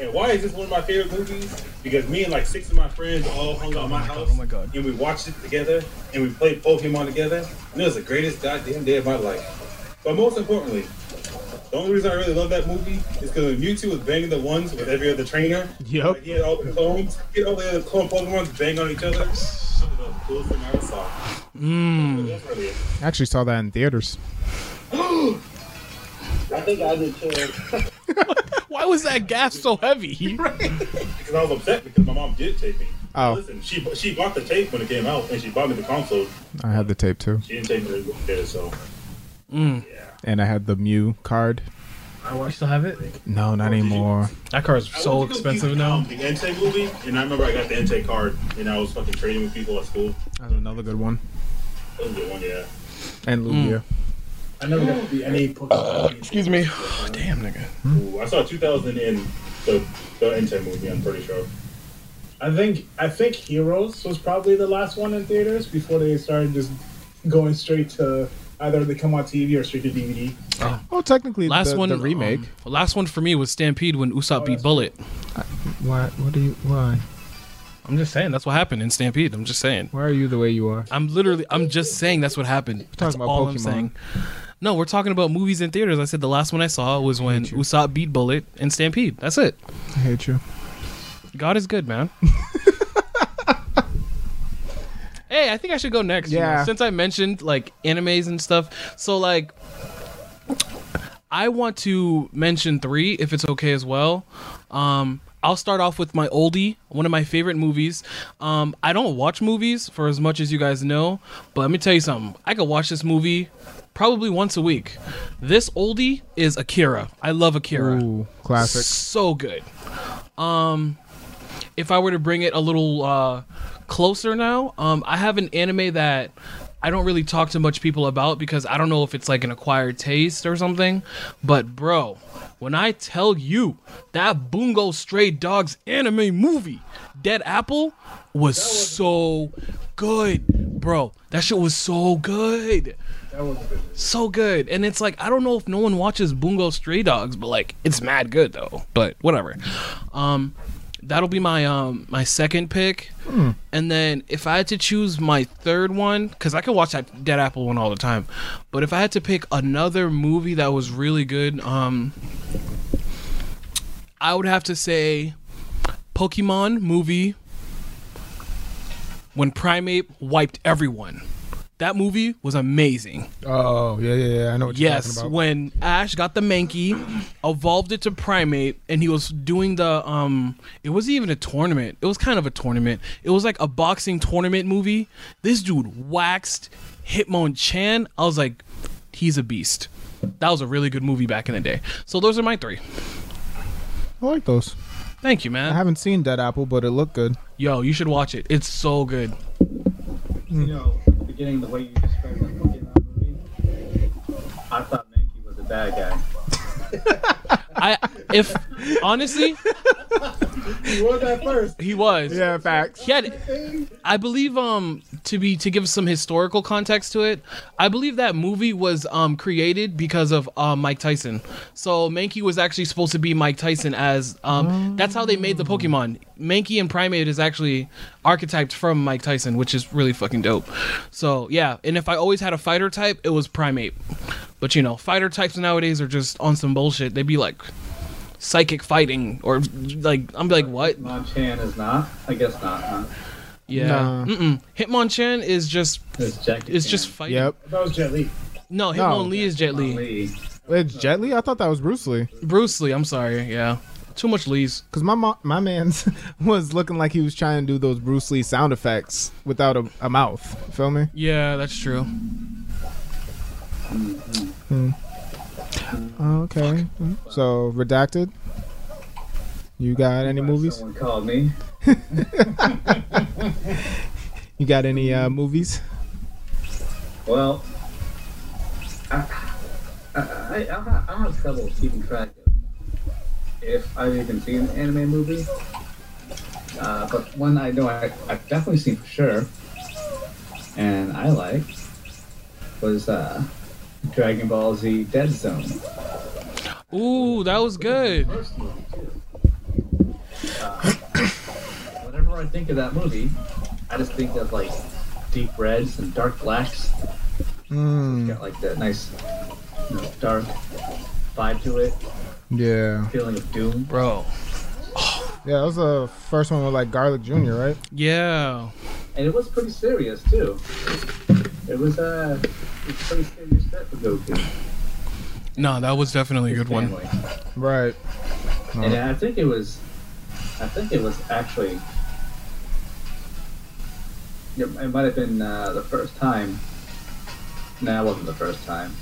Speaker 2: And why is this one of my favorite movies? Because me and like six of my friends all hung out at my house.
Speaker 1: oh my God.
Speaker 2: And we watched it together and we played Pokemon together. And it was the greatest goddamn day of my life. But most importantly, the only reason I really love that movie is because Mewtwo was banging the ones with every other trainer. Like,
Speaker 3: Yep.
Speaker 2: he had all the clones. He had all the other clone Pokemon to bang on each other. That was the coolest thing I ever saw.
Speaker 1: Mm.
Speaker 2: That's really it.
Speaker 3: Actually saw that in theaters.
Speaker 5: I think I did too.
Speaker 1: Why was that gas so heavy?
Speaker 2: Because I was upset because my mom did tape me.
Speaker 3: Oh.
Speaker 2: Listen, she bu- she bought the tape when it came out, and she bought me the console.
Speaker 3: I had the tape too,
Speaker 2: She didn't tape me there, so
Speaker 1: Mm.
Speaker 2: yeah.
Speaker 3: and I had the Mew card.
Speaker 1: You still have it?
Speaker 3: No, not anymore.
Speaker 1: That car is
Speaker 2: I
Speaker 1: so
Speaker 2: went to go
Speaker 1: expensive
Speaker 2: see,
Speaker 1: now.
Speaker 2: um, The Entei movie, and I remember I got the Entei card, and I was fucking trading with people at school.
Speaker 3: That's another good one.
Speaker 2: That was a good one, yeah.
Speaker 3: And Lugia.
Speaker 6: I never got to be any Pokemon.
Speaker 1: Excuse me. damn, nigga.
Speaker 6: Hmm?
Speaker 2: Ooh, I saw 2000 in the the Entei movie. I'm pretty sure.
Speaker 6: I think I think Heroes was probably the last one in theaters before they started just going straight to either they come on TV or straight to DVD.
Speaker 3: Well, Oh, technically,
Speaker 1: Last
Speaker 3: the,
Speaker 1: one,
Speaker 3: the remake.
Speaker 1: um, last one for me was Stampede when Usopp beat Bullet.
Speaker 3: um, Why? What do you? Why?
Speaker 1: I'm just saying that's what happened in Stampede. I'm just saying.
Speaker 3: Why are you the way you are?
Speaker 1: I'm literally. I'm just saying that's what happened. That's
Speaker 3: about
Speaker 1: all I'm
Speaker 3: Pokemon.
Speaker 1: saying. No, we're talking about movies in theaters. I said the last one I saw was when Usopp beat Bullet and Stampede. That's it.
Speaker 3: I hate you.
Speaker 1: God is good, man. hey, I think I should go next. you know,
Speaker 3: Yeah.
Speaker 1: since I mentioned like animes and stuff, so like I want to mention three if it's okay as well. Um I'll start off with my oldie, one of my favorite movies. Um, I don't watch movies for as much as you guys know, but let me tell you something. I could watch this movie probably once a week. This oldie is Akira. I love Akira.
Speaker 3: Ooh, classic.
Speaker 1: So good. Um, if I were to bring it a little uh, closer now, um, I have an anime that I don't really talk to much people about because I don't know if it's like an acquired taste or something. But bro, when I tell you that Bungo Stray Dogs anime movie, Dead Apple, was so good, bro. That shit was so good so good. And it's like I don't know if no one watches Bungo Stray Dogs, but like it's mad good though. But whatever. Um that'll be my um my second pick. And then if I had to choose my third one cuz I could watch that Dead Apple one all the time. But if I had to pick another movie that was really good, um I would have to say Pokemon movie when Primate wiped everyone. That movie was amazing.
Speaker 3: Oh yeah, yeah, yeah. I know what you're
Speaker 1: Yes,
Speaker 3: talking about.
Speaker 1: when Ash got the Mankey, evolved it to Primate, and he was doing the um, it wasn't even a tournament. It was kind of a tournament. It was like a boxing tournament movie. This dude waxed Hitmonchan. I was like, he's a beast. That was a really good movie back in the day. So those are my three.
Speaker 3: I like those.
Speaker 1: Thank you,
Speaker 3: I
Speaker 1: man.
Speaker 3: haven't seen Dead Apple, but it looked good.
Speaker 1: Yo, you should watch it. It's so good.
Speaker 7: You know, at the beginning, the way you described that Pokemon movie, I thought Mankey was a bad guy.
Speaker 1: I if honestly,
Speaker 6: You wrote that first.
Speaker 1: he was.
Speaker 3: facts.
Speaker 1: Yeah, I believe um to be to give some historical context to it, I believe that movie was um created because of um Mike Tyson. So Mankey was actually supposed to be Mike Tyson as um that's how they made the Pokemon. Mankey and Primate is actually archetyped from Mike Tyson, which is really fucking dope. So yeah, and if I always had a fighter type, it was Primate. But you know, fighter types nowadays are just on some bullshit. They'd be like psychic fighting or like I'm like what?
Speaker 7: Monchan is not. I guess not. Huh?
Speaker 1: Yeah.
Speaker 3: Nah.
Speaker 1: Mm-mm. Hitmonchan is just
Speaker 7: It's Jackie.
Speaker 1: is just fighting.
Speaker 3: Yep.
Speaker 6: That was Jet Li.
Speaker 1: No,
Speaker 3: No.
Speaker 1: Hitmonlee is Jet Li.
Speaker 7: Lee.
Speaker 3: It's Jet Li? I thought that was Bruce Lee.
Speaker 1: Bruce Lee. I'm sorry. Yeah. Too much Lees.
Speaker 3: Cause my mo- my man's was looking like he was trying to do those Bruce Lee sound effects without a, a mouth. Feel me?
Speaker 1: Yeah, that's true.
Speaker 3: Oh, Okay. So redacted. You got any movies?
Speaker 7: Someone called me.
Speaker 3: You got any uh, movies?
Speaker 7: Well, I, I, I, I, ha- I have trouble keeping track of if I've even seen an anime movie. Uh, but one I know I, I've definitely seen for sure, and I liked, was uh, Dragon Ball Z Dead Zone.
Speaker 1: Ooh, that was good.
Speaker 7: First movie, too. Uh, whenever I think of that movie, I just think of like deep reds and dark blacks.
Speaker 3: Mm,
Speaker 7: got like that nice you know, dark vibe to it,
Speaker 3: yeah.
Speaker 7: feeling of doom.
Speaker 1: Bro.
Speaker 3: Yeah, that was the first one with like Garlic Jr. Right?
Speaker 1: Yeah.
Speaker 7: And it was pretty serious too. It was uh, it was pretty serious set for Goku.
Speaker 1: No, that was definitely a
Speaker 7: his
Speaker 1: good one.
Speaker 7: family.
Speaker 3: Right.
Speaker 7: And I think it was, I think it was actually, it, it might have been uh, the first time. No, it wasn't the first time,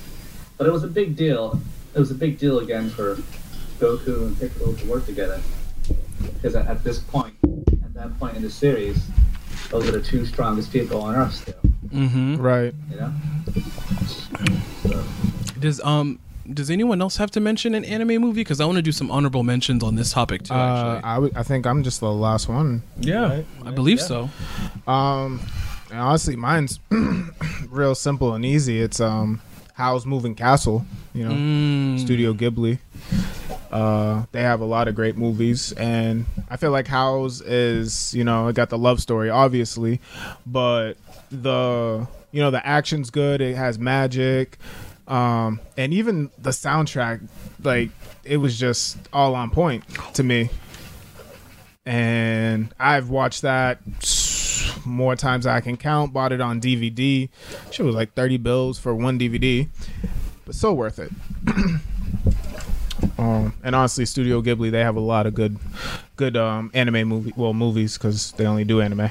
Speaker 7: but it was a big deal. It was a big deal again for Goku and Piccolo to work together, because at, at this point, at that point in the series, those are the two strongest people on Earth still.
Speaker 1: Mm-hmm.
Speaker 3: Right.
Speaker 7: You know,
Speaker 1: Does um does anyone else have to mention an anime movie? Because I want to do some honorable mentions on this topic too.
Speaker 3: Uh,
Speaker 1: Actually.
Speaker 3: I would- I think I'm just the last one.
Speaker 1: yeah,
Speaker 3: right,
Speaker 1: I believe so.
Speaker 3: Um, and honestly, mine's real simple and easy. It's um, Howl's Moving Castle. You know,
Speaker 1: Mm.
Speaker 3: Studio Ghibli. Uh, they have a lot of great movies, and I feel like Howl's is you know it got the love story obviously, but the you know the action's good. It has magic. um, and even the soundtrack, like it was just all on point to me. And I've watched that more times than I can count. Bought it on DVD. She was like thirty bills for one DVD, but so worth it. Um, and honestly, Studio Ghibli they have a lot of good, good um, anime movie well movies because they only do anime.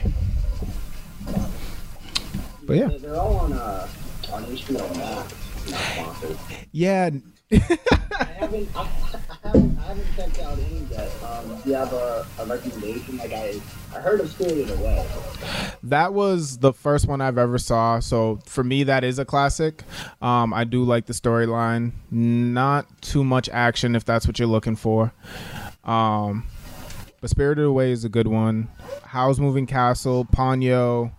Speaker 3: But yeah,
Speaker 5: They're- They're all on uh, on HBO Max. Not sponsored.
Speaker 3: yeah,
Speaker 5: I haven't, I, I haven't, I haven't checked out any yet. Um, do you have a, a recommendation? Like I, I heard of Spirited Away.
Speaker 3: that was the first one I've ever saw. So for me, that is a classic. Um, I do like the storyline. Not too much action if that's what you're looking for. Um, but Spirited Away is a good one. How's Moving Castle, Ponyo,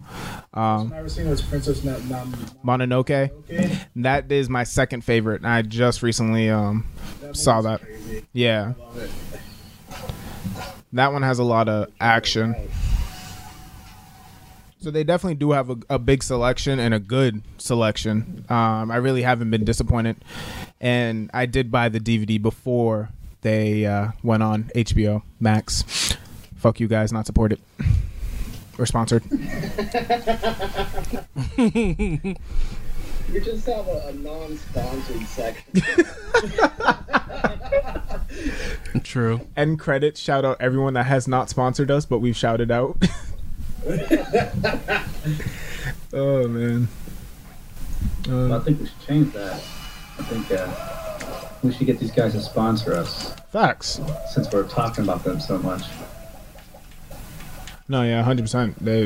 Speaker 3: um,
Speaker 6: I've ever seen was Princess Not Nam.
Speaker 3: Mononoke.
Speaker 6: Okay,
Speaker 3: That is my second favorite. and I just recently um, saw that. Yeah,
Speaker 6: Love it.
Speaker 3: that one has a lot of action.
Speaker 5: Right.
Speaker 3: So they definitely do have a, a big selection and a good selection. Um, I really haven't been disappointed, and I did buy the DVD before they uh, went on HBO Max. Fuck you guys, not supported or sponsored.
Speaker 5: You just have a, a non-sponsored section.
Speaker 1: Hmm. True.
Speaker 3: End credits. Shout out everyone that has not sponsored us, but we've shouted out. oh man.
Speaker 7: Well, I think we should change that. I think uh, we should get these guys to sponsor us
Speaker 3: Facts.
Speaker 7: since we're talking about them so much.
Speaker 3: No, yeah, hundred percent. They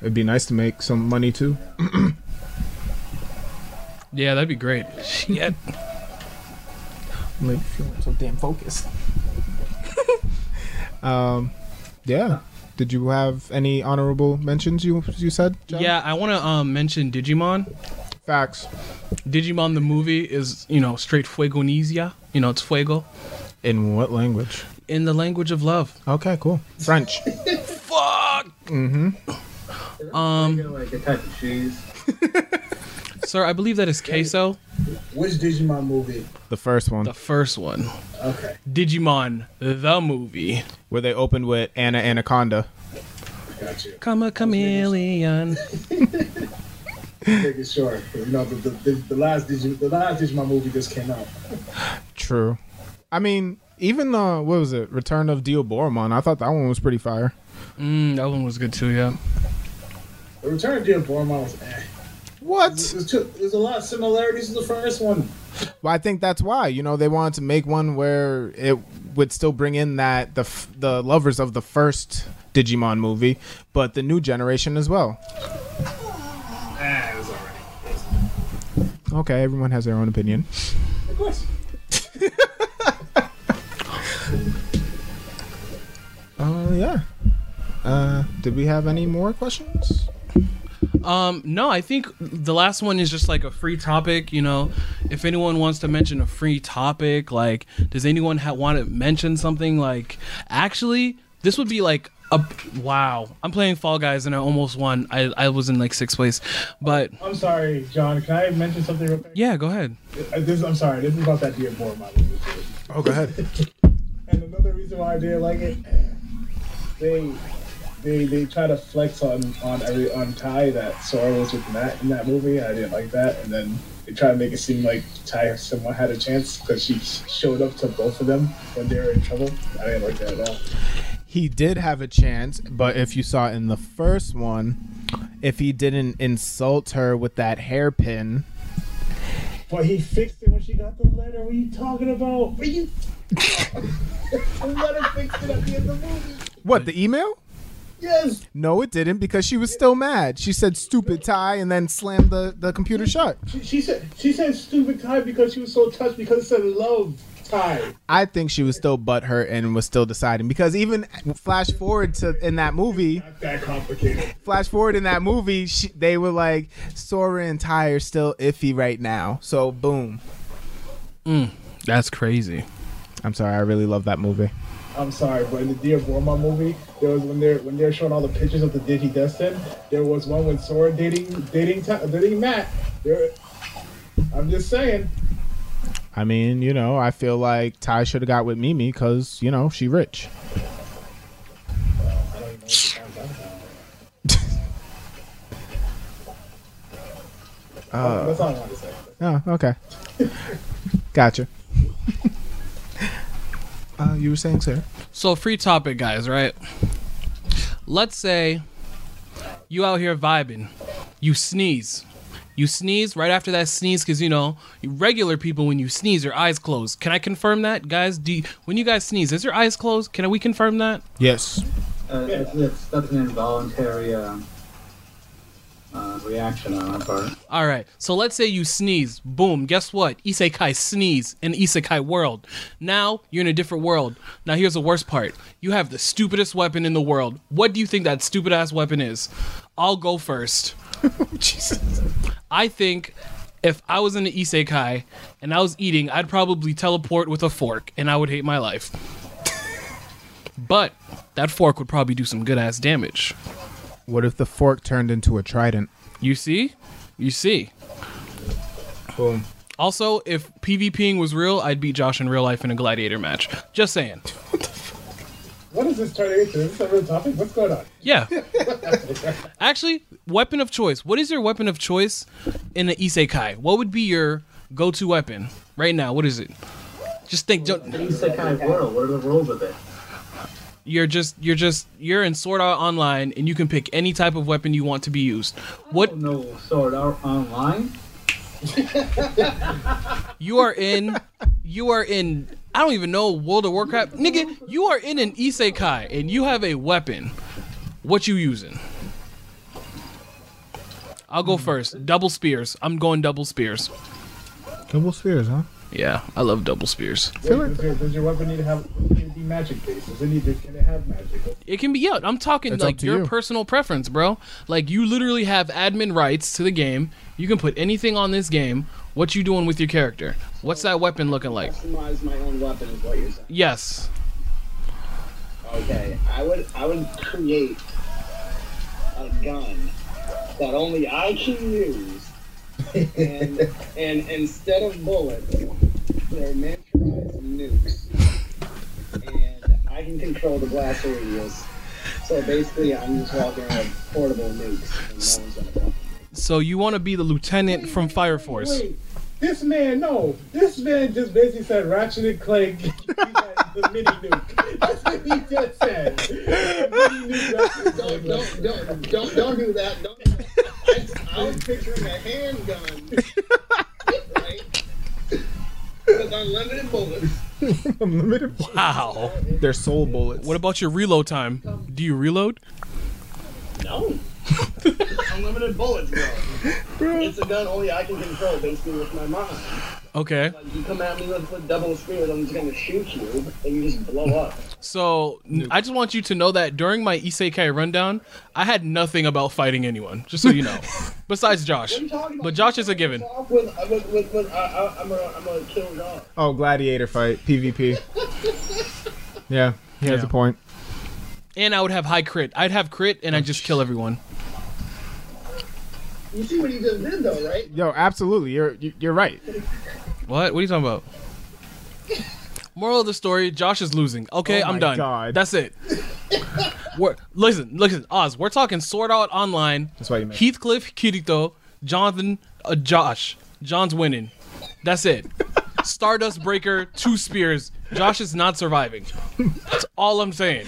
Speaker 3: it'd be nice to make some money too.
Speaker 1: Yeah, that'd be great. Shit.
Speaker 3: Like feeling so damn focused. um, yeah. Did you have any honorable mentions? You you said John?
Speaker 1: Yeah, I want to um, mention Digimon.
Speaker 3: Facts.
Speaker 1: Digimon the movie is, you know, straight fuegonesia. You know, it's fuego
Speaker 3: In what language?
Speaker 1: in the language of love.
Speaker 3: Okay, cool. French.
Speaker 1: Fuck, Um,
Speaker 7: You know, Mm-hmm. like a type of cheese.
Speaker 1: sir. I believe that is queso,
Speaker 6: Which Digimon movie?
Speaker 3: the first one
Speaker 1: the first one.
Speaker 6: Okay.
Speaker 1: Digimon the movie.
Speaker 3: where they opened with Anna Anaconda.
Speaker 6: Got you.
Speaker 1: Come a chameleon.
Speaker 6: Take it short. You know, the, the, the, the last Digimon, the last Digimon movie just came out.
Speaker 3: True. I mean, even the what was it? Return of Dio Boromon. I thought that one was pretty fire.
Speaker 1: Mm, that one was good too. Yeah.
Speaker 6: The Return of Jim Boromon was eh.
Speaker 3: What?
Speaker 6: There's, two, there's a lot of similarities to the first one.
Speaker 3: Well, I think that's why you know they wanted to make one where it would still bring in that the f- the lovers of the first Digimon movie, but the new generation as well.
Speaker 2: Ah, it was alright.
Speaker 3: Okay, everyone has their own opinion.
Speaker 6: Of course.
Speaker 3: Uh, yeah. Uh, did we have any more questions?
Speaker 1: Um, no, I think the last one is just like a free topic. You know, if anyone wants to mention a free topic, like, does anyone ha- want to mention something? Like, actually, this would be like a wow. I'm playing Fall Guys and I almost won. I I was in like sixth place, but
Speaker 6: I'm sorry, John. Can I mention something real quick?
Speaker 1: yeah, go ahead.
Speaker 6: Uh, This, I'm sorry. This is about that Jim Boromon movie. too.
Speaker 3: Oh, go ahead.
Speaker 6: And another reason why I didn't like it, they they they try to flex on on every on Ty that Sora was with Matt in that movie. I didn't like that, and then they try to make it seem like Ty someone had a chance because she showed up to both of them when they were in trouble. I didn't like that at all.
Speaker 3: He did have a chance, but if you saw in the first one, if he didn't insult her with that hairpin,
Speaker 6: But he fixed it when she got the letter. What are you talking about? What are you? the letter fixed it at the end of the movie.
Speaker 3: what the email?
Speaker 6: Yes.
Speaker 3: No, it didn't because she was still mad. She said "stupid tie" and then slammed the, the computer shut.
Speaker 6: She, she said she said stupid Ty because she was so touched because it said love Ty.
Speaker 3: I think she was still butthurt and was still deciding because even flash forward to in that movie,
Speaker 6: Not that complicated.
Speaker 3: flash forward in that movie, she, they were like Sora and Ty are still iffy right now. So boom.
Speaker 1: That's crazy.
Speaker 3: I'm sorry, I really love that movie.
Speaker 6: I'm sorry, but in the Dear Borma movie, there was when they're when they're showing all the pictures of the Digi Destin, there was one with Sora dating dating Ta- dating Matt. There, I I'm just saying.
Speaker 3: I mean, you know, I feel like Ty should have got with Mimi because you know she rich.
Speaker 6: I don't even know what you're talking about.
Speaker 3: Uh,
Speaker 6: That's all I want to say.
Speaker 3: oh, okay. Gotcha. uh, you were saying, sir?
Speaker 1: So free topic, guys, right? Let's say you out here vibing, you sneeze. You sneeze right after that sneeze because you know regular people when you sneeze your eyes close. Can I confirm that, guys? Do you, when you guys sneeze, is your eyes closed? Can we confirm that?
Speaker 3: Yes.
Speaker 7: Uh, it's, it's, that's an involuntary uh, uh, reaction on our part.
Speaker 1: All right. So let's say you sneeze. Boom. Guess what? Isekai sneeze in Isekai world. Now you're in a different world. Now here's the worst part. You have the stupidest weapon in the world. What do you think that stupid ass weapon is? I'll go first. I think if I was in an Isekai and I was eating, I'd probably teleport with a fork and I would hate my life. but that fork would probably do some good ass damage.
Speaker 3: What if the fork turned into a trident?
Speaker 1: You see? You see.
Speaker 3: Boom.
Speaker 1: Also, if PvPing was real, I'd beat Josh in real life in a gladiator match. Just saying.
Speaker 6: What is this turning into? Is this a real topic? What's going on?
Speaker 1: Yeah. Actually, weapon of choice. What is your weapon of choice in the isekai? What would be your go-to weapon right now? What is it? Just think. Don't,
Speaker 7: It's a kind of world. What are the rules of it?
Speaker 1: you're just you're just you're in Sword Art Online, and you can pick any type of weapon you want to be used. What
Speaker 7: No sword art online.
Speaker 1: You are in. You are in. I don't even know World of Warcraft, nigga. You are in an isekai and you have a weapon. What you using? I'll go first. Double spears. I'm going double spears.
Speaker 3: Double spheres, huh?
Speaker 1: Yeah, I love double spears.
Speaker 3: Feel
Speaker 6: Wait, does, your, does your weapon need to have need to be magic based? Does it need to, can it have magic?
Speaker 1: It can be yeah. I'm talking
Speaker 3: It's up
Speaker 1: like
Speaker 3: to
Speaker 1: your
Speaker 3: you.
Speaker 1: personal preference, bro. Like you literally have admin rights to the game. You can put anything on this game. What you doing with your character? What's that weapon looking like?
Speaker 5: Customize my own weapon is what you're saying.
Speaker 1: Yes.
Speaker 5: Okay, I would I would create a gun that only I can use, and and instead of bullets, they're miniaturized nukes, and I can control the blast radius. So basically, I'm just walking around with portable nukes. And no one's gonna come.
Speaker 1: So you want to be the lieutenant from Fire Force?
Speaker 6: Wait, this man, no. This man just basically said Ratchet and Clank. he got the mini nuke. That's what he just said. The mini nuke Ratchet and Clank.
Speaker 5: Don't don't don't don't don't do that. Don't. Do that. I, I was picturing a handgun, right? With unlimited bullets.
Speaker 3: Unlimited.
Speaker 1: Wow.
Speaker 3: They're soul bullets.
Speaker 1: What about your reload time? Do you reload?
Speaker 5: No. Unlimited bullets, bro. It's a gun only I can control, basically, with my mind.
Speaker 1: Okay.
Speaker 5: Like, you come at me with a double spear, I'm just gonna shoot you, and you just blow up.
Speaker 1: So I just want you to know that during my Isekai rundown, I had nothing about fighting anyone, just so you know. Besides Josh.
Speaker 5: What are you talking about?
Speaker 1: But Josh is a given.
Speaker 5: Off With, uh, with, with, with, I, I, I'm gonna, I'm gonna kill God.
Speaker 3: Oh, gladiator fight, PvP. yeah, he has
Speaker 1: Yeah.
Speaker 3: a point.
Speaker 1: And I would have high crit. I'd have crit and I'd just kill everyone.
Speaker 5: You see what he just did, though, right?
Speaker 3: Yo, absolutely. You're you- you're right.
Speaker 1: What? What are you talking about? Moral of the story, Josh is losing. Okay,
Speaker 3: Oh
Speaker 1: I'm
Speaker 3: my
Speaker 1: done.
Speaker 3: God.
Speaker 1: That's it. we're, listen, listen, Oz, we're talking Sword Art Online.
Speaker 3: That's why you made.
Speaker 1: Heathcliff, Kirito, Jonathan, uh, Josh. John's winning. That's it. Stardust Breaker, two spears. Josh is not surviving. That's all I'm saying.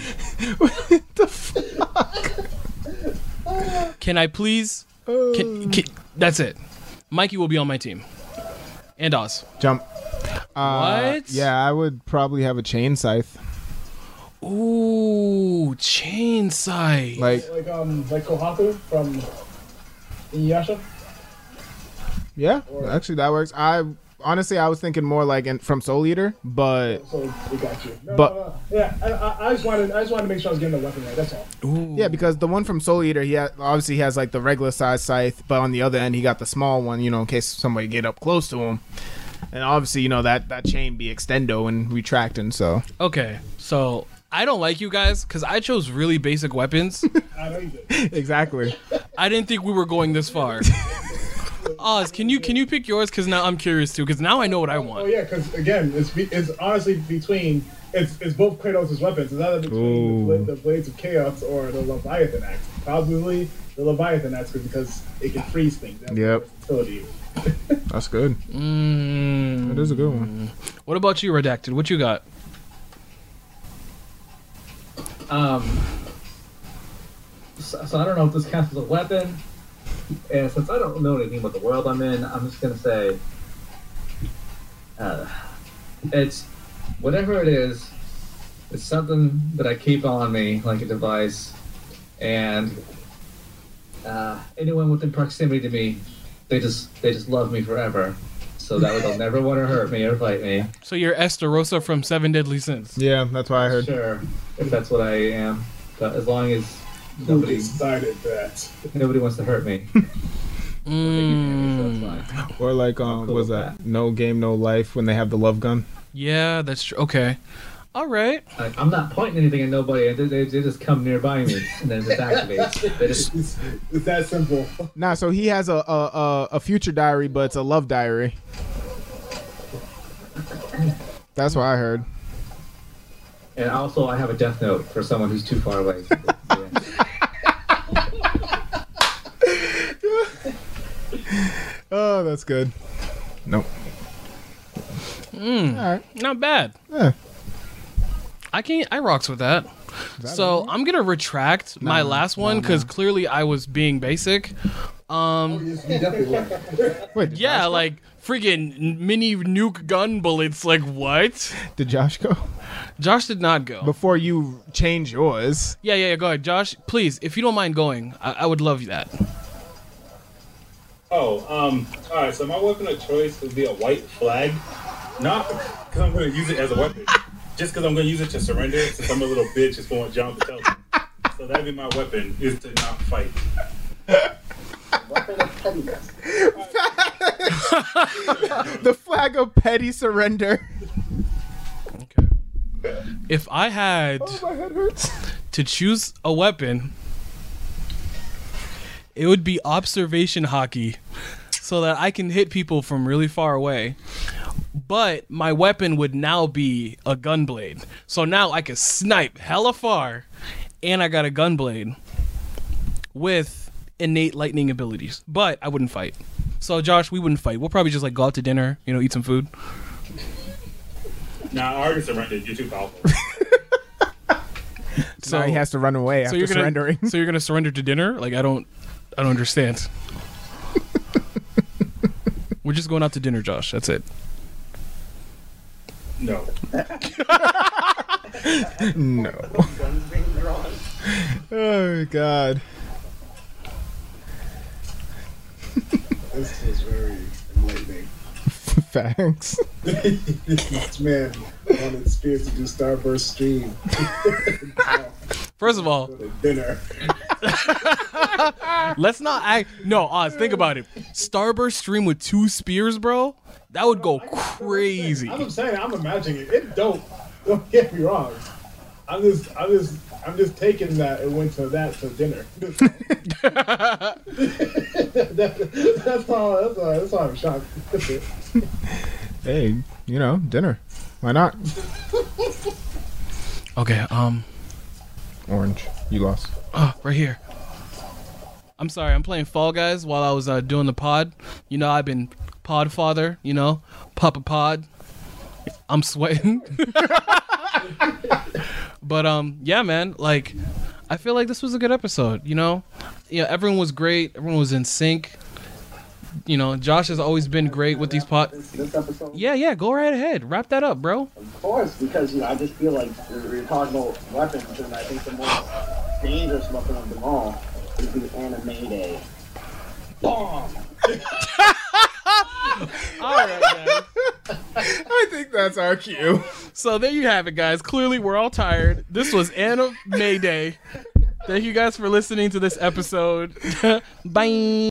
Speaker 1: Can I please? Can, can, that's it. Mikey will be on my team. And Oz.
Speaker 3: Jump. Uh,
Speaker 1: What?
Speaker 3: Yeah, I would probably have a chain scythe.
Speaker 1: Ooh, chain sight.
Speaker 3: Like,
Speaker 6: Like um, like Kohaku from Inuyasha.
Speaker 3: yeah, actually that works. I honestly I was thinking more like in, from Soul Eater, but
Speaker 6: So we got you. No,
Speaker 3: But-
Speaker 6: no, no. yeah, I, I, I just wanted, I just wanted to make sure I was getting the weapon right. That's all.
Speaker 1: Ooh.
Speaker 3: yeah, because the one from Soul Eater, he ha- obviously has like the regular size scythe, but on the other end he got the small one, you know, in case somebody get up close to him. And obviously, you know that that chain be extendo and retracting, so
Speaker 1: Okay, so I don't like you guys because I chose really basic weapons.
Speaker 6: I know you did.
Speaker 3: exactly.
Speaker 1: I didn't think we were going this far. Oz, can you can you pick yours? Because now I'm curious too. Because now I know what I
Speaker 6: Oh
Speaker 1: want.
Speaker 6: yeah, because again, it's be- it's honestly between it's it's both Kratos' weapons. It's either between the,
Speaker 3: Ooh.
Speaker 6: bla- the blades of chaos or the Leviathan axe. Probably the Leviathan axe because it can freeze things. That's
Speaker 3: Yep.
Speaker 6: versatility.
Speaker 3: That's good. That
Speaker 1: Mm,
Speaker 3: is a good one.
Speaker 1: what about you, redacted? What you got?
Speaker 7: Um, so, so I don't know if this counts as a weapon. And since I don't know anything about the world I'm in, I'm just gonna say, uh, it's whatever it is. It's something that I keep on me like a device, and uh, anyone within proximity to me, they just they just love me forever. So that way they'll never want to hurt me or fight me.
Speaker 1: So you're Esterosa from Seven Deadly Sins.
Speaker 3: Yeah, that's what I heard.
Speaker 7: Sure, if that's what I am. But as long as
Speaker 6: Who
Speaker 7: nobody
Speaker 6: decided that?
Speaker 7: Nobody wants to hurt me.
Speaker 1: Mm,
Speaker 3: Or like, um,
Speaker 7: cool
Speaker 3: was
Speaker 7: with
Speaker 3: that No Game No Life when they have the love gun?
Speaker 1: yeah, that's true. Okay. All right.
Speaker 7: I, I'm not pointing anything at nobody. They, they, they just come nearby me and then it just activates. They just,
Speaker 6: It's, it's that simple.
Speaker 3: Nah, so he has a a, a a future diary, but it's a love diary. That's what I heard.
Speaker 7: and also, I have a death note for someone who's too far away.
Speaker 3: Oh, that's good. Nope.
Speaker 1: Mm,
Speaker 3: All right.
Speaker 1: not bad.
Speaker 3: Yeah.
Speaker 1: I can I rocks with that. so I'm gonna retract my last one because clearly I was being basic. Um,
Speaker 6: Oh, You definitely were.
Speaker 3: Wait. Did
Speaker 1: yeah, like friggin' mini nuke gun bullets. Like what?
Speaker 3: Josh, did Josh go
Speaker 1: Josh did not go.
Speaker 3: before you change yours?
Speaker 1: Yeah, yeah, yeah. Go ahead, Josh. Please, if you don't mind going, I, I would love that.
Speaker 2: Oh, um, all right. So my weapon of choice would be a white flag, not because I'm going to use it as a weapon, just because I'm going to use it to surrender. Since I'm a little bitch, it's going John to tell me. So that'd be my weapon is to not fight.
Speaker 5: Weapon of pettiness.
Speaker 3: The flag of petty surrender.
Speaker 1: Okay. If I had
Speaker 3: Oh, My head hurts.
Speaker 1: to choose a weapon, it would be observation hockey so that I can hit people from really far away. But my weapon would now be a gun blade. So now I could snipe hella far and I got a gun blade with innate lightning abilities. But I wouldn't fight. So Josh, we wouldn't fight. We'll probably just like go out to dinner, you know, eat some food.
Speaker 2: Now I already surrendered. You're too powerful.
Speaker 1: So
Speaker 3: now he has to run away after
Speaker 1: you're gonna,
Speaker 3: surrendering.
Speaker 1: So you're gonna surrender to dinner? Like I don't, I don't understand. We're just going out to dinner, Josh. That's it.
Speaker 2: No.
Speaker 3: no.
Speaker 5: Guns being drawn.
Speaker 3: Oh God.
Speaker 6: This is very enlightening.
Speaker 3: Facts.
Speaker 6: this man wanted Spears to do Starburst stream
Speaker 1: First of all,
Speaker 6: for dinner.
Speaker 1: let's not act. No, Oz, think about it. Starburst stream with two spears, bro. That would go crazy.
Speaker 6: I'm saying I'm imagining it. It dope. Don't get me wrong. I'm just, I'm just, I'm just taking that and went to that for dinner. that, that's all. That's all. That's all I'm shocked.
Speaker 3: Hey, you know, dinner. Why not?
Speaker 1: Okay, um,
Speaker 3: Orange. You lost.
Speaker 1: oh, right here. I'm sorry, I'm playing Fall Guys while I was uh, doing the pod. You know, I've been pod father. You know, Papa Pod. I'm sweating. but um, yeah, man. Like, I feel like this was a good episode. You know, yeah, everyone was great. Everyone was in sync. You know, Josh has always been great with these pod.
Speaker 5: This, this episode.
Speaker 1: Yeah, yeah. Go right ahead. Wrap that up, bro.
Speaker 5: Of course, because you know, I just feel like we are talking about weapons, and I think the most dangerous weapon of them all is the anime day. Bomb!
Speaker 1: All right, man.
Speaker 3: I think that's our cue.
Speaker 1: So there you have it, guys. Clearly, we're all tired. This was Anna May Day. Thank you guys for listening to this episode. Bye.